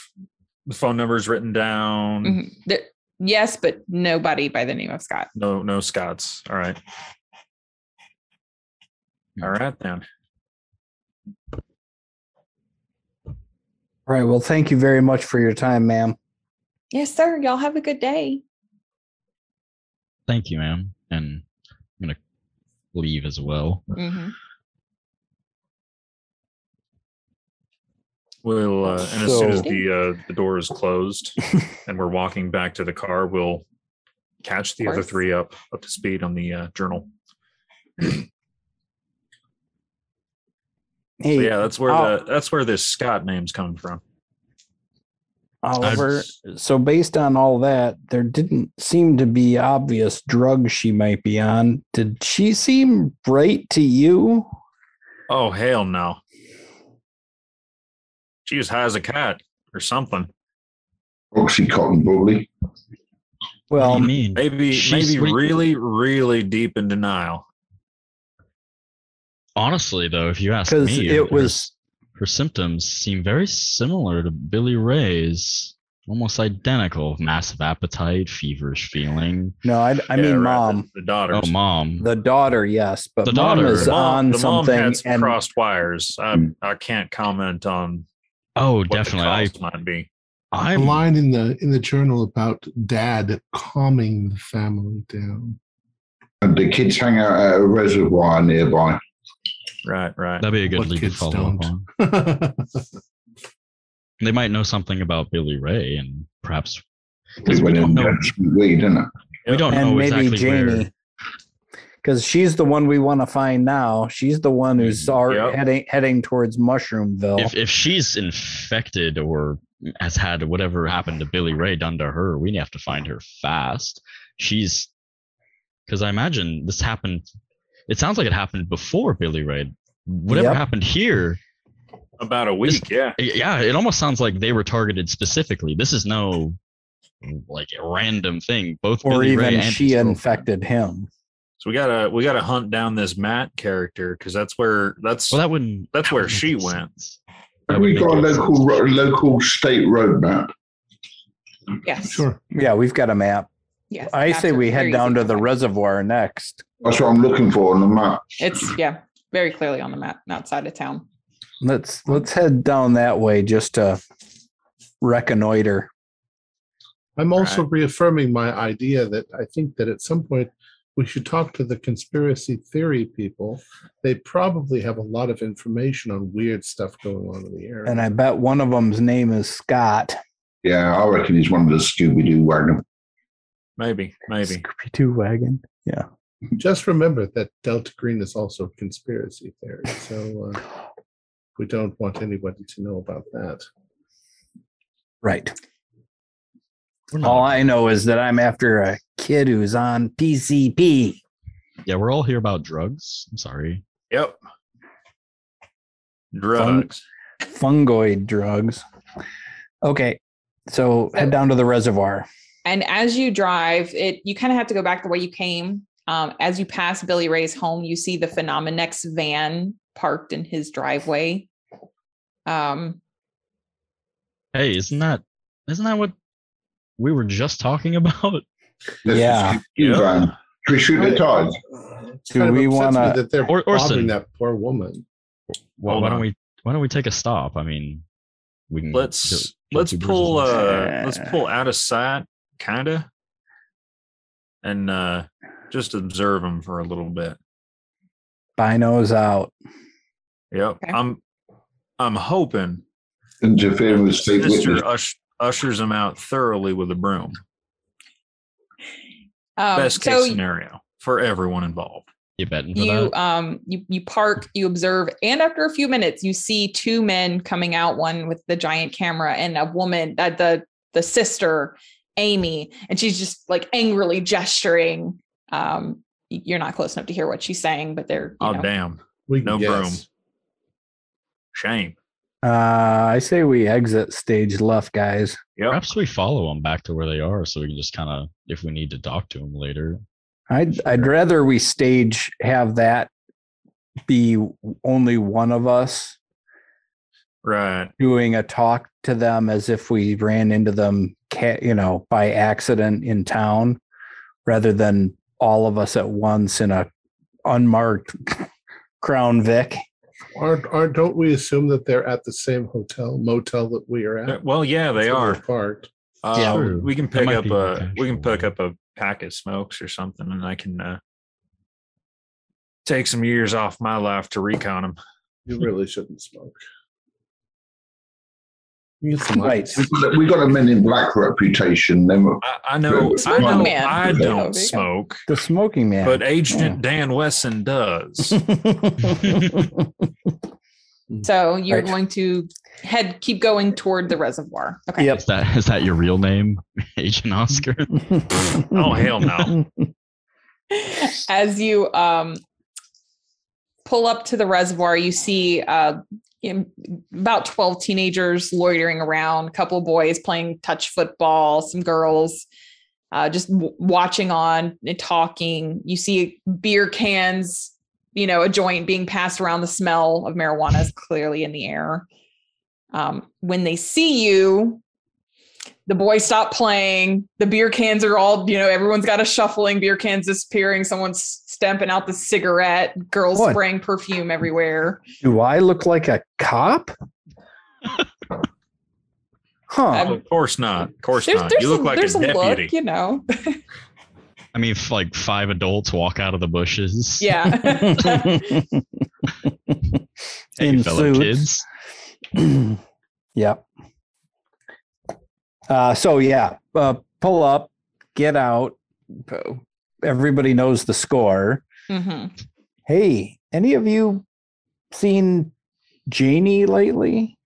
Speaker 5: the phone numbers written down?
Speaker 3: Mhm. There, yes, but nobody by the name of Scott.
Speaker 5: No, no Scots. All right. All right then.
Speaker 2: All right. Well, thank you very much for your time, ma'am.
Speaker 3: Yes, sir. Y'all have a good day.
Speaker 6: thank you, ma'am. And I'm gonna leave as well.
Speaker 3: Mhm.
Speaker 5: We'll uh, and as soon as
Speaker 2: So-
Speaker 5: the uh, the door is closed and we're walking back to the car, we'll catch the
Speaker 3: Of
Speaker 5: other
Speaker 3: course.
Speaker 5: three up up to speed on the uh, journal. But
Speaker 2: Hey,
Speaker 5: yeah, that's where
Speaker 2: I'll-
Speaker 5: the that's where this Scott name's coming from.
Speaker 2: Oliver. So, based on all that, there didn't seem to be obvious drugs she might be on. Did she seem right to you?
Speaker 5: Oh hell no. She was high as a cat or something.
Speaker 4: Oxycontin, probably.
Speaker 6: what
Speaker 2: Well,
Speaker 6: do you mean?
Speaker 5: Maybe
Speaker 6: She's
Speaker 5: maybe
Speaker 6: sweet.
Speaker 5: really really deep in denial.
Speaker 6: Honestly, though, if you ask
Speaker 2: because
Speaker 6: me,
Speaker 2: it
Speaker 6: her-
Speaker 2: was
Speaker 6: her symptoms seem very similar to Billy Ray's, almost identical. Massive appetite, feverish feeling.
Speaker 2: no, I, I
Speaker 5: Yeah,
Speaker 2: mean,
Speaker 5: right,
Speaker 2: mom,
Speaker 5: the, the daughter,
Speaker 6: Oh, mom.
Speaker 2: the daughter, yes, but
Speaker 6: The
Speaker 2: mom
Speaker 6: daughter.
Speaker 2: is
Speaker 5: The
Speaker 2: on
Speaker 5: the
Speaker 2: something,
Speaker 5: had some
Speaker 2: and Hmm.
Speaker 5: crossed wires. I I can't comment on
Speaker 6: oh,
Speaker 5: what
Speaker 6: definitely.
Speaker 5: the
Speaker 6: I
Speaker 5: cause might be.
Speaker 1: A
Speaker 6: I'm
Speaker 1: line in the in the journal about dad calming the family down.
Speaker 4: And the kids hang out at a reservoir nearby.
Speaker 5: Right, right.
Speaker 6: that'd be a good
Speaker 1: What
Speaker 6: league to
Speaker 1: kids
Speaker 6: follow
Speaker 1: don't.
Speaker 6: up on. They might know something about Billy Ray and perhaps
Speaker 4: We
Speaker 6: because we
Speaker 4: went
Speaker 6: don't
Speaker 4: in
Speaker 6: know,
Speaker 4: there some weed, didn't it?
Speaker 6: we don't
Speaker 2: and
Speaker 6: know
Speaker 2: maybe
Speaker 6: exactly where.
Speaker 2: Janie, because she's the one we want to find now. She's the one who's already
Speaker 5: Yep.
Speaker 2: heading heading towards Mushroomville.
Speaker 6: Mm, If if she's infected or has had whatever happened to Billy Ray done to her, we have to find her fast. She's because I imagine this happened. It sounds like it happened before Billy Ray. Whatever
Speaker 2: Yep.
Speaker 6: happened here,
Speaker 5: About a week, yeah.
Speaker 6: y- yeah, it almost sounds like they were targeted specifically. This is no like random thing. Both
Speaker 2: or
Speaker 6: Billy Ray
Speaker 2: even
Speaker 6: and
Speaker 2: she
Speaker 6: his girlfriend.
Speaker 2: infected him.
Speaker 5: So we gotta we gotta hunt down this Matt character because that's where that's
Speaker 6: Well, that wouldn't.
Speaker 5: That's
Speaker 6: that
Speaker 5: where
Speaker 6: wouldn't
Speaker 5: she
Speaker 6: make
Speaker 5: went.
Speaker 6: sense. That
Speaker 4: Have
Speaker 6: would
Speaker 4: we
Speaker 6: make
Speaker 4: got a
Speaker 6: no
Speaker 4: local
Speaker 6: sense.
Speaker 4: ro- local state road map?
Speaker 3: Yes.
Speaker 1: sure.
Speaker 2: Yeah, we've got a map.
Speaker 3: Yes.
Speaker 2: I
Speaker 3: maps
Speaker 2: say
Speaker 3: are
Speaker 2: we
Speaker 3: very
Speaker 2: head
Speaker 3: easy
Speaker 2: down to the
Speaker 3: find.
Speaker 2: reservoir next.
Speaker 4: That's what I'm looking for on the map.
Speaker 3: It's yeah, very clearly on the map and outside of town.
Speaker 2: Let's let's head down that way just to reconnoiter.
Speaker 1: I'm also reaffirming my idea that I think that at some point we should talk to the conspiracy theory people. They probably have a lot of information on weird stuff going on in the area.
Speaker 2: And I bet one of them's name is Scott.
Speaker 4: Yeah, I reckon he's one of the Scooby Doo wagon.
Speaker 5: maybe, maybe.
Speaker 2: Scooby Doo wagon. Yeah.
Speaker 1: just remember that Delta Green is also a conspiracy theory. So uh, we don't want anybody to know about that.
Speaker 2: Right.
Speaker 6: We're
Speaker 4: Oh.
Speaker 6: not-
Speaker 2: All I know is that I'm after a kid who's on PCP.
Speaker 6: yeah, we're all here about drugs. I'm sorry.
Speaker 5: Yep. Drugs.
Speaker 2: fungoid drugs. Okay. So head down to the reservoir.
Speaker 3: And as you drive, it you kind of have to go back the way you came. Um, as you pass Billy Ray's home, you see the Phenomenex van parked in his driveway. Um,
Speaker 6: Hey, isn't that isn't that what we were just talking about?
Speaker 4: This is
Speaker 2: Yeah.
Speaker 4: Scooby-Doo van. Should we shoot
Speaker 1: Oh,
Speaker 4: the tide?
Speaker 1: It's
Speaker 2: Do
Speaker 1: kind of upsets
Speaker 2: we
Speaker 1: me
Speaker 2: wanna-
Speaker 1: that they're
Speaker 6: Or- Orson.
Speaker 1: bothering that poor woman?
Speaker 6: Why,
Speaker 5: Hold
Speaker 6: why don't
Speaker 5: on.
Speaker 6: we why don't we take a stop? I mean, we can
Speaker 5: Let's
Speaker 6: kill- kill
Speaker 5: let's
Speaker 6: two birds with
Speaker 5: pull
Speaker 6: one stone.
Speaker 5: uh let's pull out of sight, kinda. And uh just observe him for a little bit.
Speaker 2: Binos out.
Speaker 5: Yep.
Speaker 3: Okay.
Speaker 5: I'm I'm hoping
Speaker 4: Interfering with state witness.
Speaker 5: Mister Ush, ushers him out thoroughly with a broom.
Speaker 3: um,
Speaker 5: Best case
Speaker 3: so
Speaker 5: scenario for everyone involved.
Speaker 6: you betting for
Speaker 3: you
Speaker 6: that?
Speaker 3: um you you park, you observe, and after a few minutes, you see two men coming out, one with the giant camera and a woman, uh, the the sister, Amy, and she's just like angrily gesturing. Um, you're not close enough to hear what she's saying, but they're you
Speaker 5: Oh
Speaker 3: know,
Speaker 5: damn.
Speaker 1: We can
Speaker 5: No
Speaker 1: guess.
Speaker 5: Shame.
Speaker 2: Uh, I say we exit stage left, guys.
Speaker 5: Yep.
Speaker 6: Perhaps we follow them back to where they are, so we can just kind of, if we need to talk to them later.
Speaker 2: I'd I'd rather we stage have that be only one of us
Speaker 5: Right.
Speaker 2: doing a talk to them as if we ran into them, ca- you know, by accident in town, rather than all of us at once in a unmarked Crown Vic.
Speaker 1: Aren't, aren't, don't we assume that they're at the same hotel, motel that we are
Speaker 5: Uh,
Speaker 1: at?
Speaker 5: Well, yeah, they
Speaker 1: So they're
Speaker 5: are.
Speaker 1: Parked.
Speaker 5: Uh,
Speaker 2: Yeah.
Speaker 6: True.
Speaker 5: we can
Speaker 6: That
Speaker 5: pick
Speaker 6: might
Speaker 5: up
Speaker 6: be
Speaker 5: a
Speaker 6: the
Speaker 5: we can
Speaker 6: casual
Speaker 5: pick
Speaker 6: way.
Speaker 5: up a pack of smokes or something, and I can uh, take some years off my life to recon them.
Speaker 1: You really shouldn't smoke. You get some
Speaker 2: Right.
Speaker 1: lights.
Speaker 4: We got a- we got a men in black reputation. Then we're-
Speaker 5: I, I know, I
Speaker 4: Oh,
Speaker 5: know,
Speaker 3: man.
Speaker 5: I
Speaker 4: Okay.
Speaker 3: Oh,
Speaker 5: don't
Speaker 3: vegan.
Speaker 5: smoke,
Speaker 2: The smoking man.
Speaker 5: but Agent Dan Wesson does.
Speaker 3: So you're
Speaker 2: Right.
Speaker 3: going to head keep going toward the reservoir. Okay.
Speaker 2: Yep.
Speaker 6: Is that is that your real name, Agent Oscar?
Speaker 5: oh hell no!
Speaker 3: As you um pull up to the reservoir, you see uh in- about 12 teenagers loitering around, a couple of boys playing touch football, some girls uh, just w- watching on and talking. You see beer cans, you know, a joint being passed around. The smell of marijuana is clearly in the air. Um, when they see you, the boys stop playing. The beer cans are all, you know, everyone's got a shuffling, beer cans disappearing. Someone's stamping out the cigarette, girls
Speaker 2: What?
Speaker 3: spraying perfume everywhere.
Speaker 2: Do I look like a cop? Huh.
Speaker 5: of course not. Of course
Speaker 3: There's,
Speaker 5: not.
Speaker 3: there's
Speaker 5: you look
Speaker 3: a,
Speaker 5: like a
Speaker 3: there's a,
Speaker 5: deputy.
Speaker 3: look, you know.
Speaker 6: I mean, if like five adults walk out of the bushes.
Speaker 3: yeah.
Speaker 6: Hey,
Speaker 2: In
Speaker 6: fellow
Speaker 2: suits.
Speaker 6: kids.
Speaker 2: yep. Uh, so yeah, uh, pull up, get out. Everybody knows the score.
Speaker 3: hmm
Speaker 2: Hey, any of you seen Janie lately?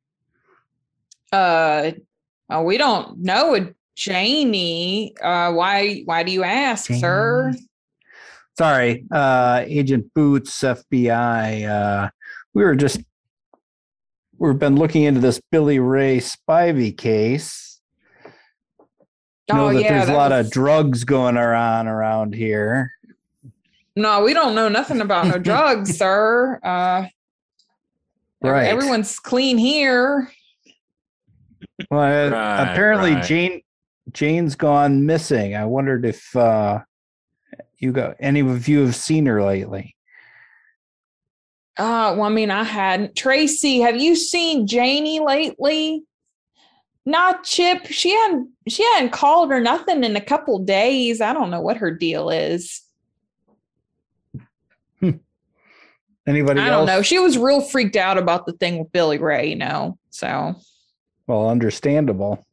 Speaker 3: Uh, oh, we don't know a Janie. Uh, why? Why do you ask, sir?
Speaker 2: Sorry, uh, Agent Boots, FBI. Uh, we were just we've been looking into this Billy Ray Spivey case. know
Speaker 3: oh,
Speaker 2: that
Speaker 3: yeah.
Speaker 2: there's
Speaker 3: that
Speaker 2: a lot of
Speaker 3: was-
Speaker 2: drugs going around around here.
Speaker 3: no, we don't know nothing about no drugs, sir. Uh, ev-
Speaker 2: Right.
Speaker 3: Everyone's clean here.
Speaker 2: Well, I-
Speaker 5: Right,
Speaker 2: apparently
Speaker 5: right.
Speaker 2: Jane Jane's gone missing. I wondered if uh, you got any of you have seen her lately.
Speaker 3: Uh, well, I mean, I hadn't. Tracy, have you seen Janie lately? Not Chip. She hadn't. She hadn't called or nothing in a couple days. I don't know what her deal is.
Speaker 2: Anybody
Speaker 3: I
Speaker 2: else?
Speaker 3: don't know. She was real freaked out about the thing with Billy Ray, you know. So
Speaker 2: Well, understandable.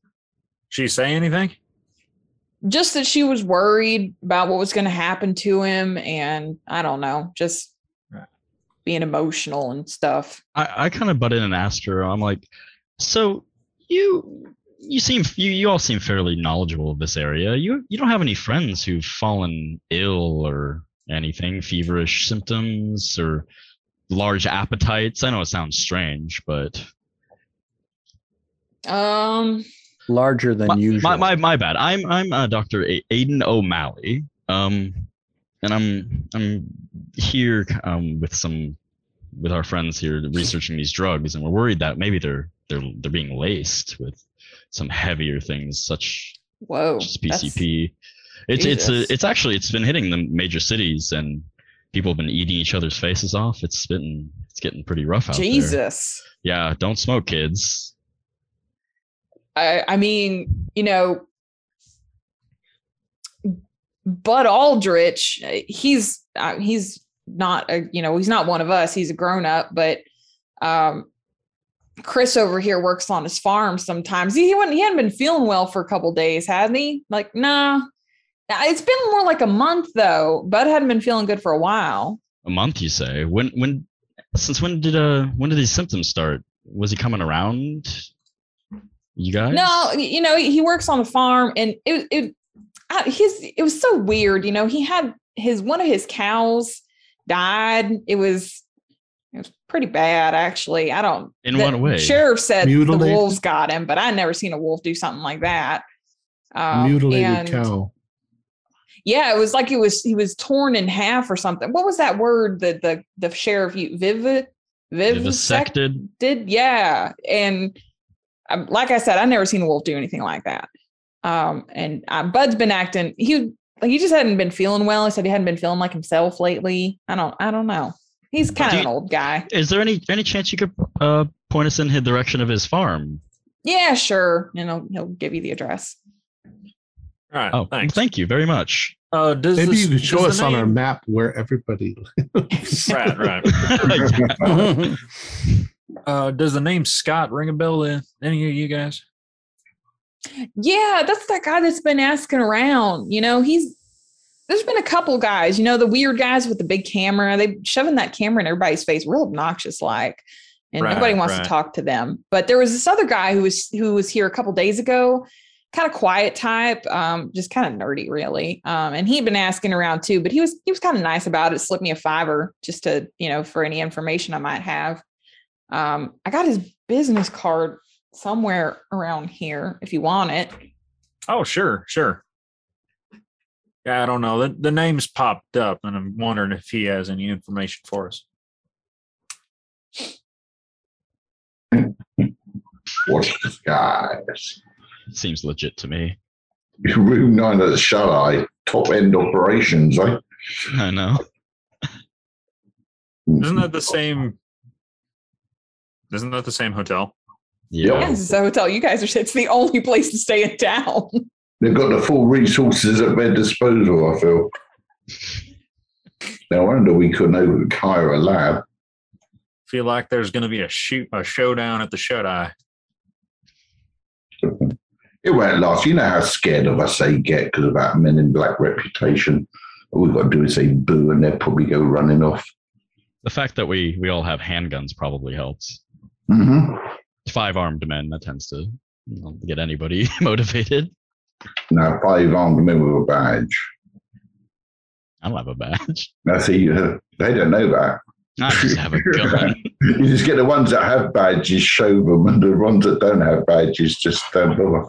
Speaker 5: She say anything?
Speaker 3: just that she was worried about what was going to happen to him, and I don't know, just
Speaker 5: Right.
Speaker 3: being emotional and stuff.
Speaker 6: I, I kind of butt in and asked her. I'm like, so you you seem you, you all seem fairly knowledgeable of this area. You you don't have any friends who've fallen ill or anything, feverish symptoms or large appetites. I know it sounds strange, but
Speaker 3: Um,
Speaker 2: Larger than
Speaker 6: my,
Speaker 2: usual.
Speaker 6: my, my my bad. I'm I'm uh, Doctor A- Aiden O'Malley. Um, and I'm I'm here um with some with our friends here researching these drugs, and we're worried that maybe they're they're they're being laced with some heavier things such
Speaker 3: whoa,
Speaker 6: as
Speaker 3: that's-
Speaker 6: PCP. It's it's
Speaker 3: Jesus.
Speaker 6: a, it's actually it's been hitting the major cities, and people have been eating each other's faces off. It's been it's getting pretty rough out there.
Speaker 3: Jesus.
Speaker 6: Yeah, don't smoke, kids.
Speaker 3: I, I mean, you know, Bud Aldrich, uh, he's uh, he's not a you know he's not one of us. He's a grown up, but um, Chris over here works on his farm sometimes. He, he wasn't he hadn't been feeling well for a couple days, hadn't he? Like, nah. Nah, It's been more like a month though. Bud hadn't been feeling good for a while.
Speaker 6: a month you say when when since when did uh when did these symptoms start was he coming around you guys
Speaker 3: No, y- you know, he works on the farm and it it I- his it was so weird, you know, he had his one of his cows died. It was it was pretty bad actually. I don't
Speaker 6: in
Speaker 3: the
Speaker 6: what way
Speaker 3: Sheriff said the
Speaker 1: Mutilated?
Speaker 3: wolves got him, but I never seen a wolf do something like that. Um,
Speaker 1: Mutilated
Speaker 3: and-
Speaker 1: cow.
Speaker 3: Yeah, it was like it was he was torn in half or something. What was that word that the the sheriff you vivid vivisected?
Speaker 6: vivisected
Speaker 3: did yeah and um, like i said i never seen a wolf do anything like that um and uh, bud's been acting he like he just hadn't been feeling well he said he hadn't been feeling like himself lately i don't i don't know he's kind
Speaker 6: Do
Speaker 3: of
Speaker 6: you-
Speaker 3: an old guy
Speaker 6: is there any any chance you could uh point us in the direction of his farm
Speaker 3: yeah sure and he'll, he'll give you the address
Speaker 5: All right.
Speaker 6: oh
Speaker 5: thanks.
Speaker 6: thank you very much
Speaker 5: Uh, does
Speaker 1: Maybe
Speaker 5: this-
Speaker 1: you could show
Speaker 5: does
Speaker 1: us
Speaker 5: the
Speaker 1: on our
Speaker 5: name-
Speaker 1: map where everybody lives.
Speaker 5: Right, right. Uh, does the name Scott ring a bell to any of you guys?
Speaker 3: yeah that's that guy that's been asking around you know he's there's been a couple guys you know the weird guys with the big camera they shoving that camera in everybody's face real obnoxious like and
Speaker 5: Right,
Speaker 3: nobody wants
Speaker 5: right.
Speaker 3: to talk to them but there was this other guy who was who was here a couple days ago kind of quiet type um just kind of nerdy really um and he'd been asking around too but he was he was kind of nice about it slipped me a fiver just to you know for any information i might have um i got his business card somewhere around here if you want it
Speaker 5: Oh, sure, sure. Yeah, I don't know. The, the name's popped up, and I'm wondering if he has any information for us.
Speaker 4: Watch the skies.
Speaker 6: seems legit to me
Speaker 4: Room 9 at the Shut Eye, top end operations, eh?
Speaker 6: i know
Speaker 5: Isn't that the same? Isn't that the same hotel?
Speaker 6: Yeah.
Speaker 3: Yes, it's a hotel. You guys are. It's the only place to stay in town.
Speaker 4: They've got the full resources at their disposal, I feel. No wonder we couldn't open Cairo Lab.
Speaker 5: Feel like there's going to be a shoot a showdown at the shut eye.
Speaker 4: It won't last. You know how scared of us they get because of that men in black reputation. All we've got to do is say boo and they'll probably go running off.
Speaker 6: The fact that we we all have handguns probably helps.
Speaker 4: hmm
Speaker 6: Five armed men that tends to you know, get anybody motivated.
Speaker 4: Now, five armed men with a badge.
Speaker 6: I don't have a badge.
Speaker 4: Now, see, uh, they don't know that.
Speaker 6: I just have a gun.
Speaker 4: You just get the ones that have badges, show them, and the ones that don't have badges, just don't bother.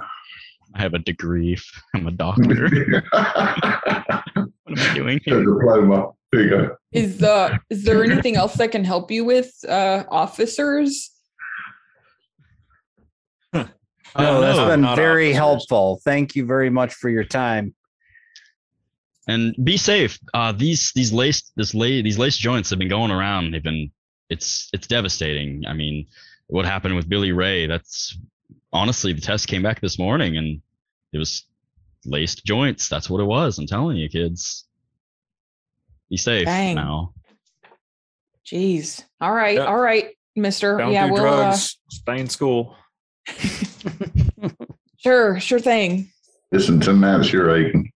Speaker 6: I have a degree. I'm a doctor. What am I doing
Speaker 4: a
Speaker 6: here?
Speaker 4: diploma. There you go.
Speaker 3: Is uh is there anything else I can help you with, uh officers?
Speaker 5: No,
Speaker 2: Oh, that's
Speaker 5: no,
Speaker 2: been
Speaker 5: not
Speaker 2: very
Speaker 5: officers.
Speaker 2: helpful. Thank you very much for your time.
Speaker 6: And be safe. Uh, these these lace this la- these lace joints have been going around. They've been it's it's devastating. I mean, what happened with Billy Ray? That's honestly the test came back this morning and it was laced joints. That's what it was. I'm telling you, kids. Be safe
Speaker 3: Dang.
Speaker 6: now.
Speaker 3: Jeez. All right.
Speaker 5: Yeah.
Speaker 3: All right, Mister.
Speaker 5: Don't
Speaker 3: yeah,
Speaker 5: do
Speaker 3: we'll.
Speaker 5: drugs. Stay in school.
Speaker 3: Uh, sure. Sure thing.
Speaker 4: Listen to Nancy Reagan.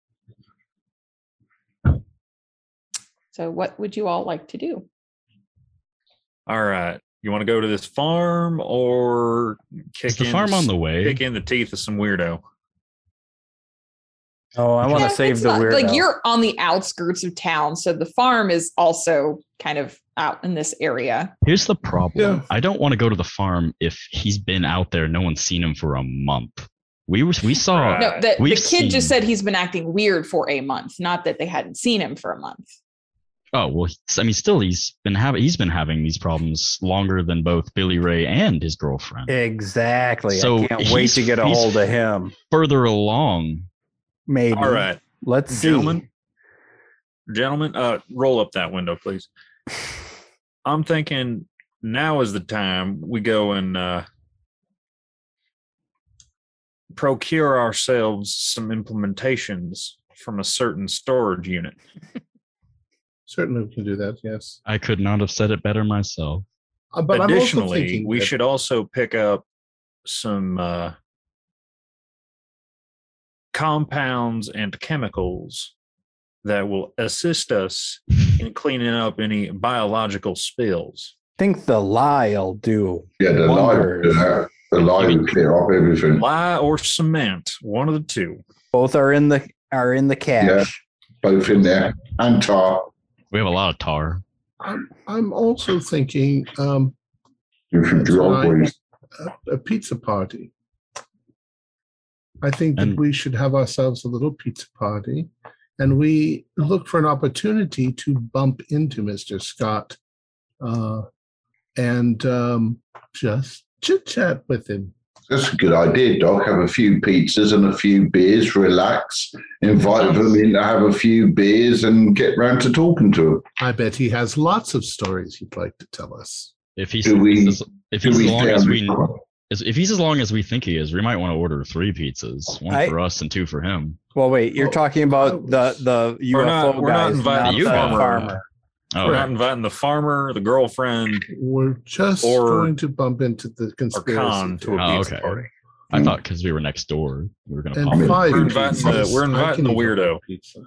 Speaker 3: So, what would you all like to do?
Speaker 5: All right. You want to go to this farm or kick
Speaker 6: Is the
Speaker 5: in
Speaker 6: farm on the way?
Speaker 5: kick in the teeth of some weirdo?
Speaker 2: Oh, I want to
Speaker 3: Yeah,
Speaker 2: save
Speaker 3: it's
Speaker 2: the
Speaker 3: not-
Speaker 2: weirdo.
Speaker 3: Like you're on the outskirts of town, so the farm is also kind of out in this area.
Speaker 6: Here's the problem.
Speaker 1: Yeah.
Speaker 6: I don't want to go to the farm if he's been out there. No one's seen him for a month. We were we saw
Speaker 5: Right.
Speaker 3: No, the, the
Speaker 6: We've
Speaker 3: kid just
Speaker 6: seen-
Speaker 3: said he's been acting weird for a month, not that they hadn't seen him for a month.
Speaker 6: Oh well, he's- I mean, still he's been having he's been having these problems longer than both Billy Ray and his girlfriend.
Speaker 2: exactly.
Speaker 6: So
Speaker 2: I can't wait
Speaker 6: he's-
Speaker 2: to get a
Speaker 6: he's-
Speaker 2: hold of him.
Speaker 6: Further along,
Speaker 2: Maybe.
Speaker 6: Mm-hmm.
Speaker 5: All right,
Speaker 2: Let's see.
Speaker 5: Gentlemen? gentlemen, uh, roll up that window, please. I'm thinking now is the time we go and uh, procure ourselves some implementations from a certain storage unit.
Speaker 1: Certainly, we can do that. Yes,
Speaker 6: I could not have said it better myself.
Speaker 1: Uh, but I'm also
Speaker 5: Additionally,
Speaker 1: thinking
Speaker 5: we
Speaker 1: that-
Speaker 5: should also pick up some uh, compounds and chemicals that will assist us in cleaning up any biological spills.
Speaker 2: think the lie will do.
Speaker 4: Yeah, the live,
Speaker 2: Wonders.
Speaker 4: the live would clear up everything.
Speaker 5: Lye or cement, one of the two.
Speaker 2: Both are in the are in the cache.
Speaker 4: Both in there and tar.
Speaker 6: We have a lot of tar.
Speaker 1: I'm, I'm also thinking um,
Speaker 4: If you
Speaker 1: That's
Speaker 4: driveways.
Speaker 1: a, a pizza party. I think
Speaker 6: And-
Speaker 1: that we should have ourselves a little pizza party, and we look for an opportunity to bump into Mister Scott, uh, and um, just chit chat with him.
Speaker 4: That's a good idea, Doc. Have a few pizzas and a few beers, relax, invite them in to have a few beers and get round to talking to them.
Speaker 1: I bet he has lots of stories he'd like to tell us.
Speaker 6: If he's
Speaker 4: Do we-
Speaker 6: as- if
Speaker 4: Do
Speaker 6: he's as
Speaker 4: we
Speaker 6: long
Speaker 4: stay
Speaker 6: as
Speaker 4: on
Speaker 6: we
Speaker 4: this one?
Speaker 6: as- if he's as long as we think he is, we might want to order three pizzas, one
Speaker 2: I-
Speaker 6: for us and two for him.
Speaker 2: Well, wait. You're
Speaker 1: Oh,
Speaker 2: talking about the
Speaker 1: close.
Speaker 2: the UFO
Speaker 5: We're not- we're not
Speaker 2: guys,
Speaker 5: inviting
Speaker 2: not
Speaker 6: you
Speaker 2: the
Speaker 6: guys.
Speaker 2: farmer.
Speaker 6: Oh,
Speaker 5: We're not inviting the farmer, the girlfriend,
Speaker 1: We're just
Speaker 5: Or-
Speaker 1: going to bump into the conspiracy.
Speaker 5: con to a
Speaker 1: theory.
Speaker 6: Oh,
Speaker 5: pizza
Speaker 6: okay.
Speaker 5: party.
Speaker 6: I thought because we were next door, we were gonna
Speaker 1: And
Speaker 6: pop. in.
Speaker 1: five
Speaker 5: We're inviting the-
Speaker 1: pizzas. I
Speaker 5: we're inviting
Speaker 1: can
Speaker 5: the
Speaker 1: eat
Speaker 5: weirdo.
Speaker 1: pizza.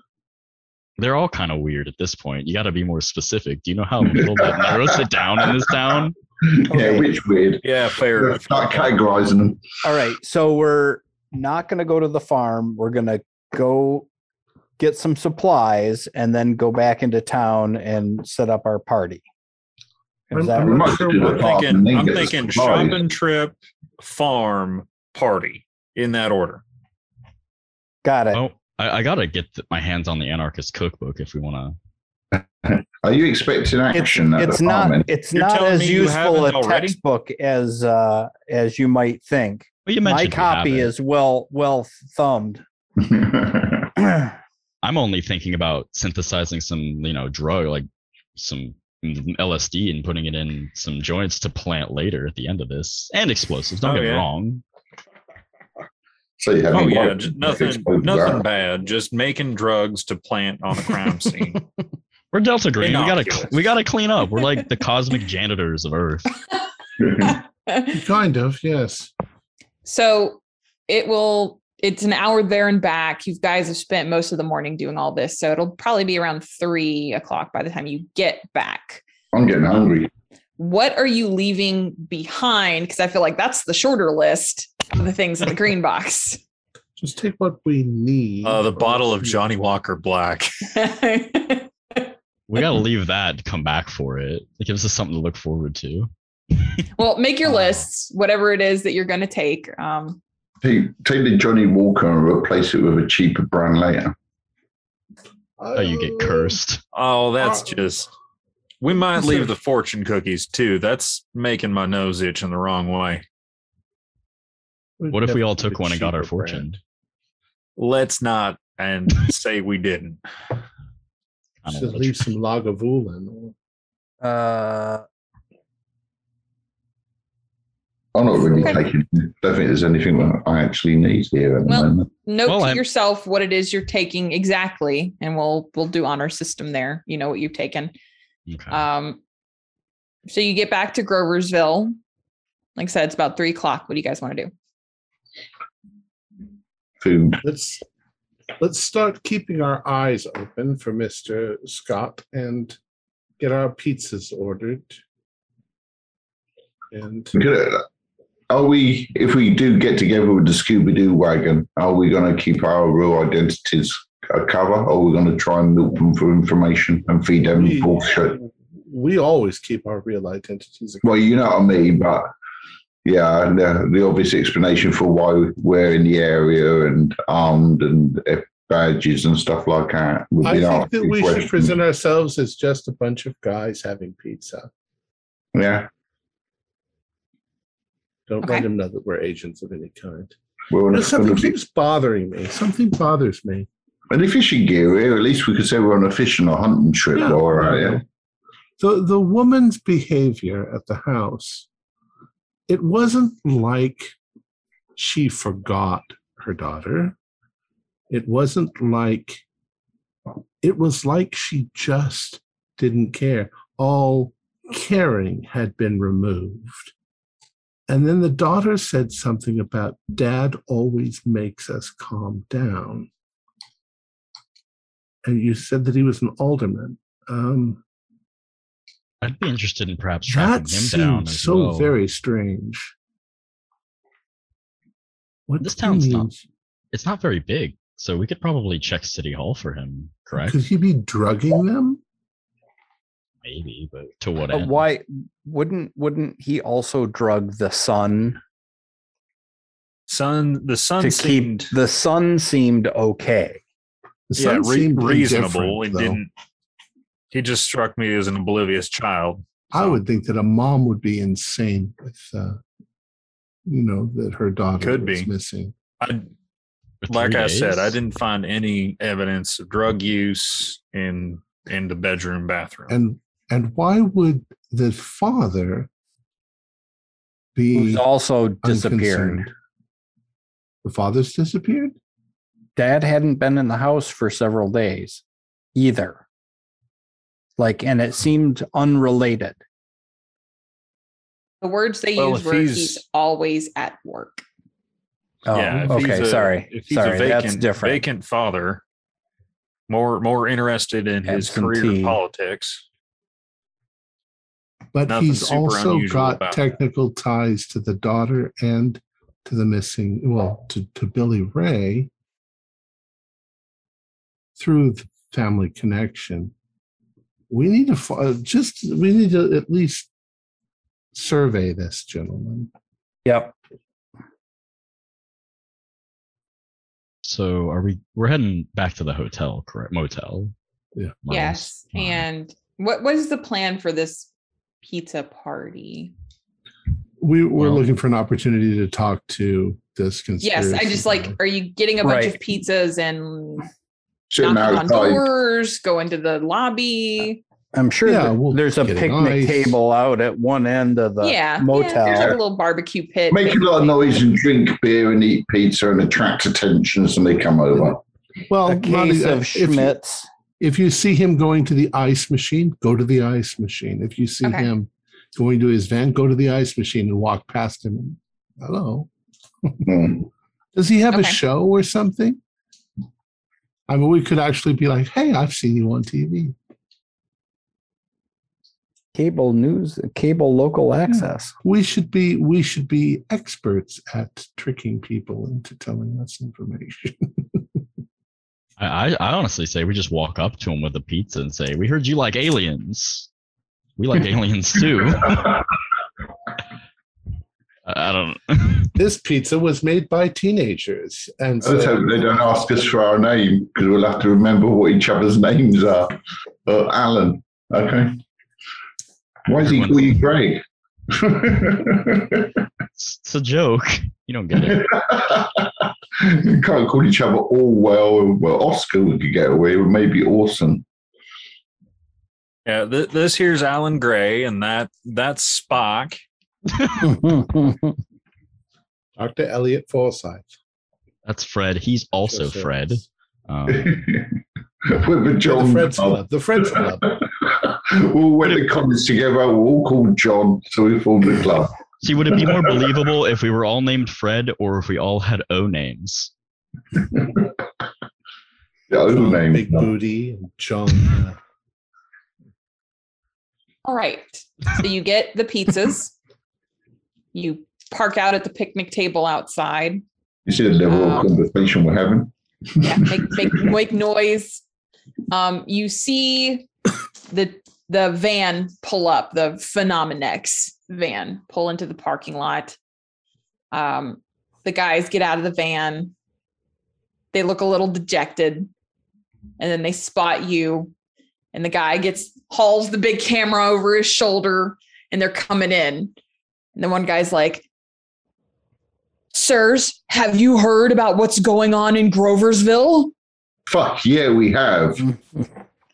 Speaker 6: They're all kind of weird at this point. You got to be more specific. Do you know how little that narrows it down in this town?
Speaker 4: Yeah,
Speaker 2: Okay.
Speaker 4: which weird.
Speaker 5: Yeah, fair.
Speaker 4: Start categorizing them.
Speaker 2: All right. So we're not going to go to the farm. We're going to go get some supplies and then go back into town and set up our party. Is
Speaker 1: I'm-
Speaker 2: that
Speaker 1: I'm
Speaker 4: We
Speaker 2: right?
Speaker 4: might do the
Speaker 5: I'm
Speaker 4: farm and
Speaker 5: thinking,
Speaker 4: then
Speaker 5: I'm
Speaker 4: get the
Speaker 5: thinking
Speaker 4: supplies.
Speaker 5: shopping trip, farm, party in that order.
Speaker 2: Got it.
Speaker 6: Oh, I, I gotta get th- my hands on the anarchist cookbook if we want
Speaker 4: Are you expecting
Speaker 2: It's,
Speaker 4: action at
Speaker 2: it's
Speaker 4: the
Speaker 2: not
Speaker 4: farm? then?
Speaker 2: it's
Speaker 5: You're
Speaker 2: not
Speaker 5: telling
Speaker 2: as
Speaker 5: me you
Speaker 2: useful a
Speaker 5: haven't already?
Speaker 2: textbook as uh, as you might think.
Speaker 6: to. Well, you
Speaker 2: My
Speaker 6: mentioned you have
Speaker 2: copy
Speaker 6: it.
Speaker 2: is well well thumbed. Uh,
Speaker 6: I'm only thinking about synthesizing some, you know, drug like some LSD and putting it in some joints to plant later at the end of this, and explosives. Don't
Speaker 5: Oh,
Speaker 6: get
Speaker 5: yeah.
Speaker 6: me wrong.
Speaker 4: So you have
Speaker 5: Oh
Speaker 4: a
Speaker 5: yeah,
Speaker 4: right
Speaker 5: j-
Speaker 4: to
Speaker 5: nothing,
Speaker 4: explode
Speaker 5: nothing
Speaker 4: that.
Speaker 5: bad. Just making drugs to plant on a crime scene.
Speaker 6: We're Delta Green. We gotta
Speaker 5: Innocuous.
Speaker 6: cl- we gotta clean up. We're like the cosmic janitors of Earth.
Speaker 1: Kind of, yes.
Speaker 3: So it will, it's an hour there and back. You guys have spent most of the morning doing all this. So it'll probably be around three o'clock by the time you get back.
Speaker 4: I'm getting hungry.
Speaker 3: What are you leaving behind? Because I feel like that's the shorter list of the things in the green box.
Speaker 1: Just take what we need.
Speaker 5: Uh, the bottle of Johnny Walker Black.
Speaker 6: We gotta leave that to come back for it. It gives us something to look forward to.
Speaker 3: well, make your
Speaker 6: Wow.
Speaker 3: lists, whatever it is that you're going to take. Um,
Speaker 4: Take, take the Johnny Walker and replace it with a cheaper brand later.
Speaker 6: Oh, you get cursed.
Speaker 5: Oh, that's
Speaker 1: Uh,
Speaker 5: just. We might leave the fortune cookies too. That's making my nose itch in the wrong way.
Speaker 6: What if we all took one and got our fortune?
Speaker 5: Let's not and say we didn't.
Speaker 6: I don't
Speaker 1: Just
Speaker 6: know.
Speaker 1: leave some Lagavulin.
Speaker 2: Uh,
Speaker 4: I'm not really
Speaker 3: Okay.
Speaker 4: taking. Don't think there's anything that I actually need here at the
Speaker 3: Well-
Speaker 4: moment.
Speaker 3: note
Speaker 6: Well,
Speaker 3: to
Speaker 6: I'm-
Speaker 3: yourself what it is you're taking exactly, and we'll we'll do honor system there. You know what you've taken.
Speaker 6: Okay.
Speaker 3: Um, so you get back to Groversville. Like I said, it's about three o'clock. What do you guys want to do?
Speaker 4: Food.
Speaker 1: Let's let's start keeping our eyes open for Mister Scott and get our pizzas ordered. And
Speaker 4: Look at it. Are we, if we do get together with the Scooby Doo wagon, are we going to keep our real identities a cover, or are we going to try and milk them for information and feed them
Speaker 1: we,
Speaker 4: bullshit?
Speaker 1: we always keep our real identities.
Speaker 4: Well, you know what I mean, but yeah, and the, the obvious explanation for why we're in the area and armed and uh, badges and stuff like that. would
Speaker 1: I
Speaker 4: be
Speaker 1: think
Speaker 4: asking
Speaker 1: that we should
Speaker 4: questions.
Speaker 1: present ourselves as just a bunch of guys having pizza.
Speaker 4: Yeah,
Speaker 1: Don't
Speaker 3: Okay.
Speaker 1: let them know that we're agents of any kind.
Speaker 4: well,
Speaker 1: You know,
Speaker 4: it's gonna
Speaker 1: something
Speaker 4: be-
Speaker 1: keeps bothering me. Something bothers me.
Speaker 4: and the fishing gear here. At least we could say we're on a fishing or hunting trip.
Speaker 1: Yeah.
Speaker 4: All right, yeah.
Speaker 1: The the woman's behavior at the house, it wasn't like she forgot her daughter. It wasn't like it was like she just didn't care. All caring had been removed. And then the daughter said something about dad always makes us calm down. And you said that he was an alderman. Um,
Speaker 6: I'd be interested in perhaps tracking
Speaker 1: that
Speaker 6: him down.
Speaker 1: seems
Speaker 6: As
Speaker 1: so
Speaker 6: well.
Speaker 1: very strange. What
Speaker 6: This
Speaker 1: do you
Speaker 6: town's not
Speaker 1: mean?
Speaker 6: It's not very big, so we could probably check City Hall for him. Correct?
Speaker 1: Could he be drugging them?
Speaker 6: Maybe, but to what
Speaker 2: but
Speaker 6: end?
Speaker 2: why wouldn't wouldn't he also drug the sun
Speaker 5: Sun, the sun
Speaker 2: to
Speaker 5: seemed
Speaker 2: keep the sun seemed okay.
Speaker 1: The
Speaker 5: yeah,
Speaker 1: son
Speaker 5: re-
Speaker 1: seemed
Speaker 5: reasonable.
Speaker 1: indifferent,
Speaker 5: It
Speaker 1: though.
Speaker 5: didn't. He just struck me as an oblivious child.
Speaker 1: I would think that a mom would be insane with, uh, you know, that her daughter
Speaker 5: Could
Speaker 1: was
Speaker 5: be.
Speaker 1: missing.
Speaker 5: I,
Speaker 6: For three
Speaker 5: like I said, I
Speaker 6: days?
Speaker 5: didn't find any evidence of drug use in in the bedroom bathroom.
Speaker 1: And and why would the father be
Speaker 2: Who's also disappeared.
Speaker 1: unconcerned? The father's disappeared.
Speaker 2: Dad hadn't been in the house for several days either. Like, and it seemed unrelated.
Speaker 3: The words they
Speaker 5: Well,
Speaker 3: used
Speaker 5: if
Speaker 3: were he's,
Speaker 5: he's-
Speaker 3: always at work.
Speaker 2: Oh,
Speaker 5: yeah. if he's
Speaker 2: okay.
Speaker 5: a-
Speaker 2: sorry.
Speaker 5: If he's
Speaker 2: Sorry.
Speaker 5: a vacant,
Speaker 2: That's different.
Speaker 5: Vacant father, more more interested in his career
Speaker 2: Absentee.
Speaker 5: in politics.
Speaker 1: But
Speaker 5: Nothing
Speaker 1: he's
Speaker 5: super
Speaker 1: also
Speaker 5: unusual
Speaker 1: got
Speaker 5: about
Speaker 1: technical ties to the daughter and to the missing, well, to, to Billy Ray through the family connection. We need to fo- uh, just, we need to at least survey this gentleman.
Speaker 2: Yep.
Speaker 6: So are we? We're heading back to the hotel, correct? Motel.
Speaker 1: Yeah.
Speaker 6: Miles.
Speaker 3: yes.
Speaker 6: Alright.
Speaker 3: And what what is the plan for this pizza party?
Speaker 1: We, we're
Speaker 6: Well-
Speaker 1: looking for an opportunity to talk to this
Speaker 3: Yes,
Speaker 1: conspiracy.
Speaker 3: I just like.
Speaker 1: theory.
Speaker 3: Are you getting a bunch of
Speaker 2: Right.
Speaker 3: pizzas and
Speaker 4: Sitting
Speaker 3: knocking on
Speaker 4: outside.
Speaker 3: doors, go into the lobby?
Speaker 2: I'm sure
Speaker 1: Yeah,
Speaker 2: that
Speaker 1: we'll
Speaker 2: there's a
Speaker 1: get it
Speaker 2: picnic
Speaker 1: nice.
Speaker 2: table out at one end of the
Speaker 3: yeah,
Speaker 2: motel.
Speaker 3: Yeah, there's like a little barbecue pit.
Speaker 4: Make a lot of noise and drink beer and eat pizza and attract attention as they come over.
Speaker 1: Well,
Speaker 2: a
Speaker 1: Monty,
Speaker 2: case of
Speaker 1: if you-
Speaker 2: Schmitz.
Speaker 1: If you see him going to the ice machine, go to the ice machine. If you see
Speaker 3: Okay.
Speaker 1: him going to his van, go to the ice machine and walk past him. Hello.
Speaker 4: Mm.
Speaker 1: Does he have a
Speaker 3: Okay.
Speaker 1: show or something? I mean, we could actually be like, hey, I've seen you on TV.
Speaker 2: Cable news, cable local access.
Speaker 1: We should be we should be experts at tricking people into telling us information.
Speaker 6: I, I, I honestly say we just walk up to him with a pizza and say, "We heard you like aliens. We like aliens too." I I don't.
Speaker 1: this pizza was made by teenagers. And
Speaker 4: Let's
Speaker 1: so
Speaker 4: hope they don't ask us for our name because we'll have to remember what each other's names are. Uh, Alan, okay. Why does he call you Greg?
Speaker 6: It's, it's a joke. You don't get it.
Speaker 4: you can't call each other Orwell. Well, Oscar we could get away with, maybe Orson.
Speaker 5: Yeah, th- this here's Alan Gray, and that that's Spock.
Speaker 1: Dr. Elliot Forsyth.
Speaker 6: That's Fred. He's also
Speaker 1: Just, uh,
Speaker 6: Fred. Um,
Speaker 4: With a
Speaker 1: The
Speaker 4: John.
Speaker 1: Fred's Club. The Fred's Club.
Speaker 4: we'll win the comments together. We're all called John, so we formed a club.
Speaker 6: see, would it be more believable if we were all named Fred or if we all had O names?
Speaker 4: The other name.
Speaker 1: Um, Big Booty and uh, Chung.
Speaker 3: All right. So you get the pizzas. you park out at the picnic table outside.
Speaker 4: You see the level of
Speaker 3: Um,
Speaker 4: conversation we're having?
Speaker 3: Yeah, make, make make noise. Um, you see the the van pull up, the Phenomenex van pull into the parking lot. Um, the guys get out of the van. They look a little dejected, and then they spot you, and the guy gets hauls the big camera over his shoulder, and they're coming in. And the one guy's like, "Sirs, have you heard about what's going on in Groversville?"
Speaker 4: Fuck yeah, we have.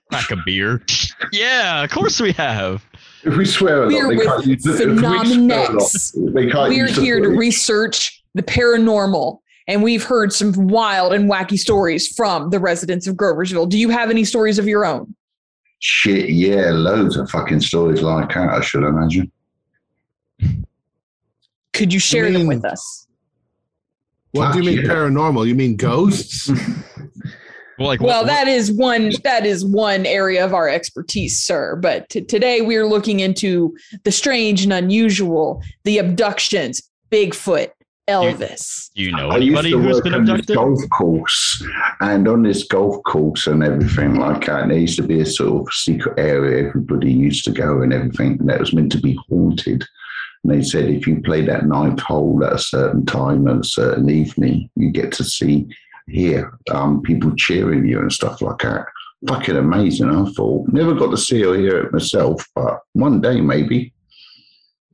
Speaker 6: Crack a beer. yeah, of course we have.
Speaker 4: If we swear a
Speaker 3: We're
Speaker 4: lot, they can't
Speaker 3: with
Speaker 4: use the, if we swear a lot,
Speaker 3: Phenomenex.
Speaker 4: they can't
Speaker 3: We're
Speaker 4: use the
Speaker 3: here to
Speaker 4: word.
Speaker 3: research the paranormal, and we've heard some wild and wacky stories from the residents of Groversville. Do you have any stories of your own?
Speaker 4: Shit, yeah, loads of fucking stories like that, I should imagine.
Speaker 3: Could you share them
Speaker 1: mean-
Speaker 3: with us?
Speaker 1: What do you
Speaker 4: Fuck
Speaker 1: mean
Speaker 4: yeah.
Speaker 1: paranormal? You mean ghosts?
Speaker 6: Well, like
Speaker 3: Well,
Speaker 6: what-
Speaker 3: that is one that is one area of our expertise, sir. But t- today we're looking into the strange and unusual, the abductions, Bigfoot, Elvis.
Speaker 6: you know
Speaker 4: I used
Speaker 6: anybody
Speaker 4: to
Speaker 6: who's
Speaker 4: work
Speaker 6: been
Speaker 4: on this
Speaker 6: abducted?
Speaker 4: golf course, and on this golf course and everything like that, there used to be a sort of secret area everybody used to go and everything, and that was meant to be haunted. And they said if you play that ninth hole at a certain time at a certain evening, you get to see, hear um, people cheering you and stuff like that. Fucking amazing, I thought. Never got to see or hear it myself, but one day maybe.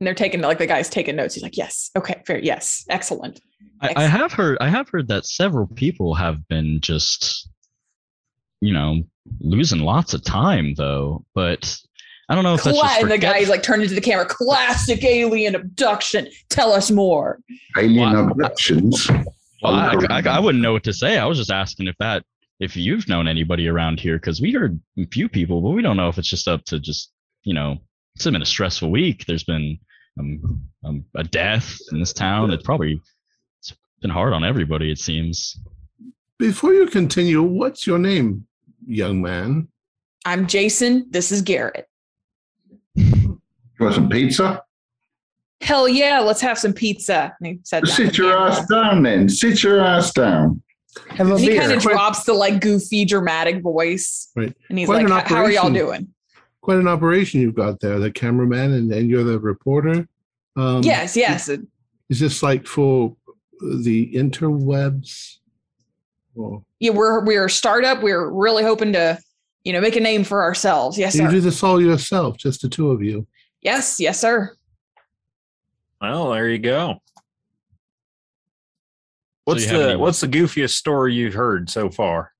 Speaker 3: And they're taking like the guy's taking notes. He's like, yes, okay, fair, yes, excellent.
Speaker 6: I, I have heard I have heard that several people have been just you know losing lots of time though, but I don't know if that's
Speaker 3: Cla-
Speaker 6: just
Speaker 3: and the
Speaker 6: forget-
Speaker 3: guy's like turned into the camera. Classic alien abduction. Tell us more.
Speaker 4: Alien
Speaker 6: Wow.
Speaker 4: abductions.
Speaker 6: Well, I, I, I wouldn't know what to say. I was just asking if that if you've known anybody around here because we heard a few people, but we don't know if it's just up to just you know it's been a stressful week. There's been um, um a death in this town. It's probably it's been hard on everybody. It seems.
Speaker 1: Before you continue, what's your name, young man?
Speaker 3: I'm Jason. This is Garrett.
Speaker 4: You want some pizza?
Speaker 3: Hell yeah, let's have some pizza. And he said, that.
Speaker 4: Sit your ass down then. Sit your ass down.
Speaker 2: Have a
Speaker 3: And he kind
Speaker 2: beer.
Speaker 3: of drops the like goofy, dramatic voice,
Speaker 1: Right.
Speaker 3: and he's
Speaker 1: Quite an
Speaker 3: like, "How how are y'all
Speaker 1: operation.
Speaker 3: doing?"
Speaker 1: Quite an operation you've got there. The cameraman and, and you're the reporter. Um,
Speaker 3: yes, yes. And
Speaker 1: Is this like for the interwebs? Or
Speaker 3: yeah, we're we're a startup. We're really hoping to, you know, make a name for ourselves. Yes,
Speaker 1: you do
Speaker 3: sir.
Speaker 1: this all yourself, just the two of you.
Speaker 3: Yes, yes, sir.
Speaker 5: Well, there you go. What's
Speaker 6: you have
Speaker 5: the
Speaker 6: any-
Speaker 5: what's the goofiest story you've heard so far?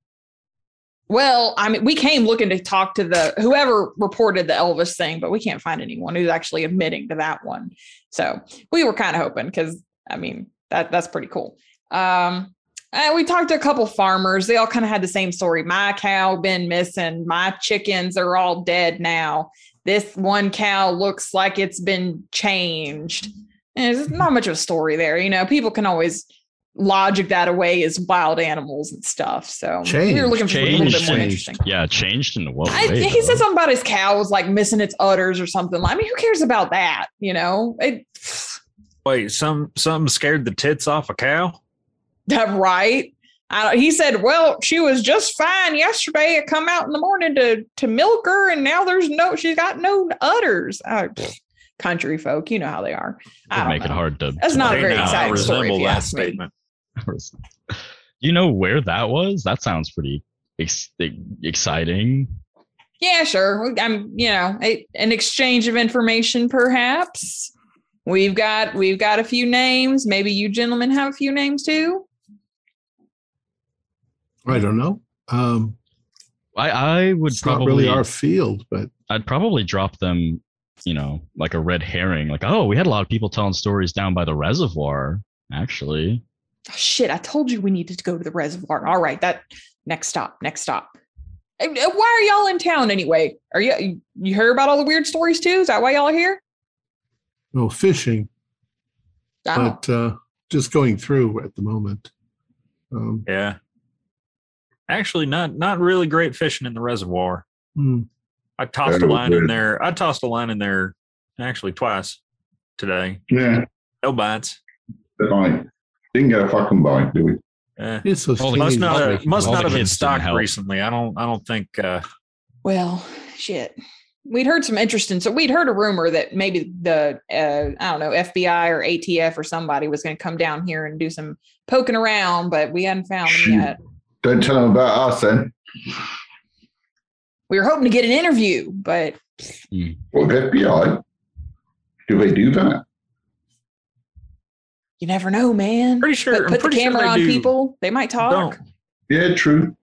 Speaker 3: Well, I mean, we came looking to talk to the whoever reported the Elvis thing, but we can't find anyone who's actually admitting to that one. So we were kind of hoping because I mean that that's pretty cool. Um, and we talked to a couple farmers. They all kind of had the same story. My cow been missing. My chickens are all dead now. This one cow looks like it's been changed. And there's not much of a story there. You know, people can always logic that away as wild animals and stuff. So we
Speaker 1: Changed,
Speaker 3: were looking for a little bit
Speaker 6: changed,
Speaker 3: more
Speaker 1: changed.
Speaker 3: interesting.
Speaker 6: Yeah, changed in what
Speaker 3: I,
Speaker 6: way?
Speaker 3: he
Speaker 6: though?
Speaker 3: said something about his cow was like missing its udders or something. I mean, who cares about that? You know, it,
Speaker 5: Wait, some something scared the tits off a cow?
Speaker 3: that right? I don't, he said, "Well, she was just fine yesterday. I come out in the morning to to milk her, and now there's no. She's got no udders. Uh, pfft, country folk, you know how they are. I
Speaker 6: Would
Speaker 3: don't
Speaker 6: make it
Speaker 3: know.
Speaker 6: hard to.
Speaker 3: "Ah, That's not a
Speaker 5: They
Speaker 3: very
Speaker 5: now
Speaker 3: exciting story, if
Speaker 5: resemble
Speaker 3: you
Speaker 5: that
Speaker 3: ask me.
Speaker 5: statement.
Speaker 6: Do you know where that was? That sounds pretty ex- e, exciting.
Speaker 3: Yeah, sure. I'm, you know, a, an exchange of information, perhaps. We've got we've got a few names. Maybe you gentlemen have a few names too.
Speaker 1: I don't know. Um,
Speaker 6: I, I would
Speaker 1: it's
Speaker 6: probably
Speaker 1: not really our field, but
Speaker 6: I'd probably drop them, you know, like a red herring. Like, oh, we had a lot of people telling stories down by the reservoir. Actually,
Speaker 3: Oh, shit, I told you we needed to go to the reservoir. All right, that next stop, next stop. Eh, eh, Why are y'all in town anyway? Are you you- you hear about all the weird stories too? Is that why y'all are here?
Speaker 1: no fishing,
Speaker 3: I don't-
Speaker 1: but uh, just going through at the moment. Um,
Speaker 5: Yeah. Actually, not not really great fishing in the reservoir.
Speaker 1: hmm.
Speaker 5: I tossed a
Speaker 4: Very
Speaker 5: line in
Speaker 4: good.
Speaker 5: there. I tossed a line in there actually twice today.
Speaker 4: Yeah,
Speaker 5: No bites.
Speaker 4: the bite. Didn't get a fucking bite, did we?
Speaker 5: Eh.
Speaker 1: It's so
Speaker 6: Well, the
Speaker 5: Must
Speaker 6: kids-
Speaker 5: not
Speaker 6: all
Speaker 5: have, must
Speaker 6: all the
Speaker 5: not have been
Speaker 6: kids didn't
Speaker 5: stocked
Speaker 6: help.
Speaker 5: recently. I don't I don't think uh,
Speaker 3: Well, shit. We'd heard some interesting. So we'd heard a rumor that maybe the uh, I don't know FBI or ATF or somebody was going to come down here and do some poking around, but we hadn't found them
Speaker 4: Shoot.
Speaker 3: yet.
Speaker 4: Don't tell them about us then.
Speaker 3: We were hoping to get an interview, but
Speaker 4: Well, the FBI, do they do that?
Speaker 3: you never know, man.
Speaker 5: pretty sure
Speaker 3: But
Speaker 5: I'm
Speaker 3: put the
Speaker 5: pretty sure
Speaker 3: camera
Speaker 5: they
Speaker 3: on
Speaker 5: do-
Speaker 3: people; they might talk.
Speaker 5: Don't
Speaker 4: Yeah, true.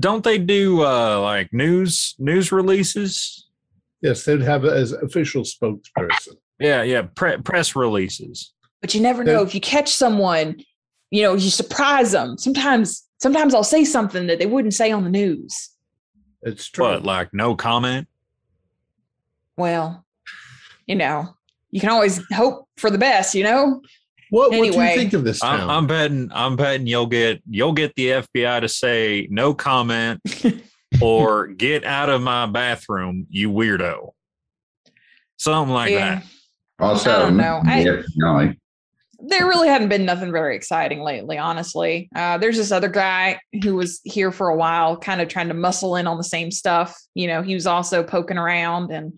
Speaker 5: don't they do uh like news news releases?
Speaker 1: Yes, they'd have it as official spokesperson.
Speaker 5: Yeah, yeah, pre- press releases.
Speaker 3: but you never
Speaker 1: Yeah.
Speaker 3: know if you catch someone you know you surprise them sometimes sometimes i'll say something that they wouldn't say on the news
Speaker 1: It's true.
Speaker 5: But like no comment.
Speaker 3: well you know you can always hope for the best you know
Speaker 1: what, what do
Speaker 3: anyway.
Speaker 1: you think of this town?
Speaker 5: I'm, I'm betting I'm betting you'll get you'll get the FBI to say no comment or get out of my bathroom, you weirdo. Something like
Speaker 3: yeah.
Speaker 5: that.
Speaker 4: I'll say
Speaker 3: I don't
Speaker 4: them.
Speaker 3: know. Oh, I-
Speaker 4: "Mm, The FBI.
Speaker 3: there really hadn't been nothing very exciting lately honestly uh, there's this other guy who was here for a while kind of trying to muscle in on the same stuff you know he was also poking around and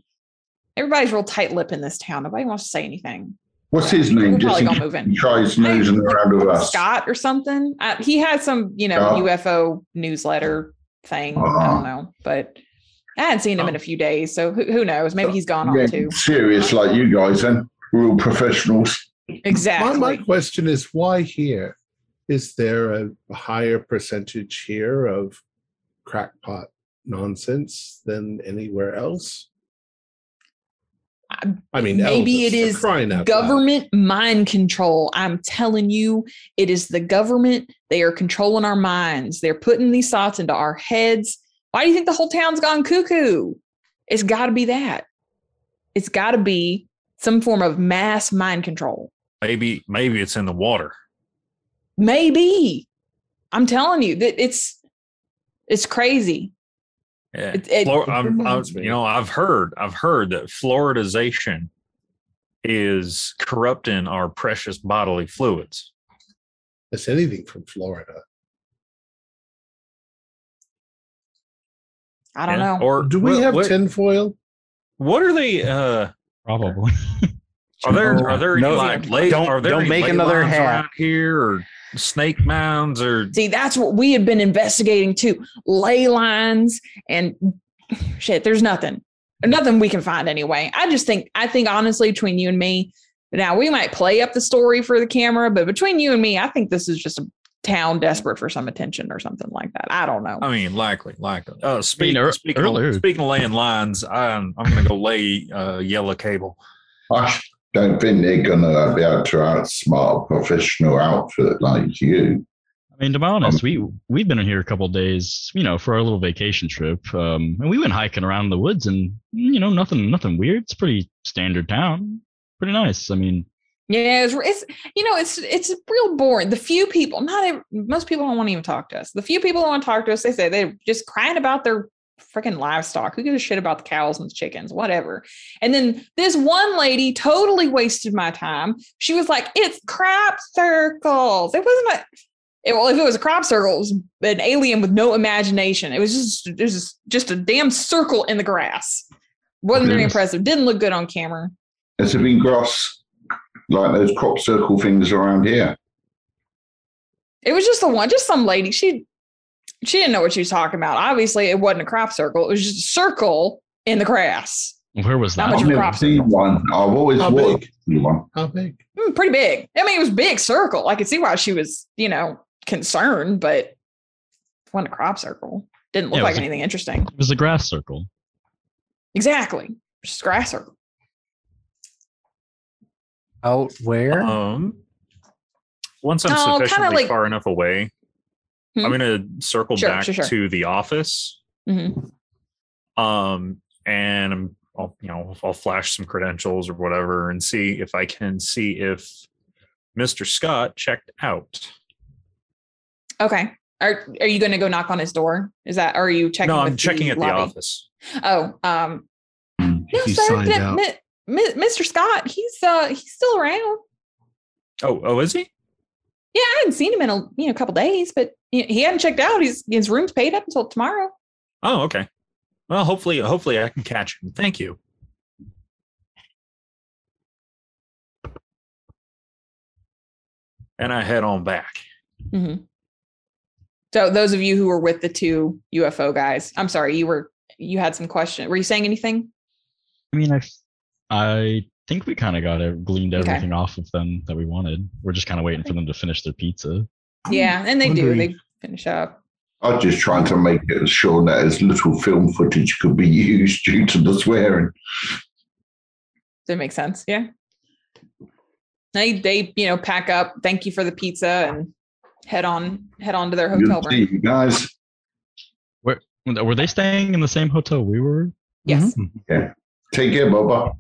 Speaker 3: everybody's real tight-lipped in this town nobody wants to say anything
Speaker 4: What's his name?
Speaker 3: we're probably
Speaker 4: Just in
Speaker 3: gonna
Speaker 4: case
Speaker 3: move in
Speaker 4: he tries snoozing around with us.
Speaker 3: Scott or something. I, he had some, you know,
Speaker 4: Scott.
Speaker 3: UFO newsletter thing. I
Speaker 4: Uh-huh. Oh.
Speaker 3: don't know, but I hadn't seen him in a few days, so who, who knows? Maybe he's gone on
Speaker 4: Yeah,
Speaker 3: too.
Speaker 4: serious like you guys then. We're all professionals.
Speaker 3: Exactly.
Speaker 1: My, my question is why here? Is there a higher percentage here of crackpot nonsense than anywhere else?
Speaker 3: I-
Speaker 1: I mean,
Speaker 3: Maybe
Speaker 1: Elvis,
Speaker 3: it
Speaker 1: for
Speaker 3: is
Speaker 1: crying out loud.
Speaker 3: government mind control. I'm telling you, it is the government. They are controlling our minds. They're putting these thoughts into our heads. Why do you think the whole town's gone cuckoo? It's got to be that. It's got to be some form of mass mind control.
Speaker 5: Maybe maybe it's in the water.
Speaker 3: maybe i'm telling you that it's it's crazy
Speaker 5: Yeah.
Speaker 3: It- it-
Speaker 5: Flor- I'm- I'm-
Speaker 1: reminds me.
Speaker 5: you know, I've heard I've heard that fluoridization is corrupting our precious bodily fluids.
Speaker 1: It's anything from Florida.
Speaker 3: i don't
Speaker 5: Yeah.
Speaker 3: know
Speaker 5: Or
Speaker 1: Do we
Speaker 5: what-
Speaker 1: have
Speaker 5: what,
Speaker 1: tinfoil?
Speaker 5: what are they uh
Speaker 6: probably.
Speaker 5: Are there are there any
Speaker 2: No,
Speaker 5: like lake,
Speaker 2: don't-
Speaker 5: are there
Speaker 2: don't
Speaker 5: any
Speaker 2: make
Speaker 5: ley
Speaker 2: another
Speaker 5: lines
Speaker 2: hat.
Speaker 5: around here or snake mounds or
Speaker 3: see that's what we had been investigating too ley lines and shit there's nothing nothing we can find anyway i just think i think honestly between you and me now we might play up the story for the camera but between you and me i think this is just a town desperate for some attention or something like that. I don't know.
Speaker 5: I mean, likely, likely. Uh, speaking,
Speaker 6: ear-
Speaker 5: speaking,
Speaker 6: earlier-
Speaker 5: of, speaking of laying lines, I'm, I'm going to go lay uh, yellow cable.
Speaker 4: I don't think they're gonna be able to outsmart a professional outfit like you.
Speaker 6: I mean, to be
Speaker 3: Um,
Speaker 6: honest, we we've been in here a couple of days, you know, for our little vacation trip, um, and we went hiking around the woods, and you know, nothing nothing weird. It's pretty standard town, pretty nice. I mean,
Speaker 3: Yeah, it's, it's you know it's it's real boring. The few people, not ev- most people don't want to even talk to us. The few people who want to talk to us, they say they're just crying about their freaking livestock. Who gives a shit about the cows and the chickens, whatever. And then this one lady totally wasted my time. She was like, "It's crop circles." It wasn't a it, well, if it was a crop circle, it was an alien with no imagination. It was just it was just, just a damn circle in the grass. Wasn't very
Speaker 6: Yes.
Speaker 3: impressive. Didn't look good on camera.
Speaker 4: Has it been grass like those crop circle things around here?
Speaker 3: It was just the one, just some lady. She she didn't know what she was talking about. Obviously, it wasn't a crop circle. It was just a circle in the grass.
Speaker 6: where was
Speaker 3: How
Speaker 6: that?
Speaker 3: much
Speaker 4: I've
Speaker 3: of a
Speaker 4: never
Speaker 3: crop Oh,
Speaker 4: seen one. I've always
Speaker 1: How
Speaker 4: wanted to see one.
Speaker 1: How big?
Speaker 3: Mm, pretty big. I mean, it was a big circle. I could see why she was, you know, concerned, but it wasn't a crop circle. Didn't look
Speaker 6: Yeah, it
Speaker 3: like
Speaker 6: was a-
Speaker 3: anything interesting.
Speaker 6: It was a grass circle.
Speaker 3: Exactly. Just a grass circle.
Speaker 2: Out where?
Speaker 5: Um, once I'm
Speaker 3: No, Oh, kinda
Speaker 5: sufficiently
Speaker 3: like-
Speaker 5: far enough away,
Speaker 3: Hmm?
Speaker 5: I'm going to circle
Speaker 3: Sure,
Speaker 5: back
Speaker 3: sure, sure.
Speaker 5: to the office.
Speaker 3: Mhm.
Speaker 5: um and I'm, I'll you know I'll flash some credentials or whatever and see if I can see if Mr. Scott checked out.
Speaker 3: Okay. Are are you going to go knock on his door? Is that? Or are you checking?
Speaker 5: no,
Speaker 3: with
Speaker 5: I'm checking at the
Speaker 3: lobby?
Speaker 5: office.
Speaker 3: Oh, um, no,
Speaker 7: Hmm, If you
Speaker 3: sir.
Speaker 7: signed
Speaker 3: that-
Speaker 7: out.
Speaker 3: mi- mi- Mr. Scott, he's uh he's still around.
Speaker 5: Oh, oh, is he?
Speaker 3: Yeah, I hadn't seen him in a you know a couple days, but he he hadn't checked out. His his room's paid up until tomorrow.
Speaker 5: Oh, okay. Well, hopefully, hopefully I can catch him. Thank you. And I head on back.
Speaker 3: So those of you who were with the two UFO guys, I'm sorry, you were you had some question. Were you saying anything?
Speaker 6: I mean, I I think we kind of got it, gleaned
Speaker 3: Okay.
Speaker 6: everything off of them that we wanted. We're just kind of waiting for them to finish their pizza.
Speaker 3: yeah, and they do.
Speaker 7: wondering-
Speaker 3: They finish up.
Speaker 4: I'm just trying to make it sure that as little film footage could be used due to the swearing.
Speaker 3: Does that make sense? Yeah. They they you know pack up. Thank you for the pizza and head on head on to their hotel
Speaker 4: Good to see
Speaker 3: room.
Speaker 4: you guys.
Speaker 6: Were they staying in the same hotel we were?
Speaker 3: Yes.
Speaker 6: Mm-hmm.
Speaker 5: Mm-hmm.
Speaker 4: Take care, Bubba.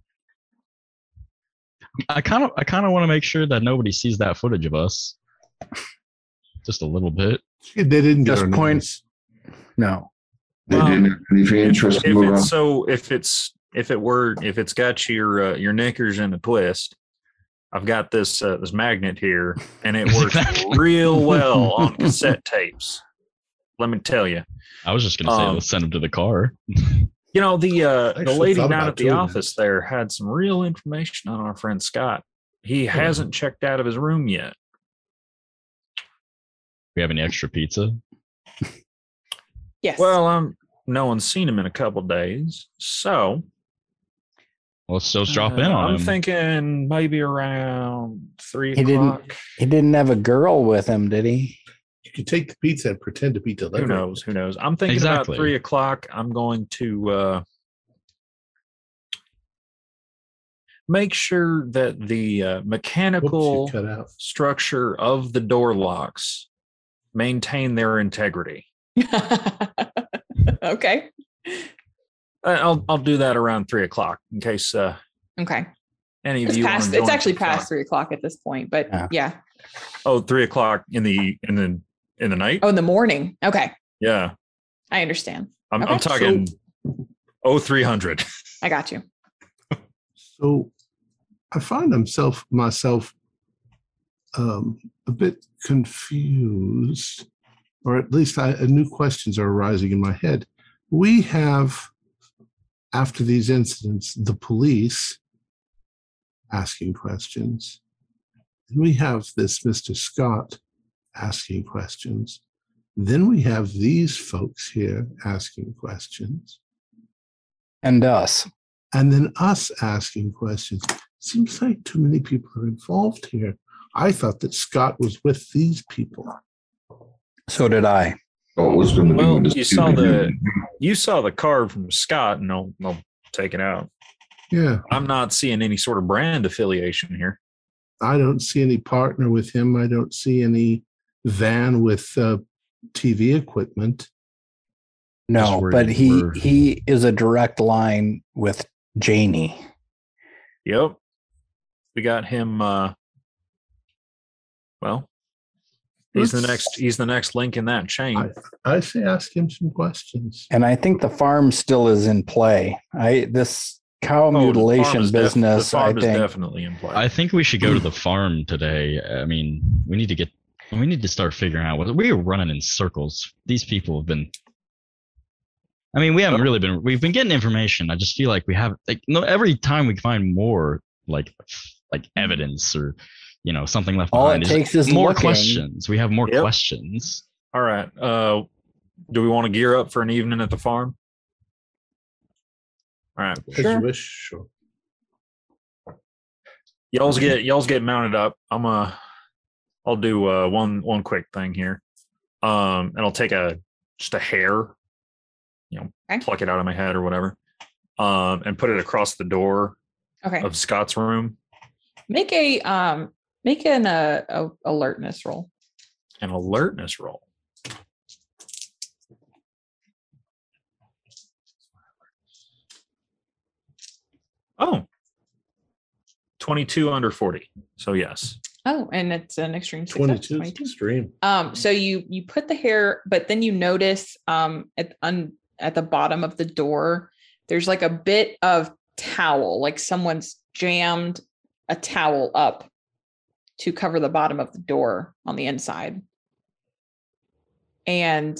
Speaker 6: I kind of I kind of want to make sure that nobody sees that footage of us. Just a little bit.
Speaker 1: They didn't get
Speaker 2: Just
Speaker 1: our
Speaker 2: point-
Speaker 1: names.
Speaker 2: No.
Speaker 4: They
Speaker 5: Well,
Speaker 4: didn't have anything
Speaker 5: If
Speaker 4: interesting about
Speaker 5: it's so, if it's if it were if it's got your uh, your knickers in a twist, I've got this uh, this magnet here, and it works
Speaker 6: Exactly.
Speaker 5: real well on cassette tapes. Let me tell you.
Speaker 6: I was just gonna say
Speaker 5: Um,
Speaker 6: let's send him to the car.
Speaker 5: You know the uh, the
Speaker 1: actually
Speaker 5: lady
Speaker 1: thought
Speaker 5: down
Speaker 1: about
Speaker 5: at the
Speaker 1: doing that.
Speaker 5: office there had some real information on our friend Scott. He
Speaker 1: Hmm.
Speaker 5: hasn't checked out of his room yet.
Speaker 6: We have any extra pizza?
Speaker 3: Yes.
Speaker 5: Well, um, no one's seen him in a couple days, so
Speaker 6: Let's just drop
Speaker 5: uh,
Speaker 6: in
Speaker 5: I'm
Speaker 6: on him.
Speaker 5: thinking maybe around three
Speaker 2: He didn't-
Speaker 5: o'clock.
Speaker 2: He didn't have a girl with him, did he?
Speaker 1: You could take the pizza and pretend to be
Speaker 5: who
Speaker 1: delivered.
Speaker 5: knows? Who knows? I'm thinking
Speaker 6: Exactly.
Speaker 5: about three o'clock. I'm going to uh, make sure that the uh,
Speaker 1: Whoops, you
Speaker 5: mechanical
Speaker 1: cut out.
Speaker 5: structure of the door locks maintain their integrity.
Speaker 3: okay.
Speaker 5: I- I'll I'll do that around three o'clock in case uh,
Speaker 3: Okay.
Speaker 5: any of
Speaker 3: It's
Speaker 5: you. wanna
Speaker 3: past.
Speaker 5: join
Speaker 3: It's
Speaker 5: us
Speaker 3: actually
Speaker 5: at three
Speaker 3: past three o'clock at this point, but
Speaker 2: Yeah.
Speaker 3: yeah.
Speaker 5: o'clock. Oh, three o'clock in the in the in the night.
Speaker 3: Oh, in the morning. Okay.
Speaker 5: Yeah,
Speaker 3: I understand.
Speaker 5: I'm,
Speaker 3: Okay.
Speaker 5: I'm talking. Oh, 0300.
Speaker 3: I got you.
Speaker 1: So I find himself myself um, a bit confused, or at least I, uh, new questions are arising in my head. We have, after these incidents, the police asking questions, and we have this Mr. Scott asking questions. Then we have these folks here asking questions
Speaker 2: And us.
Speaker 1: and then us asking questions. Seems like too many people are involved here. I thought that Scott was with these people.
Speaker 2: So did I.
Speaker 4: What was going to
Speaker 5: Well,
Speaker 4: be with
Speaker 5: you saw
Speaker 4: Scooby-Doo.
Speaker 5: You saw the card from Scott, and they'll, they'll take it out.
Speaker 1: Yeah,
Speaker 5: I'm not seeing any sort of brand affiliation here.
Speaker 1: I don't see any partner with him. I don't see any van with uh, TV equipment.
Speaker 2: No,
Speaker 6: Just word-
Speaker 2: but he
Speaker 6: word.
Speaker 2: he is a direct line with Janie.
Speaker 5: Yep. We got him uh well he's the
Speaker 1: Let's-
Speaker 5: next he's the next link in that chain.
Speaker 1: I say ask him some questions.
Speaker 2: And I think the farm still is in play. I this cow
Speaker 5: Oh, the farm
Speaker 2: mutilation
Speaker 5: is def-
Speaker 2: business,
Speaker 5: the farm
Speaker 2: I
Speaker 5: is
Speaker 2: think
Speaker 5: definitely in play.
Speaker 6: I think we should go to the farm today. I mean, we need to get we need to start figuring out what we are running in circles. These people have been I mean, we haven't
Speaker 2: Oh.
Speaker 6: really been we've been getting information. I just feel like we have like no every time we find more like like evidence or you know, something left
Speaker 2: all it
Speaker 6: behind. is
Speaker 2: takes is
Speaker 6: more
Speaker 2: looking.
Speaker 6: questions. We have more
Speaker 5: Yep.
Speaker 6: questions.
Speaker 5: All right. Uh do we want to gear up for an evening at the farm? All right.
Speaker 1: As you wish. Sure.
Speaker 5: Y'all's get y'all's get mounted up. I'm uh I'll do uh one one quick thing here. Um and I'll take a just a hair, you know,
Speaker 3: Okay.
Speaker 5: pluck it out of my head or whatever. Um and put it across the door
Speaker 3: Okay.
Speaker 5: of Scott's room
Speaker 3: Make a um make an uh, a alertness roll.
Speaker 5: an alertness roll. Oh. 22 under 40. So yes.
Speaker 3: Oh, and it's an extreme success.
Speaker 1: 22
Speaker 3: 22.
Speaker 1: extreme.
Speaker 3: Um, so you you put the hair, but then you notice um at un, at the bottom of the door, there's like a bit of towel, like someone's jammed a towel up to cover the bottom of the door on the inside. And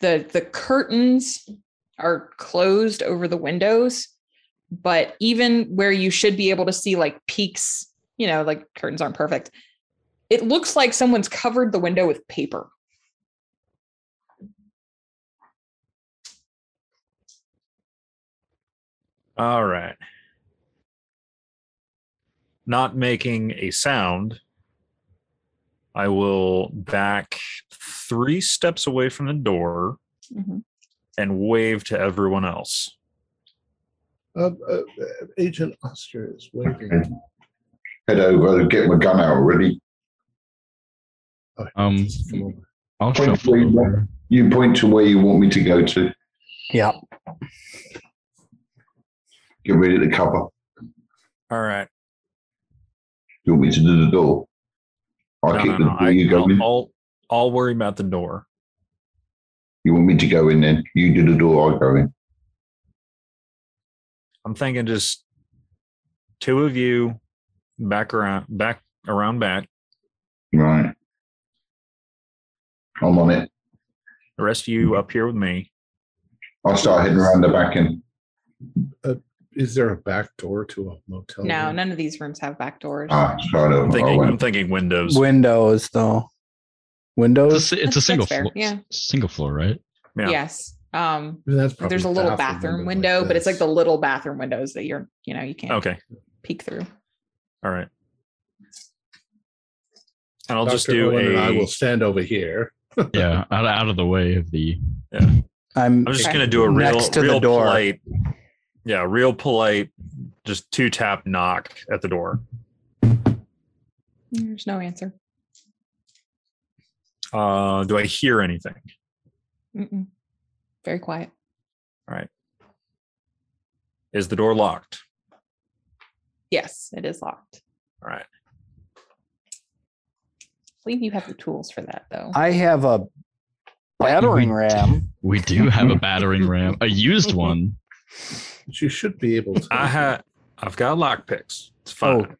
Speaker 3: the the curtains are closed over the windows, but even where you should be able to see like peaks, you know, like curtains aren't perfect it looks like someone's covered the window with paper.
Speaker 5: All right. Not making a sound, I will back three steps away from the door
Speaker 3: Mm-hmm.
Speaker 5: and wave to everyone else.
Speaker 1: Uh, uh, uh, Agent Oster is waiting.
Speaker 4: Head over, get my gun out already.
Speaker 6: Um
Speaker 1: Come on.
Speaker 6: I'll
Speaker 4: Point
Speaker 6: shuffle
Speaker 4: where you want-
Speaker 6: over.
Speaker 4: You point to where you want me to go to.
Speaker 2: Yeah.
Speaker 4: Get rid of the cover.
Speaker 5: All right.
Speaker 4: You want me to do the door? I'll
Speaker 5: No,
Speaker 4: kick the
Speaker 5: no, no.
Speaker 4: door.
Speaker 5: I,
Speaker 4: you go in.
Speaker 5: will I'll, I'll worry about the door.
Speaker 4: You want me to go in then? You do the door, I go in.
Speaker 5: I'm thinking just two of you back around, back around back.
Speaker 4: Right. I'm on it.
Speaker 5: The rest of you up here with me.
Speaker 4: I'll start heading around the back end.
Speaker 1: Is there a back door to a
Speaker 5: Oh,
Speaker 1: motel?
Speaker 3: No,
Speaker 1: room?
Speaker 3: none of these rooms have back doors.
Speaker 4: Ah, start
Speaker 5: I'm
Speaker 4: over. I
Speaker 5: thinking, I'm
Speaker 4: went.
Speaker 5: thinking windows.
Speaker 2: Windows though.
Speaker 6: It's a,
Speaker 2: Windows.
Speaker 6: s- it's a
Speaker 3: That's-
Speaker 6: single
Speaker 3: that's fair,
Speaker 6: floor.
Speaker 3: yeah.
Speaker 6: Single floor, right?
Speaker 5: yeah.
Speaker 3: Yes. Um,
Speaker 1: That's probably
Speaker 3: there's a little bathroom window, but it's like the little bathroom windows that you're, you know, you can't
Speaker 5: Okay.
Speaker 3: peek through.
Speaker 5: All right. And I'll
Speaker 1: I'll
Speaker 5: just do
Speaker 1: Owen
Speaker 5: a.
Speaker 1: and I will stand over here.
Speaker 6: Yeah, out, out of the way of the
Speaker 2: I'm
Speaker 5: I'm just
Speaker 3: Okay.
Speaker 5: gonna do a real,
Speaker 2: Next to the
Speaker 5: real
Speaker 2: door.
Speaker 5: polite. Yeah, real polite. Just two tap knock at the door.
Speaker 3: There's no answer.
Speaker 5: Uh, do I hear anything?
Speaker 3: Mm-mm. Very quiet.
Speaker 5: Is the door locked?
Speaker 3: Yes, it is locked.
Speaker 5: All right.
Speaker 3: I believe you have the tools for that though.
Speaker 2: I have a battering ram.
Speaker 6: we do have a battering ram, a used one.
Speaker 1: But you should be able to.
Speaker 5: I ha I've got lock picks. It's fine.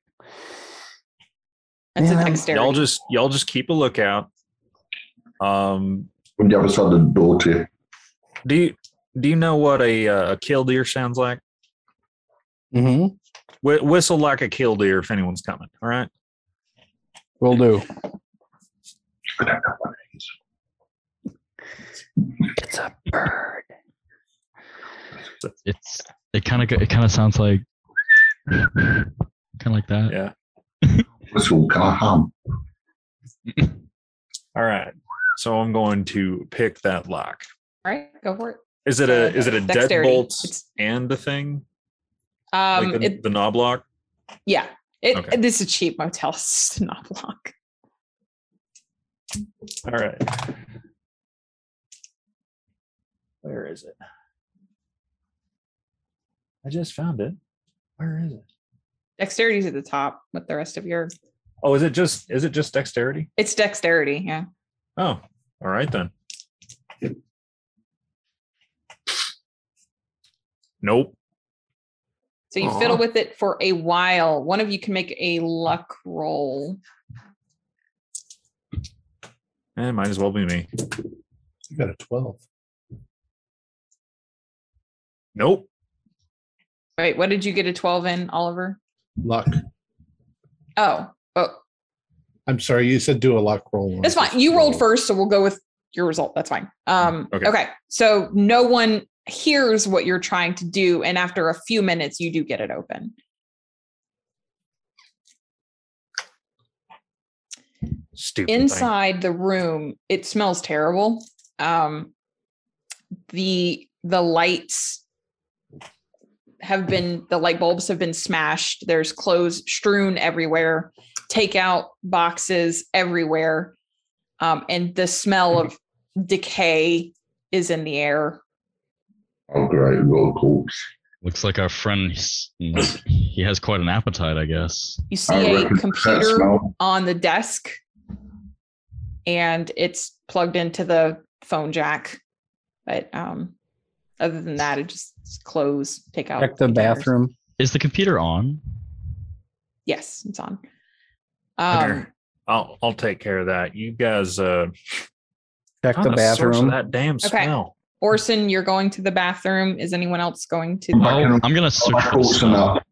Speaker 3: That's
Speaker 2: Man,
Speaker 3: a
Speaker 2: I'm-
Speaker 3: dexterity.
Speaker 5: y'all just y'all just keep a lookout. Um,
Speaker 4: On the other side of the door to
Speaker 5: do you do you know what a uh, a killdeer sounds like?
Speaker 2: Mm-hmm.
Speaker 5: Wh- whistle like a killdeer if anyone's coming. All right.
Speaker 2: Will do.
Speaker 4: I don't know what it is.
Speaker 2: It's a bird.
Speaker 6: It's it kind of it kind of sounds like kind of like that.
Speaker 5: Yeah.
Speaker 4: Whistle, can I hum?
Speaker 5: All right. So I'm going to pick that lock.
Speaker 3: All right, go for it.
Speaker 5: Is it a is it a
Speaker 3: Uh, Dexterity.
Speaker 5: deadbolt
Speaker 3: It's-
Speaker 5: and the thing
Speaker 3: Um,
Speaker 5: like the,
Speaker 3: it,
Speaker 5: the knob lock?
Speaker 3: yeah, it,
Speaker 5: Okay.
Speaker 3: this is a cheap motel, it's just a knob lock.
Speaker 5: All right. Where is it? I just found it. Where is it?
Speaker 3: Dexterity's at the top with the rest of your.
Speaker 5: Oh, is it just is it just dexterity?
Speaker 3: It's dexterity, yeah.
Speaker 5: Oh, all right then. Nope.
Speaker 3: So you
Speaker 1: Aw.
Speaker 3: fiddle with it for a while. One of you can make a luck roll.
Speaker 5: Eh, might as well be me.
Speaker 1: You got a 12.
Speaker 5: Nope.
Speaker 3: Wait, what did you get a twelve in, Oliver?
Speaker 1: Luck.
Speaker 3: Oh, oh,
Speaker 1: I'm sorry, you said do a luck roll.
Speaker 3: That's fine. You rolled first, so we'll go with your result. That's fine. Um,
Speaker 5: Okay.
Speaker 3: okay. So no one hears what you're trying to do, and after a few minutes, you do get it open.
Speaker 5: Stupid. thing.
Speaker 3: Inside the room, it smells terrible. Um, the the lights have been the light bulbs have been smashed. There's clothes strewn everywhere, takeout boxes everywhere, um, and the smell of decay is in the air.
Speaker 4: Oh, great, little corpse.
Speaker 6: Looks like our friend he's- he has quite an appetite, I guess.
Speaker 3: You see
Speaker 4: I
Speaker 3: a
Speaker 4: reckon that
Speaker 3: computer
Speaker 4: smell-
Speaker 3: on the desk and it's plugged into the phone jack. But um, other than that, it just it's clothes, take out.
Speaker 2: Check the
Speaker 3: containers.
Speaker 2: bathroom.
Speaker 6: Is the computer on?
Speaker 3: Yes, it's on. Um,
Speaker 5: Okay. I'll I'll take care of that. You guys uh
Speaker 2: Check the
Speaker 5: find a source of
Speaker 2: bathroom.
Speaker 5: that damn smell.
Speaker 3: Orson, you're going to the bathroom. Is anyone else going to?
Speaker 4: Back in-
Speaker 6: I'll- Oh, I'm gonna
Speaker 4: I'll
Speaker 6: search
Speaker 4: back
Speaker 6: for the
Speaker 4: Orson
Speaker 6: smell.
Speaker 4: up.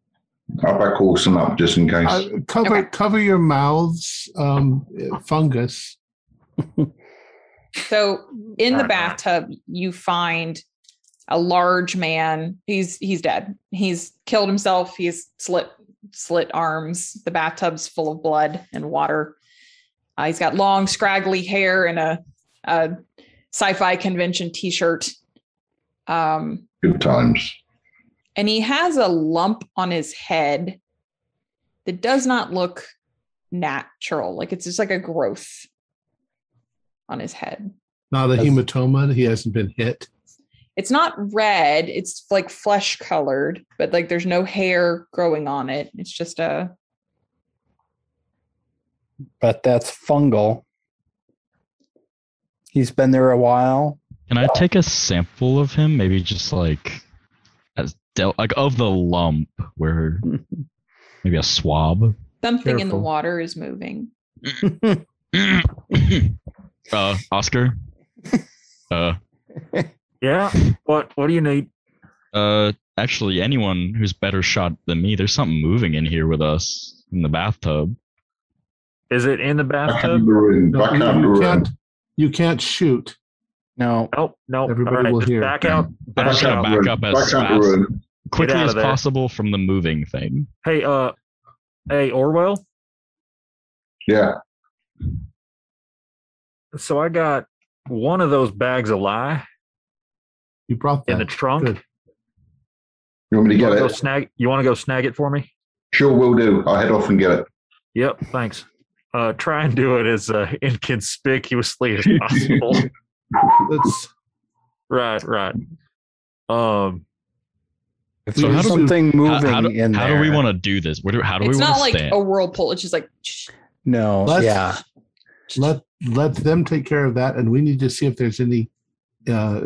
Speaker 4: I'll back Orson up just in case.
Speaker 1: Uh,
Speaker 3: Oh.
Speaker 1: cover
Speaker 3: Okay.
Speaker 1: cover your mouths, um, fungus.
Speaker 3: So in the
Speaker 5: Uh-uh.
Speaker 3: bathtub, you find a large man. He's he's dead. He's killed himself. He's slit slit arms. The bathtub's full of blood and water. Uh, he's got long, scraggly hair and a, a sci-fi convention T-shirt. Um,
Speaker 4: Good times.
Speaker 3: and he has a lump on his head that does not look natural. Like it's just like a growth on his head.
Speaker 1: Not a
Speaker 2: That's-
Speaker 1: hematoma. He hasn't been hit.
Speaker 3: It's not red, it's like flesh colored, but like there's no hair growing on it. It's just uh, a
Speaker 2: But that's fungal. He's been there a while.
Speaker 6: Can I take a sample of him? Maybe just like as del- like of the lump where maybe a swab.
Speaker 3: something in the
Speaker 2: Careful.
Speaker 3: water is moving.
Speaker 6: uh, Oscar. Uh,
Speaker 5: Yeah. What what do you need?
Speaker 6: uh, actually, anyone who's better shot than me, there's something moving in here with us in the bathtub.
Speaker 5: Is it in the
Speaker 4: Back out the
Speaker 5: bathtub?
Speaker 4: room.
Speaker 1: No,
Speaker 4: Back
Speaker 1: you,
Speaker 4: out the
Speaker 1: you
Speaker 4: room.
Speaker 1: can't, you can't shoot.
Speaker 2: No,
Speaker 5: Nope. Nope.
Speaker 1: Everybody will
Speaker 5: just
Speaker 1: hear.
Speaker 5: Back out.
Speaker 6: I'm
Speaker 5: Back
Speaker 6: just gonna
Speaker 5: out.
Speaker 6: back up as
Speaker 4: Back out
Speaker 6: fast-
Speaker 4: the room.
Speaker 6: quickly
Speaker 5: out
Speaker 6: as
Speaker 5: of there.
Speaker 6: possible from the moving thing.
Speaker 5: Hey, uh hey Orwell.
Speaker 4: Yeah.
Speaker 5: So I got one of those bags of lie
Speaker 1: You brought
Speaker 5: in
Speaker 1: that.
Speaker 5: the trunk.
Speaker 1: Good.
Speaker 4: You want me to
Speaker 5: You
Speaker 4: get
Speaker 5: wanna go
Speaker 4: it?
Speaker 5: snag you wanna go snag it for me?
Speaker 4: Sure, will do. I'll head off and get it.
Speaker 5: Yep, thanks. Uh, try and do it as uh, inconspicuously as possible.
Speaker 1: That's
Speaker 5: right, right. Um,
Speaker 1: if
Speaker 6: So
Speaker 1: we had
Speaker 6: how do we-
Speaker 1: some-
Speaker 2: something moving
Speaker 6: How, how do,
Speaker 2: in
Speaker 6: how
Speaker 2: there.
Speaker 6: do we want to do this? Where do, how do
Speaker 3: It's
Speaker 6: we
Speaker 3: not
Speaker 6: want
Speaker 3: like
Speaker 6: to stand? Oh,
Speaker 3: a whirlpool. It's just like
Speaker 2: No,
Speaker 1: Let's-
Speaker 2: yeah.
Speaker 1: let let them take care of that, and we need to see if there's any uh,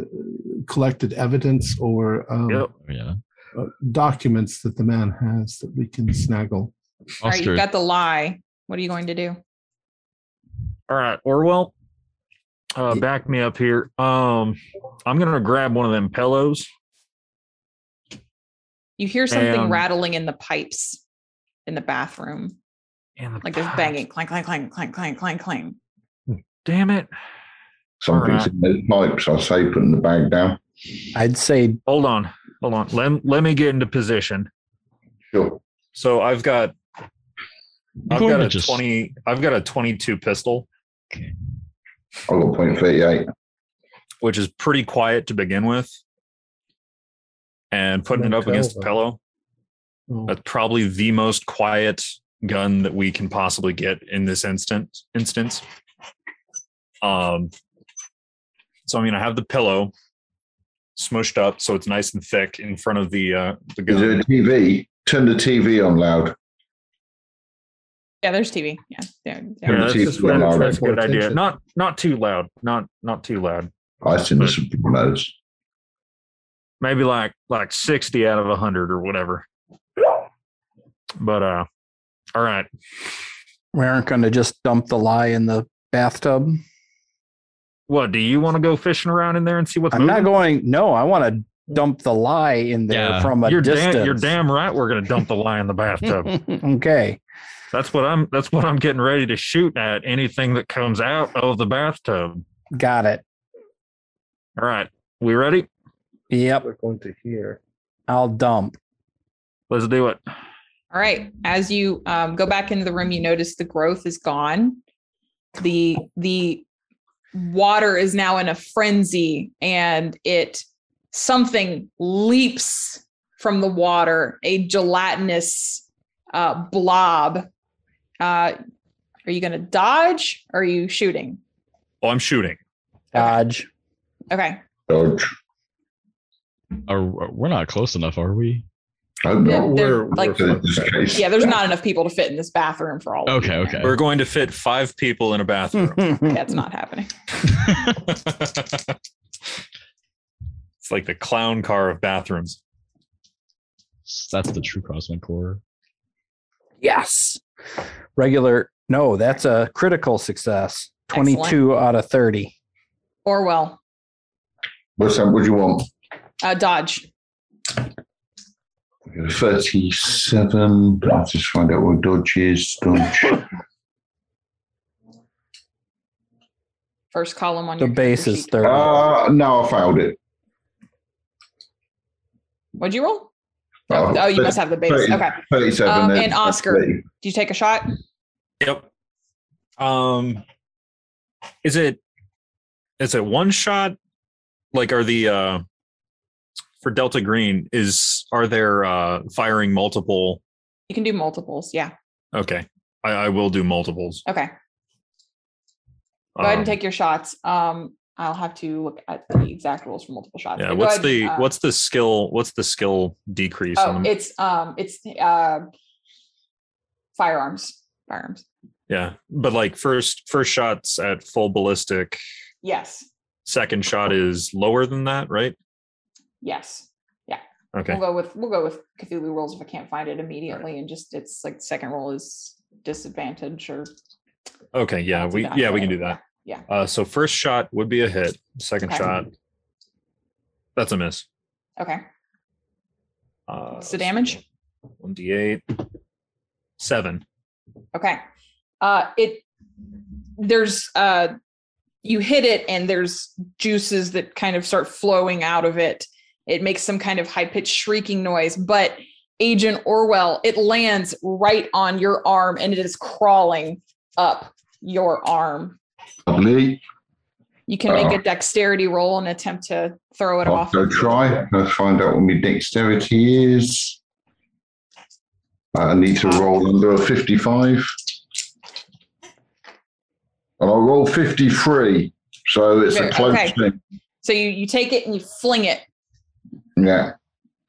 Speaker 1: collected evidence or um,
Speaker 5: yep.
Speaker 6: yeah.
Speaker 1: uh, documents that the man has that we can snaggle.
Speaker 3: all right,
Speaker 6: Oscar,
Speaker 3: you've got the lie. What are you going to do?
Speaker 5: All right, Orwell, uh,
Speaker 1: Ye-
Speaker 5: back me up here. Um, I'm gonna grab one of them pillows.
Speaker 3: You hear something
Speaker 5: Um,
Speaker 3: rattling in the pipes in the bathroom.
Speaker 5: And the
Speaker 3: Like there's banging, clang, clang, clang, clang, clang, clang, clang.
Speaker 5: Damn it!
Speaker 4: Something's in those pipes. I say putting the bag down.
Speaker 2: I'd say
Speaker 5: Hold on, hold on. Let let me get into position.
Speaker 4: Sure.
Speaker 5: So I've got,
Speaker 6: I'm
Speaker 5: I've
Speaker 6: going
Speaker 5: got
Speaker 6: to
Speaker 5: a
Speaker 6: just-
Speaker 5: twenty. I've got a twenty-two pistol.
Speaker 4: I got point thirty eight.
Speaker 5: which is pretty quiet to begin with. And putting it
Speaker 1: Then
Speaker 5: up against the
Speaker 1: pillow.
Speaker 5: pillow,
Speaker 1: Oh,
Speaker 5: that's probably the most quiet gun that we can possibly get in this instant instance. Um so I'm gonna have the pillow smushed up so it's nice and thick in front of the uh the
Speaker 4: Is there
Speaker 5: gun.
Speaker 4: a TV? Turn the TV on loud.
Speaker 3: Yeah, there's TV. Yeah, there, there.
Speaker 5: Yeah, that's,
Speaker 4: Chief,
Speaker 5: just- that's-
Speaker 4: allow
Speaker 5: that's a
Speaker 1: that.
Speaker 5: good idea.
Speaker 1: Attention.
Speaker 5: Not not too loud. Not not too loud.
Speaker 4: I seen the Sopranos.
Speaker 5: maybe like like 60 out of 100 or whatever but uh all right
Speaker 2: We aren't going to just dump the lie in the bathtub.
Speaker 5: what do you want to go fishing around in there and see what's
Speaker 2: I'm not
Speaker 5: moving?
Speaker 2: going. No, I want to dump the lie in there
Speaker 6: Yeah.
Speaker 2: from a
Speaker 5: you're
Speaker 2: distance.
Speaker 5: damn you're damn right we're gonna dump the lie in the bathtub
Speaker 2: okay.
Speaker 5: that's what i'm that's what i'm getting ready to shoot at anything that comes out of the bathtub
Speaker 2: Got it.
Speaker 5: all right we ready
Speaker 2: Yep.
Speaker 1: We're going to hear.
Speaker 2: I'll dump.
Speaker 5: let's do it
Speaker 3: All right. As you um, go back into the room, you notice the growth is gone. The the water is now in a frenzy, and it something leaps from the water, a gelatinous uh, blob. Uh, are you going to dodge? Or are you shooting?
Speaker 5: oh i'm shooting
Speaker 2: Dodge.
Speaker 3: Okay.
Speaker 4: Dodge.
Speaker 6: Are, we're not close enough, are we?
Speaker 4: Hope
Speaker 3: Yeah,
Speaker 4: not.
Speaker 3: they're like-
Speaker 4: For this case.
Speaker 3: Yeah, there's not enough people to fit in this bathroom for all. of you.
Speaker 6: Okay, okay.
Speaker 5: we're going to fit five people in a bathroom
Speaker 3: That's not happening.
Speaker 5: it's like the clown car of bathrooms
Speaker 6: That's the true cosmic core.
Speaker 2: yes. Regular. No, that's a critical success. 22 out of 30.
Speaker 3: Orwell,
Speaker 4: What's that? What do you want?
Speaker 3: uh, dodge.
Speaker 4: 37. I'll just find out what Dodge is. Dodge.
Speaker 3: First column on
Speaker 2: The
Speaker 3: your
Speaker 2: base
Speaker 3: character
Speaker 2: is
Speaker 3: sheet.
Speaker 2: 30.
Speaker 4: Uh, no, I failed it.
Speaker 3: What'd you roll?
Speaker 4: Oh,
Speaker 3: Oh, oh, you must have the base.
Speaker 4: thirty.
Speaker 3: Okay.
Speaker 4: 37.
Speaker 3: Um,
Speaker 4: then.
Speaker 3: and Oscar.
Speaker 4: Thirty.
Speaker 3: Do you take a shot?
Speaker 5: Yep. Um is it is it one shot? Like are the uh for Delta Green is are there uh firing multiple
Speaker 3: You can do multiples. Yeah.
Speaker 5: okay. I, I will do multiples.
Speaker 3: Okay. Go ahead
Speaker 5: Um,
Speaker 3: and take your shots. Um, I'll have to look at the exact rules for multiple shots.
Speaker 5: yeah,
Speaker 3: But go
Speaker 5: what's
Speaker 3: ahead,
Speaker 5: the
Speaker 3: uh,
Speaker 5: what's the skill what's the skill decrease
Speaker 3: Oh,
Speaker 5: on them?
Speaker 3: it's um, it's uh, firearms. Firearms.
Speaker 5: Yeah. But like first first shots at full ballistic,
Speaker 3: Yes.
Speaker 5: second
Speaker 3: Oh.
Speaker 5: shot is lower than that, right?
Speaker 3: Yes.
Speaker 5: Okay.
Speaker 3: We'll go with we'll go with Cthulhu rules if I can't find it immediately, and just it's like second roll is disadvantage or
Speaker 5: Okay, yeah,
Speaker 3: I'll do
Speaker 5: we
Speaker 3: that
Speaker 5: yeah, we
Speaker 3: way.
Speaker 5: can do that.
Speaker 3: Yeah.
Speaker 5: Uh, so first shot would be a hit. Second
Speaker 3: Okay.
Speaker 5: shot, that's a miss.
Speaker 3: okay.
Speaker 5: Uh,
Speaker 3: What's the damage?
Speaker 5: One d eight, seven.
Speaker 3: Okay. Uh it there's uh you hit it and there's juices that kind of start flowing out of it. It makes some kind of high-pitched shrieking noise, but Agent Orwell, it lands right on your arm and it is crawling up your arm.
Speaker 4: Lovely.
Speaker 3: You can make
Speaker 4: Oh.
Speaker 3: a dexterity roll and attempt to throw it
Speaker 4: I'll
Speaker 3: off.
Speaker 4: go try. Let's find out what my dexterity is. Uh, I need to roll under a 55. And I roll 53. So it's a
Speaker 3: Okay.
Speaker 4: close thing.
Speaker 3: So you you take it and you fling it
Speaker 4: Yeah.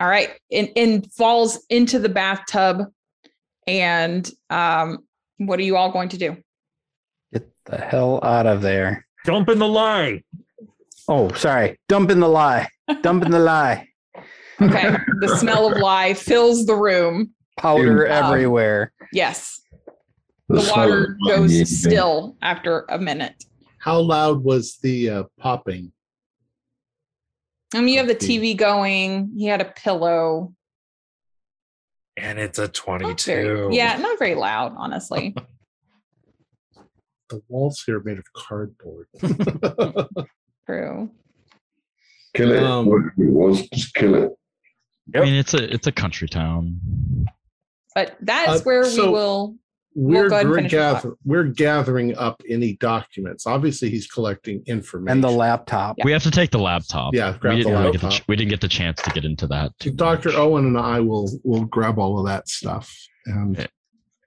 Speaker 3: All right. And and falls into the bathtub. And um, what are you all going to do?
Speaker 2: Get the hell out of there.
Speaker 5: Jump in the line.
Speaker 2: Oh, sorry. Dump in the lie. Dump in the lie.
Speaker 3: Okay. the smell of lie fills the room.
Speaker 2: Powder
Speaker 4: Ew.
Speaker 2: everywhere.
Speaker 3: Yes.
Speaker 4: The
Speaker 3: The
Speaker 4: smoke
Speaker 3: water
Speaker 4: might
Speaker 3: goes
Speaker 4: be a thing.
Speaker 3: still after a minute.
Speaker 7: How loud was the uh, popping?
Speaker 3: I mean, Um, you have the
Speaker 7: Okay.
Speaker 3: TV going. He had a pillow.
Speaker 5: And it's a
Speaker 3: Not
Speaker 5: twenty-two.
Speaker 3: very, yeah, not very loud, honestly.
Speaker 1: The walls here are made of cardboard.
Speaker 3: True.
Speaker 4: Kill it.
Speaker 7: Um,
Speaker 4: Whatever it was, just kill it.
Speaker 5: Yep.
Speaker 6: I mean, it's a it's a country town.
Speaker 3: But that is
Speaker 7: Uh,
Speaker 3: where
Speaker 7: so-
Speaker 3: we will We'll
Speaker 1: We're,
Speaker 3: go ahead and
Speaker 1: we're,
Speaker 3: finish your thought.
Speaker 1: gather, we're gathering up any documents. Obviously, he's collecting information.
Speaker 2: and the laptop.
Speaker 6: We have to take the laptop.
Speaker 1: Yeah, grab
Speaker 6: we
Speaker 1: the
Speaker 6: didn't really get the
Speaker 1: laptop.
Speaker 6: ch- we didn't get the chance to get into that. too
Speaker 1: Dr.
Speaker 6: much.
Speaker 1: Owen and I will will grab all of that stuff and
Speaker 6: Yeah.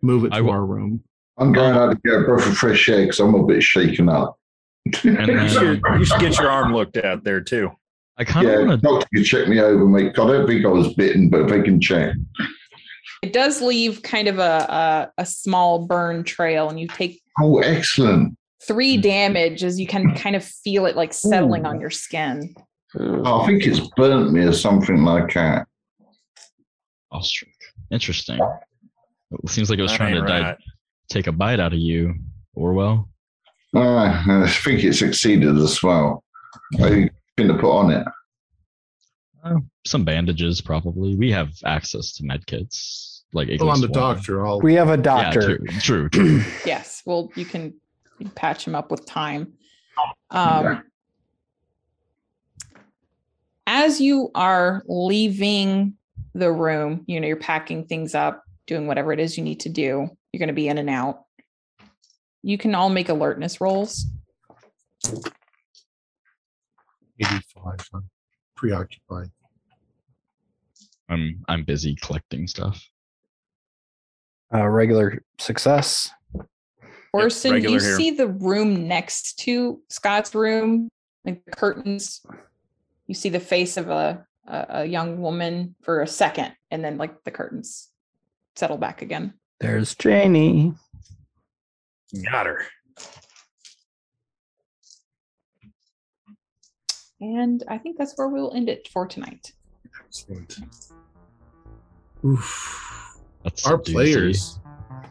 Speaker 1: move it to
Speaker 6: I will-
Speaker 1: our room.
Speaker 4: I'm going out to get a breath of fresh air because I'm a bit shaken up.
Speaker 6: And
Speaker 5: You should,
Speaker 6: then-
Speaker 5: you should get your arm looked at there too.
Speaker 6: I kind of
Speaker 4: yeah,
Speaker 6: want to.
Speaker 4: doctor can check me over, mate. God, I don't think I was bitten, but if they can check.
Speaker 3: It does leave kind of a, a, a small burn trail, and you take
Speaker 4: Oh, excellent.
Speaker 7: Hmm.
Speaker 3: three damage as you can kind of feel it like settling
Speaker 4: Ooh.
Speaker 3: on your skin.
Speaker 4: Oh, I think it's burnt me or something like that.
Speaker 6: Ostrich. Interesting. It seems like it was
Speaker 5: That
Speaker 6: trying to
Speaker 5: ain't
Speaker 6: di-
Speaker 5: right.
Speaker 6: take a bite out of you, Orwell.
Speaker 4: Ah, I think it succeeded as well. I going to put on it.
Speaker 6: Uh, Some bandages, probably. We have access to medkits. Like at
Speaker 1: Well, Oh, I'm
Speaker 6: least
Speaker 1: the
Speaker 6: one.
Speaker 1: doctor. I'll
Speaker 2: We have a
Speaker 6: Yeah,
Speaker 2: doctor.
Speaker 6: true, true, true.
Speaker 3: Yes. Well, you can patch him up with time. Um, as you are leaving the room, you know, you're packing things up, doing whatever it is you need to do. You're going to be in and out. You can all make alertness rolls.
Speaker 1: 85. I'm preoccupied.
Speaker 6: I'm I'm busy collecting stuff.
Speaker 2: Uh, regular success.
Speaker 3: Orson, you
Speaker 5: regular here.
Speaker 3: see the room next to Scott's room, like the curtains. You see the face of a, a a young woman for a second, and then like the curtains settle back again.
Speaker 2: There's Janie.
Speaker 5: Got her.
Speaker 3: And I think that's where we'll end it for tonight.
Speaker 1: Excellent. Oof.
Speaker 6: That's
Speaker 1: Our
Speaker 6: a doozy.
Speaker 1: players.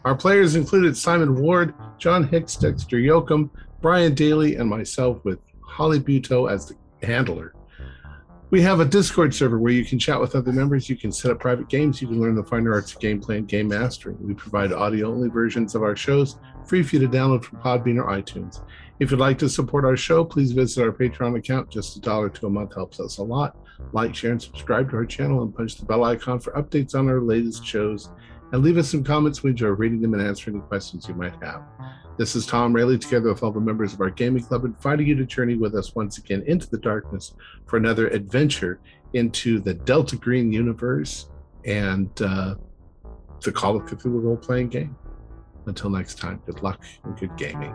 Speaker 1: Our players included Simon Ward, John Hicks, Dexter Yoakum, Brian Daly, and myself with Holly Buto as the handler. We have a Discord server where you can chat with other members, you can set up private games, you can learn the finer arts of gameplay and game mastering. We provide audio only versions of our shows, free for you to download from Podbean or iTunes. If you'd like to support our show, please visit our Patreon account. Just a dollar to a month helps us a lot. Like, share, and subscribe to our channel and punch the bell icon for updates on our latest shows and leave us some comments. We enjoy reading them and answering the questions you might have. This is Tom Rayleigh, together with all the members of our gaming club, inviting you to journey with us once again into the darkness for another adventure into the Delta Green universe and uh, the Call of Cthulhu role playing game. Until next time, good luck and good gaming.